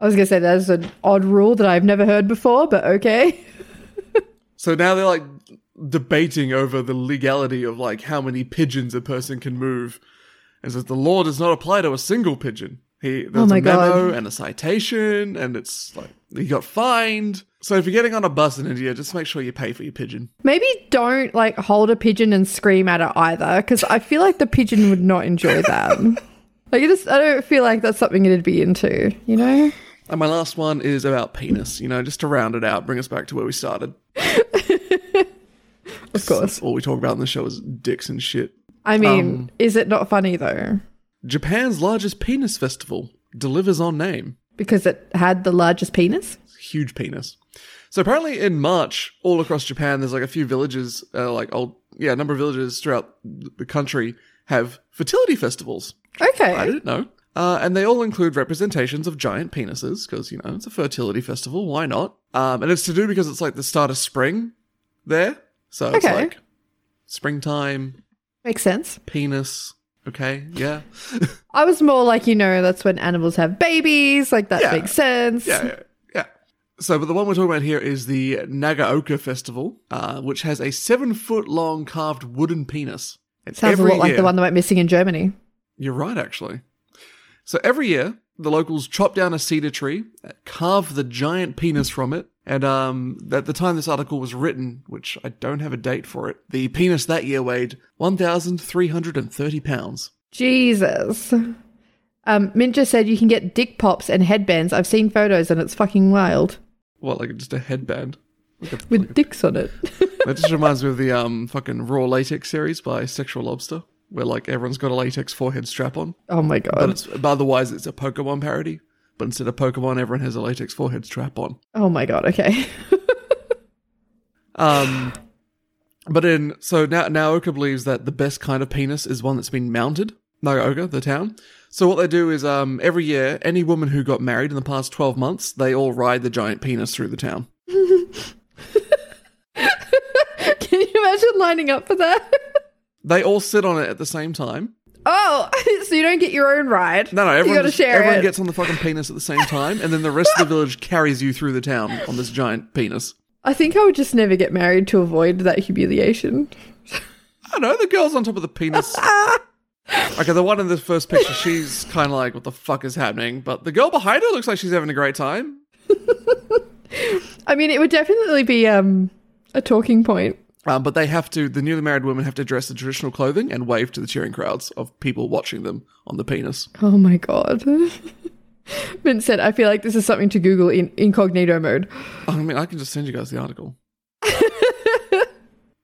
Speaker 1: I was gonna say that is an odd rule that I've never heard before, but okay.
Speaker 2: So now they're like debating over the legality of like how many pigeons a person can move, and says the law does not apply to a single pigeon. He there's
Speaker 1: Oh my
Speaker 2: a memo
Speaker 1: God.
Speaker 2: and a citation, and it's like he got fined. So if you're getting on a bus in India, just make sure you pay for your pigeon.
Speaker 1: Maybe don't like hold a pigeon and scream at it either, because I feel like the pigeon would not enjoy that. like, I just I don't feel like that's something it'd be into. You know,
Speaker 2: And my last one is about penis, you know, just to round it out, bring us back to where we started.
Speaker 1: of course.
Speaker 2: That's all we talk about in the show is dicks and shit.
Speaker 1: I mean,
Speaker 2: Um.
Speaker 1: is it not funny though?
Speaker 2: Japan's largest penis festival delivers on name.
Speaker 1: Because it had the largest penis.
Speaker 2: huge penis. So apparently in March, all across Japan, there's like a few villages, uh, like old, yeah, a number of villages throughout the country have fertility festivals.
Speaker 1: Okay.
Speaker 2: I didn't know. Uh, and they all include representations of giant penises because, you know, it's a fertility festival. Why not? Um, and it's to do because it's like the start of spring there. So it's
Speaker 1: Okay.
Speaker 2: like springtime,
Speaker 1: Makes sense.
Speaker 2: penis. Okay. Yeah.
Speaker 1: I was more like, you know, that's when animals have babies. Like, that
Speaker 2: Yeah.
Speaker 1: makes sense.
Speaker 2: yeah, yeah, yeah. So, but the one we're talking about here is the Nagaoka Festival, uh, which has a seven foot long carved wooden penis. It's
Speaker 1: Sounds
Speaker 2: every
Speaker 1: a lot like
Speaker 2: year.
Speaker 1: the one that went missing in Germany.
Speaker 2: You're right, actually. So every year, the locals chop down a cedar tree, uh, carve the giant penis from it, and um, at the time this article was written, which I don't have a date for it, the penis that year weighed 1,330 pounds.
Speaker 1: Jesus. Um, Minja said you can get dick pops and headbands. I've seen photos and it's fucking wild
Speaker 2: What, like just a headband? Like a-
Speaker 1: with dicks on it.
Speaker 2: That just reminds me of the um fucking raw latex series by Sexual Lobster, where like everyone's got a latex forehead strap on,
Speaker 1: Oh my
Speaker 2: but
Speaker 1: god.
Speaker 2: it's but otherwise it's a Pokemon parody. But instead of Pokemon, everyone has a latex forehead strap on.
Speaker 1: Oh my god. Okay.
Speaker 2: Um, but in so now Naoka believes that the best kind of penis is one that's been mounted. Naoka, the town. So what they do is um, every year, any woman who got married in the past twelve months, they all ride the giant penis through the town.
Speaker 1: Can you imagine lining up for that?
Speaker 2: They all sit on it at the same time.
Speaker 1: Oh, so you don't get your own ride.
Speaker 2: No, no,
Speaker 1: you
Speaker 2: everyone,
Speaker 1: gotta
Speaker 2: just-
Speaker 1: share
Speaker 2: everyone
Speaker 1: it.
Speaker 2: gets on the fucking penis at the same time, and then the rest of the village carries you through the town on this giant penis.
Speaker 1: I think I would just never get married to avoid that humiliation.
Speaker 2: I don't know, the girl's on top of the penis. okay, the one in the first picture, she's kind of like, what the fuck is happening? But the girl behind her looks like she's having a great time.
Speaker 1: I mean, it would definitely be um a talking point.
Speaker 2: Um, but they have to, the newly married women have to dress in traditional clothing and wave to the cheering crowds of people watching them on the penis.
Speaker 1: Oh my god. Vincent, I feel like this is something to Google in incognito mode.
Speaker 2: I mean, I can just send you guys the article.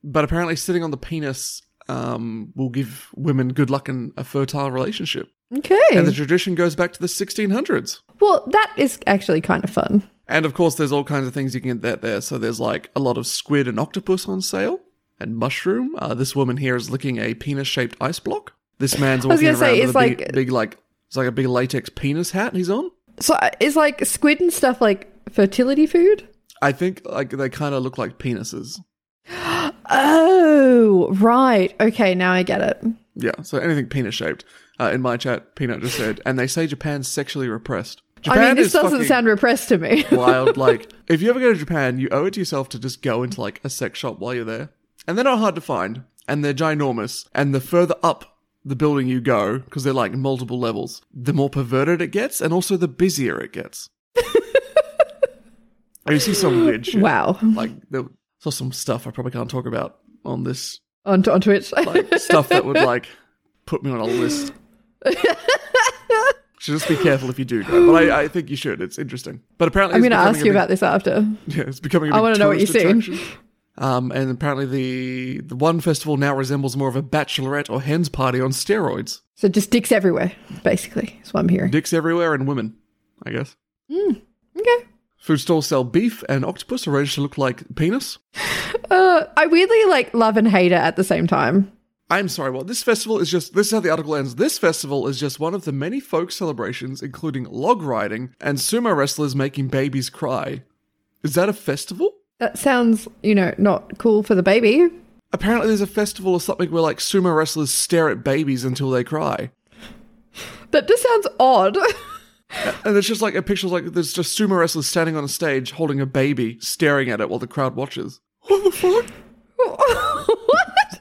Speaker 2: but apparently, sitting on the penis um, will give women good luck in a fertile relationship.
Speaker 1: Okay.
Speaker 2: And the tradition goes back to the 1600s.
Speaker 1: well, that is actually kind of fun.
Speaker 2: And of course, there's all kinds of things you can get that there. So there's like a lot of squid and octopus on sale, and mushroom. Uh, this woman here is licking a penis-shaped ice block. This man's
Speaker 1: was
Speaker 2: walking
Speaker 1: gonna
Speaker 2: around
Speaker 1: say,
Speaker 2: with
Speaker 1: it's
Speaker 2: a big,
Speaker 1: like-
Speaker 2: big, like it's like a big latex penis hat he's on.
Speaker 1: So uh, is like squid and stuff like fertility food?
Speaker 2: I think like they kind of look like penises.
Speaker 1: Oh, right. Okay, now I get it.
Speaker 2: Yeah. So anything penis-shaped. Uh, in my chat, Peanut just said, and they say Japan's sexually repressed. Japan
Speaker 1: I mean, this
Speaker 2: is
Speaker 1: doesn't
Speaker 2: fucking
Speaker 1: sound repressed to me.
Speaker 2: wild. Like, if you ever go to Japan, you owe it to yourself to just go into like a sex shop while you're there. And they're not hard to find, and they're ginormous. And the further up the building you go, because they're like multiple levels, the more perverted it gets, and also the busier it gets. you see some weird shit.
Speaker 1: wow.
Speaker 2: Like, there saw some stuff I probably can't talk about on this.
Speaker 1: On, on Twitch.
Speaker 2: Like, stuff that would like put me on a list. So just be careful if you do go. But I, I think you should. It's interesting. But apparently,
Speaker 1: I'm
Speaker 2: it's
Speaker 1: going to ask
Speaker 2: becoming a
Speaker 1: you
Speaker 2: big-
Speaker 1: about this after.
Speaker 2: yeah, it's becoming. I
Speaker 1: I wanna know what you're seeing.
Speaker 2: Um, and apparently the the one festival now resembles more of a bachelorette or hens party on steroids.
Speaker 1: So just dicks everywhere, basically, is what I'm hearing.
Speaker 2: Dicks everywhere and women, I guess.
Speaker 1: Okay.
Speaker 2: Food stalls sell beef and octopus arranged to look like penis.
Speaker 1: Uh, I weirdly like love and hate it at the same time.
Speaker 2: I'm sorry, what this festival is just this is how the article ends. This festival is just one of the many folk celebrations, including log riding and sumo wrestlers making babies cry. Is that a festival?
Speaker 1: That sounds, you know, not cool for the baby.
Speaker 2: Apparently there's a festival or something where like sumo wrestlers stare at babies until they cry.
Speaker 1: That just sounds odd.
Speaker 2: And it's just like a picture of like there's just sumo wrestlers standing on a stage holding a baby, staring at it while the crowd watches. What the fuck?
Speaker 1: what?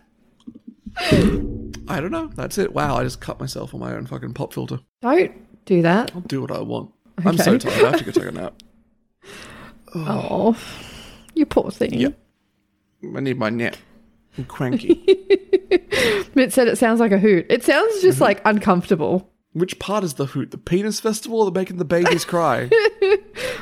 Speaker 2: I don't know. That's it. Wow, I just cut myself on my own fucking pop filter.
Speaker 1: Don't do that.
Speaker 2: I'll do what I want. I'm so
Speaker 1: Okay.
Speaker 2: tired. I have to go take a nap.
Speaker 1: Oh, you poor thing.
Speaker 2: Yep. I need my nap. I'm cranky.
Speaker 1: It said it sounds like a hoot. It sounds
Speaker 2: Mm-hmm.
Speaker 1: just like uncomfortable.
Speaker 2: Which part is the hoot? The penis festival or the making the babies cry?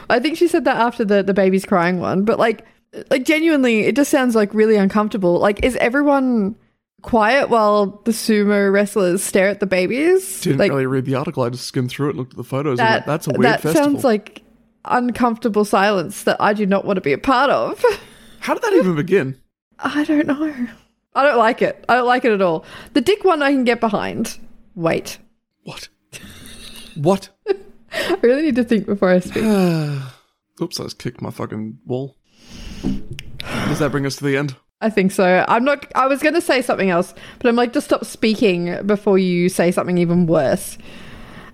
Speaker 1: I think she said that after the the baby's crying one, but like like genuinely, it just sounds like really uncomfortable. Like, is everyone quiet while the sumo wrestlers stare at the babies?
Speaker 2: Didn't
Speaker 1: like
Speaker 2: really read the article. I just skimmed through it, looked at the photos. and
Speaker 1: that.
Speaker 2: went, That's a weird
Speaker 1: that
Speaker 2: festival.
Speaker 1: sounds like uncomfortable silence that I do not want to be a part of.
Speaker 2: How did that even begin?
Speaker 1: I don't know. I don't like it. I don't like it at all. The dick one I can get behind. Wait.
Speaker 2: What? What?
Speaker 1: I really need to think before I speak.
Speaker 2: Oops, I just kicked my fucking wall. Does that bring us to the end?
Speaker 1: I think so. I'm not. I was going to say something else, but I'm like, just stop speaking before you say something even worse.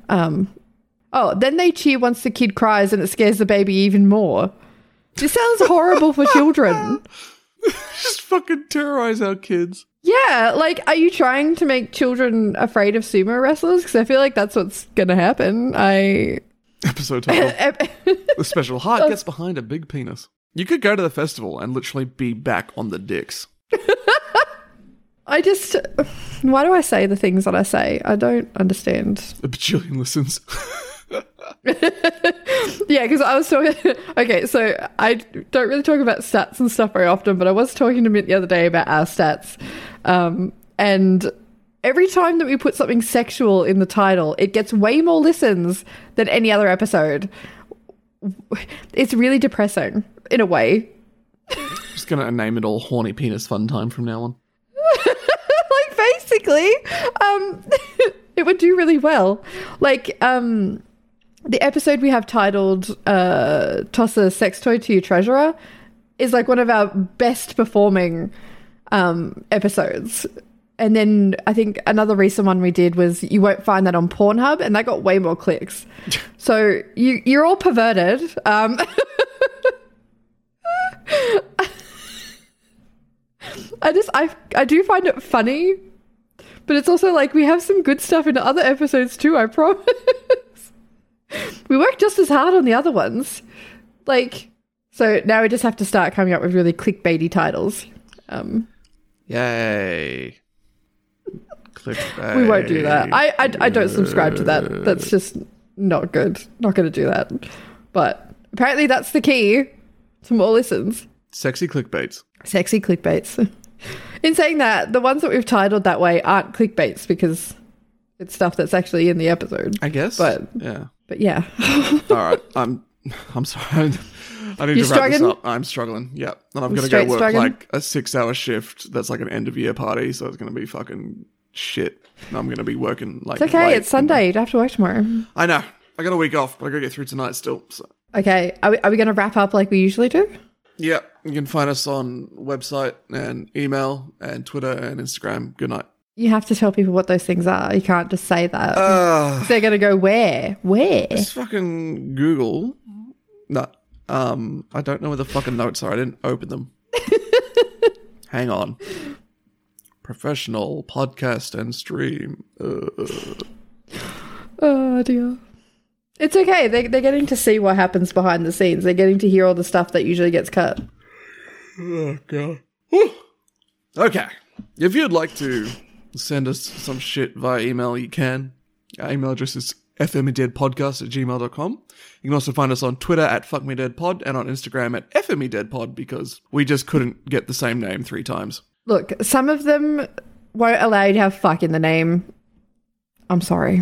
Speaker 1: Um. Oh, then they cheer once the kid cries, and it scares the baby even more. This sounds horrible for children.
Speaker 2: just fucking terrorize our kids.
Speaker 1: Yeah, like, are you trying to make children afraid of sumo wrestlers? Because I feel like that's what's going to happen. I. e-,
Speaker 2: Episode title: The special heart gets behind a big penis. You could go to the festival and literally be back on the dicks.
Speaker 1: I just. Why do I say the things that I say? I don't understand.
Speaker 2: A bajillion listens.
Speaker 1: Yeah, because I was talking. Okay, so I don't really talk about stats and stuff very often, but I was talking to Mint the other day about our stats. Um, and every time that we put something sexual in the title, it gets way more listens than any other episode. It's really depressing in a way.
Speaker 2: just gonna name it all horny penis fun time from now on.
Speaker 1: like basically um it would do really well like um the episode we have titled uh toss a sex toy to your treasurer is like one of our best performing um episodes and then i think another recent one we did was you won't find that on pornhub and that got way more clicks so you you're all perverted um I just I I do find it funny, but it's also like we have some good stuff in other episodes too. I promise. we work just as hard on the other ones, like so. Now we just have to start coming up with really clickbaity titles. Um,
Speaker 2: Yay! Clickbait.
Speaker 1: we won't do that. I, I I don't subscribe to that. That's just not good. Not going to do that. But apparently that's the key to more listens.
Speaker 2: Sexy clickbaits.
Speaker 1: Sexy clickbaits. In saying that, the ones that we've titled that way aren't clickbaits because it's stuff that's actually in the episode.
Speaker 2: I guess.
Speaker 1: But-
Speaker 2: yeah.
Speaker 1: But yeah.
Speaker 2: All right. I'm. I'm sorry. I need
Speaker 1: You're
Speaker 2: to wrap this
Speaker 1: struggling?
Speaker 2: up. I'm struggling. Yeah, and I'm gonna go
Speaker 1: straight
Speaker 2: work
Speaker 1: struggling?
Speaker 2: like a six-hour shift. That's like an end-of-year party, so it's gonna be fucking shit. And I'm gonna be working like.
Speaker 1: It's okay,
Speaker 2: late.
Speaker 1: it's Sunday. You don't have to work tomorrow.
Speaker 2: I know. I got a week off, but I gotta get through tonight still. So.
Speaker 1: Okay. Are we, are we going to wrap up like we usually do?
Speaker 2: Yeah, you can find us on website and email and Twitter and Instagram. Good night.
Speaker 1: You have to tell people what those things are. You can't just say that.
Speaker 2: Uh,
Speaker 1: They're going to go, where? Where?
Speaker 2: just fucking Google. No, um, I don't know where the fucking notes are. I didn't open them. Hang on. Professional podcast and stream. Uh,
Speaker 1: Oh, dear. It's okay. They, they're getting to see what happens behind the scenes. They're getting to hear all the stuff that usually gets cut.
Speaker 2: oh god. Whew. Okay. If you'd like to send us some shit via email, you can. Our email address is fmedeadpodcast at gmail.com. You can also find us on Twitter at fuckmedeadpod and on Instagram at fmedeadpod because we just couldn't get the same name three times.
Speaker 1: Look, some of them won't allow you to have fuck in the name. I'm sorry.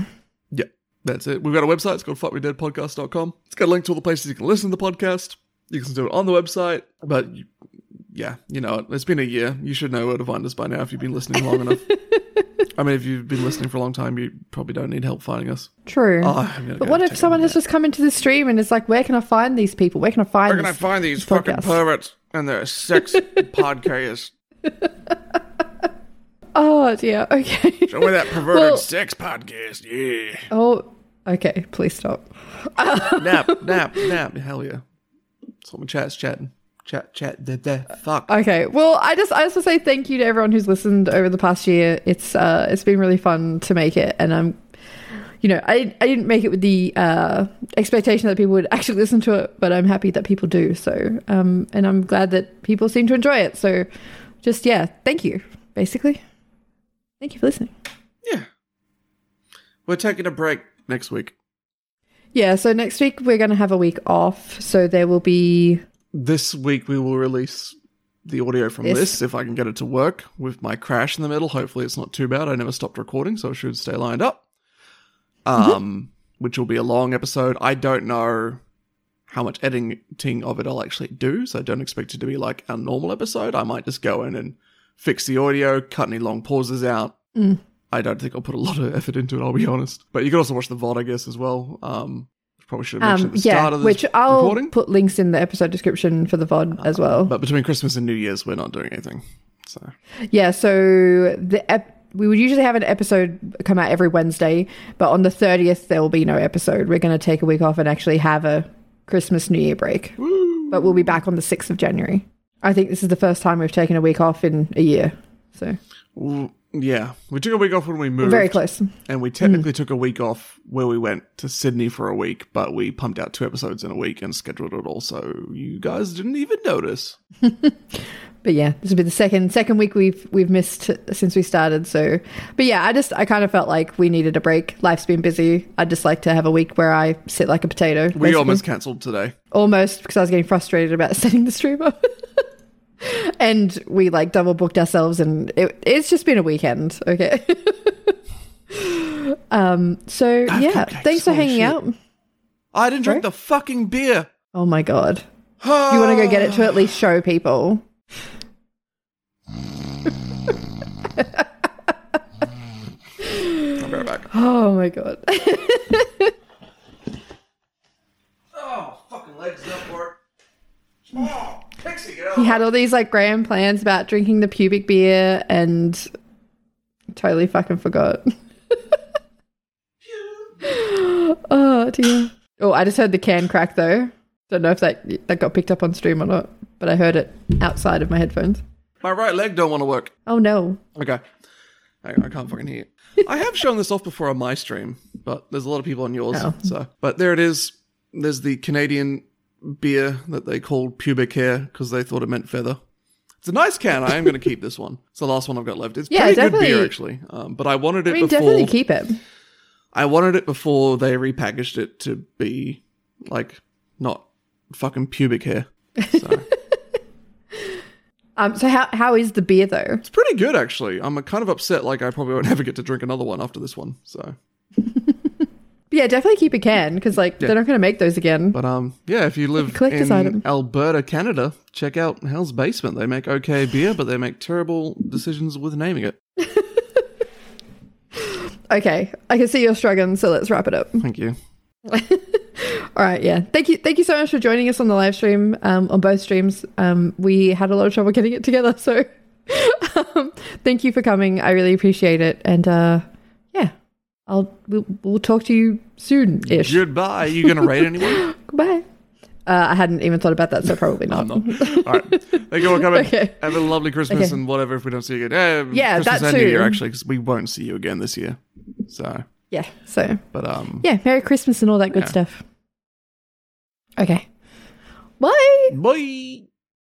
Speaker 2: Yeah, that's it. We've got a website. It's called fuckmedeadpodcast.com. It's got a link to all the places you can listen to the podcast. You can do it on the website. But you, yeah, you know it. It's been a year. You should know where to find us by now if you've been listening long enough. I mean, if you've been listening for a long time, you probably don't need help finding us.
Speaker 1: True.
Speaker 2: Oh, I'm gonna
Speaker 1: but
Speaker 2: go
Speaker 1: what
Speaker 2: take
Speaker 1: if
Speaker 2: a
Speaker 1: someone has
Speaker 2: nap.
Speaker 1: just come into the stream and is like, where can I find these people? Where can I find
Speaker 2: Where can I
Speaker 1: this
Speaker 2: find these
Speaker 1: podcast?
Speaker 2: fucking perverts and their sex podcasts?
Speaker 1: Oh, dear. Okay.
Speaker 2: Show me that perverted
Speaker 1: Well-
Speaker 2: sex podcast. Yeah.
Speaker 1: Oh, okay. Please stop.
Speaker 2: nap, nap, nap. Hell yeah. Someone chat's chatting. Chat, chat, da, da. Fuck.
Speaker 1: Okay. Well, I just I just want to say thank you to everyone who's listened over the past year. It's uh it's been really fun to make it, and I'm, you know, I I didn't make it with the uh expectation that people would actually listen to it, but I'm happy that people do. So um, and I'm glad that people seem to enjoy it. So, just yeah, thank you. Basically, thank you for listening.
Speaker 2: Yeah. We're taking a break next week.
Speaker 1: Yeah. So next week we're gonna have a week off, so there will be
Speaker 2: This week we will release the audio from
Speaker 1: This-
Speaker 2: this if I can get it to work with my crash in the middle. Hopefully it's not too bad. I never stopped recording, so it should stay lined up.
Speaker 1: Mm-hmm.
Speaker 2: Um which will be a long episode. I don't know how much editing of it I'll actually do, so I don't expect it to be like a normal episode. I might just go in and fix the audio, cut any long pauses out.
Speaker 1: Mm.
Speaker 2: I don't think I'll put a lot of effort into it, I'll be honest. But you can also watch the VOD, I guess, as well. Um probably should have mentioned
Speaker 1: um
Speaker 2: at the
Speaker 1: yeah,
Speaker 2: start of this
Speaker 1: which I'll
Speaker 2: recording. Uh-huh.
Speaker 1: put links in the episode description for the vod as well.
Speaker 2: But between Christmas and New Year's, we're not doing anything. So
Speaker 1: Yeah, so the ep- we would usually have an episode come out every Wednesday, but on the 30th there will be no episode. We're going to take a week off and actually have a Christmas New Year break. But we'll be back on the 6th of January. I think this is the first time we've taken a week off in a year. So
Speaker 2: Ooh, Yeah, we took a week off when we moved.
Speaker 1: Very close. Mm.
Speaker 2: And we technically took a week off where we went to Sydney for a week, but we pumped out two episodes in a week and scheduled it all, so you guys didn't even notice.
Speaker 1: But yeah, this will be the second second week we've we've missed since we started. So, but yeah, I just I kind of felt like we needed a break. Life's been busy. I'd just like to have a week where I sit like a potato.
Speaker 2: We
Speaker 1: basically.
Speaker 2: almost cancelled today.
Speaker 1: almost because I was getting frustrated about setting the stream up. and we like double booked ourselves and it, it's just been a weekend, okay? um so yeah,
Speaker 2: cupcakes,
Speaker 1: thanks for
Speaker 2: holy
Speaker 1: hanging
Speaker 2: shit.
Speaker 1: out.
Speaker 2: I didn't drink the fucking beer.
Speaker 1: Oh my god. You want to go get it to at least show people.
Speaker 2: I'll be right back.
Speaker 1: Oh my god.
Speaker 2: Oh, fucking legs up for it. Oh, Pixie, get out.
Speaker 1: He had all these like grand plans about drinking the pubic beer and totally fucking forgot. oh dear. Oh, I just heard the can crack though. Don't know if that that got picked up on stream or not, but I heard it outside of my headphones.
Speaker 2: My right leg don't want to work.
Speaker 1: Oh no.
Speaker 2: Okay. Hang on, I can't fucking hear you. I have shown this off before on my stream, but there's a lot of people on yours.
Speaker 1: Oh.
Speaker 2: So, but there it is. There's the Canadian beer that they called pubic hair because they thought it meant feather. It's a nice can. I am going to keep this one. It's the last one I've got left. It's
Speaker 1: Yeah,
Speaker 2: pretty good beer
Speaker 1: definitely-
Speaker 2: actually, um, but I wanted it
Speaker 1: I mean,
Speaker 2: before.
Speaker 1: definitely keep it.
Speaker 2: I wanted it before they repackaged it to be like not fucking pubic hair. So.
Speaker 1: Um, so how how is the beer though?
Speaker 2: It's pretty good, actually. I'm uh, kind of upset. Like, I probably won't ever get to drink another one after this one. So,
Speaker 1: But yeah, definitely keep a can because like they're not going to make those again.
Speaker 2: but um, yeah. If you live
Speaker 1: collector's
Speaker 2: in
Speaker 1: item.
Speaker 2: Alberta, Canada, check out Hell's Basement. They make okay beer, but they make terrible decisions with naming it.
Speaker 1: Okay, I can see you're struggling, so let's wrap it up.
Speaker 2: Thank you.
Speaker 1: All right, yeah. Thank you, thank you so much for joining us on the live stream. Um, on both streams, um, we had a lot of trouble getting it together, so um, thank you for coming. I really appreciate it, and uh, yeah, I'll we'll, we'll talk to you soon ish.
Speaker 2: Goodbye. Are you gonna rate anyone?
Speaker 1: Goodbye. Uh, I hadn't even thought about that, so probably not.
Speaker 2: I'm not. All right. Thank you for coming.
Speaker 1: Okay.
Speaker 2: Have a lovely Christmas
Speaker 1: Okay.
Speaker 2: and whatever. If we don't see you again, Eh,
Speaker 1: Yeah,
Speaker 2: Christmas
Speaker 1: that
Speaker 2: and New Year
Speaker 1: too.
Speaker 2: actually, because we won't see you again this year. So,
Speaker 1: Yeah. So
Speaker 2: but um,
Speaker 1: yeah, Merry Christmas and all that good
Speaker 2: Yeah.
Speaker 1: stuff. Okay. Bye.
Speaker 2: bye.